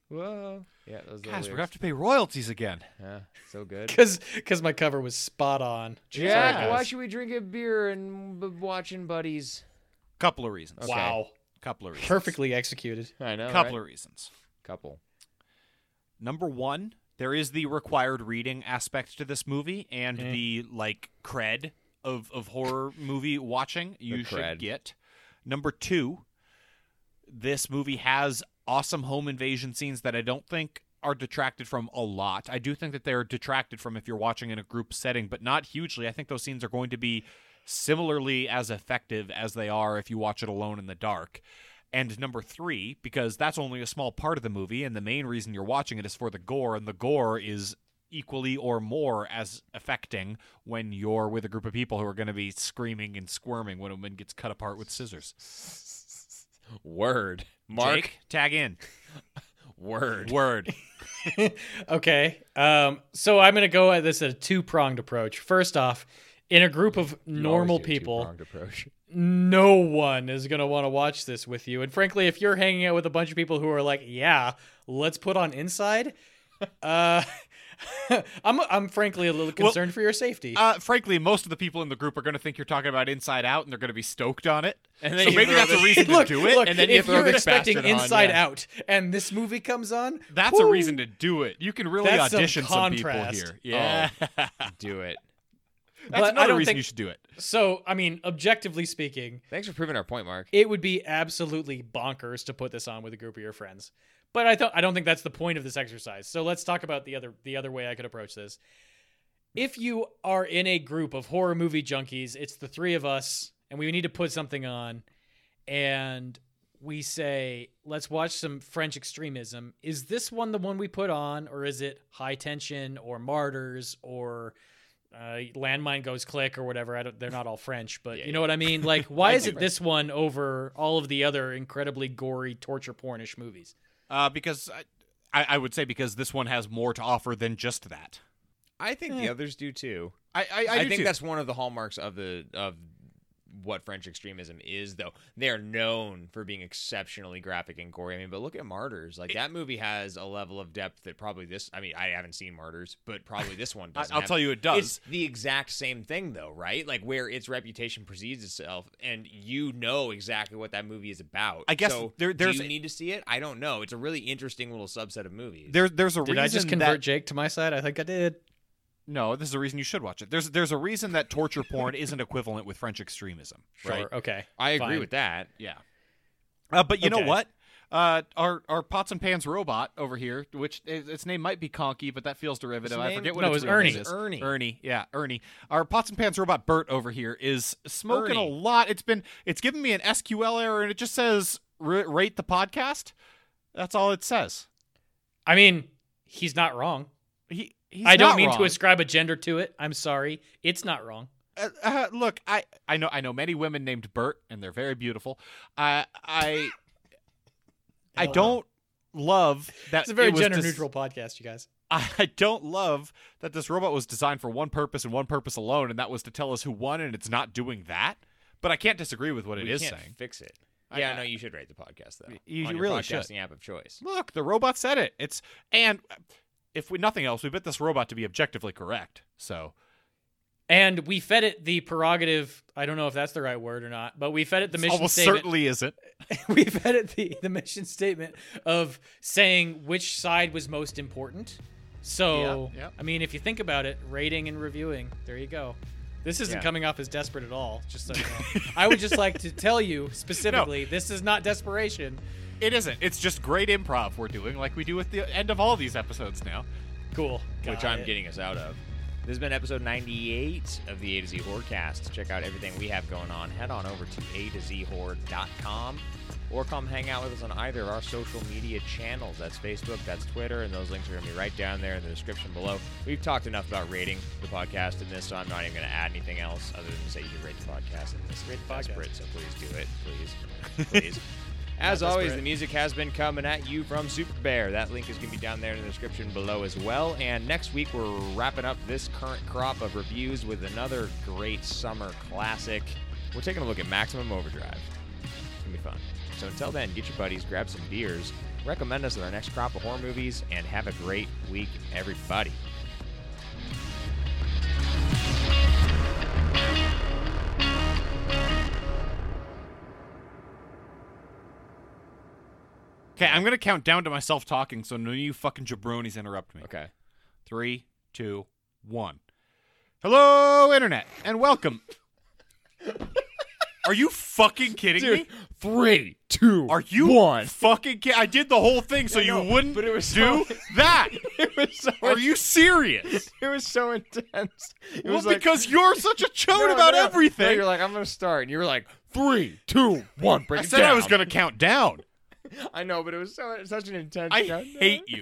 S2: Whoa. Yeah, those
S1: Guys, we're
S2: are the
S1: gonna have
S2: lyrics.
S1: to pay royalties again.
S2: yeah, so good.
S4: Because because my cover was spot on.
S2: Yeah,
S4: Sorry,
S2: why
S4: guys.
S2: should we drink a beer and b- watching buddies?
S1: Couple of reasons.
S2: Okay.
S4: Wow,
S1: Couple of reasons.
S4: perfectly executed.
S2: I know.
S1: Couple of reasons.
S2: Couple.
S1: Number one, there is the required reading aspect to this movie and
S2: Mm.
S1: the like cred of of horror movie watching you should
S2: cred.
S1: get. Number two, this movie has awesome home invasion scenes that I don't think are detracted from a lot. I do think that they're detracted from if you're watching in a group setting, but not hugely. I think those scenes are going to be similarly as effective as they are if you watch it alone in the dark. And number three, because that's only a small part of the movie, and the main reason you're watching it is for the gore, and the gore is equally or more as affecting when you're with a group of people who are going to be screaming and squirming when a woman gets cut apart with scissors.
S2: Word. Mark.
S1: Jake, tag in.
S2: Word.
S1: Word.
S4: Okay. Um, so I'm going to go at this at a two pronged approach. First off, in a group of normal people, no one is going to want to watch this with you. And frankly, if you're hanging out with a bunch of people who are like, yeah, let's put on inside, uh, I'm, I'm frankly a little concerned for your safety.
S1: Uh, frankly, most of the people in the group are going to think you're talking about Inside Out, and they're going to be stoked on it.
S2: And then
S1: so
S2: you
S1: maybe
S2: throw
S1: that's a
S2: the-
S1: reason to
S4: look,
S1: do it.
S4: look,
S1: and
S2: then you
S4: if
S2: throw
S4: you're
S2: this
S4: expecting
S2: bastard on,
S4: Inside
S2: yeah.
S4: Out and this movie comes on,
S1: that's a
S4: whoo,
S1: reason to do it. You can really
S4: That's some
S1: audition some, people
S4: contrast.
S1: here. Yeah,
S2: Oh, Do it.
S1: that's
S4: I
S1: another
S4: don't
S1: reason
S4: think-
S1: you should do it.
S4: So, I mean, objectively speaking,
S2: Thanks for proving our point, Mark.
S4: it would be absolutely bonkers to put this on with a group of your friends. But I thought I don't think that's the point of this exercise. So let's talk about the other the other way I could approach this. If you are in a group of horror movie junkies, it's the three of us, and we need to put something on, and we say, let's watch some French extremism. Is this one the one we put on, or is it High Tension or Martyrs or uh, Landmine Goes Click or whatever? I don't, they're not all French, but you know what I mean. Like, why is it this one over all of the other incredibly gory torture pornish movies?
S1: Uh, because I, I, I would say because this one has more to offer than just that.
S2: I think the others do too.
S1: I I, I,
S2: I
S1: do
S2: think
S1: too.
S2: that's one of the hallmarks of the of what French extremism is, though. They are known for being exceptionally graphic and gory. I mean, but look at Martyrs. Like that movie has a level of depth that probably this. I mean, I haven't seen Martyrs, but probably this one doesn't.
S1: I'll
S2: have.
S1: tell you it does.
S2: It's the exact same thing, though, right? Like where its reputation precedes itself, and you know exactly what that movie is about.
S1: I guess
S2: so
S1: there-
S2: do
S1: there's
S2: you
S1: a-
S2: need to see it. I don't know. It's a really interesting little subset of movies.
S1: There, there's a
S4: Did
S1: reason
S4: I just convert
S1: that
S4: Jake to my side? I think I did.
S1: no, this is a reason you should watch it. There's there's a reason that torture porn isn't equivalent with French extremism,
S4: Sure.
S1: right?
S4: Okay.
S2: I agree
S4: Fine.
S2: with that.
S1: Yeah. Uh, but you know
S4: Okay.
S1: what? Uh, our our pots and pans robot over here, which i- its name might be Conky, but that feels derivative.
S2: His
S1: I
S2: name-
S1: forget what
S4: no,
S1: its
S4: it was
S1: real name
S4: Ernie.
S1: is.
S2: Ernie.
S1: Ernie, yeah, Ernie. Our pots and pans robot Bert over here is smoking a
S2: Ernie.
S1: lot. It's been it's giving me an SQL error, and it just says "R- rate the podcast. That's all it says.
S4: I mean, he's not wrong.
S1: He, he's
S4: I don't
S1: not
S4: mean to
S1: wrong.
S4: ascribe a gender to it. I'm sorry. It's not wrong.
S1: uh, uh, look, I I know I know many women named Bert, and they're very beautiful. I I I don't love that
S4: It's a very
S1: it was
S4: gender
S1: dis-
S4: neutral podcast, you guys.
S1: I I don't love that this robot was designed for one purpose and one purpose alone, and that was to tell us who won, and it's not doing that. But I can't disagree with what it
S2: we
S1: is
S2: can't
S1: saying.
S2: fix it.
S1: I-
S2: Yeah,
S1: I-
S2: no, you should rate the podcast though.
S1: You-
S2: on
S1: you
S2: your
S1: really should.
S2: podcasting app of choice.
S1: Look, the robot said it. It's and uh, if we nothing else, we bet this robot to be objectively correct. So
S4: And we fed it the prerogative. I don't know if that's the right word or not, but we fed it the mission
S1: almost
S4: statement.
S1: certainly isn't.
S4: we fed it the, the mission statement of saying which side was most important. So,
S1: Yeah, yeah.
S4: I mean, if you think about it, rating and reviewing, there you go. This isn't
S2: Yeah.
S4: coming off as desperate at all. Just so you know. I would just like to tell you specifically, this is not desperation.
S1: It isn't. It's just great improv we're doing, like we do at the end of all these episodes now.
S4: Cool.
S2: which
S4: Got
S2: I'm
S4: it.
S2: getting us out of. This has been episode 98 of the A to Z Horrorcast. Check out everything we have going on. Head on over to A to Z Horror.com or come hang out with us on either of our social media channels. That's Facebook, that's Twitter, and those links are going to be right down there in the description below. We've talked enough about rating the podcast in this, so I'm not even going to add anything else other than to say you should rate the podcast in this. Rate
S4: the podcast.
S2: So please do it. Please. Please. As
S4: Not
S2: always,
S4: desperate.
S2: the music has been coming at you from Super Bear. That link is going to be down there in the description below as well. And next week, we're wrapping up this current crop of reviews with another great summer classic. We're taking a look at Maximum Overdrive. It's going to be fun. So until then, get your buddies, grab some beers, recommend us with our next crop of horror movies, and have a great week, everybody.
S1: Okay, I'm gonna count down to myself talking, so none of you fucking jabronis interrupt me.
S2: Okay.
S1: Three, two, one. Hello, internet, and welcome. Are you fucking kidding me?
S2: Three, two,
S1: Are you fucking kidding? I did the whole thing so you wouldn't
S2: but it was
S1: do
S2: so-
S1: that.
S2: It was so,
S1: Are you serious?
S2: it was so intense. It
S1: well, because you're such a chode
S2: No,
S1: about
S2: no.
S1: everything.
S2: No, you're like, I'm gonna start, and you were like, three, two, one. Break
S1: I
S2: it
S1: said I was
S2: down."
S1: gonna count down.
S2: I know, but it was so such an intense.
S1: I
S2: countdown.
S1: hate you.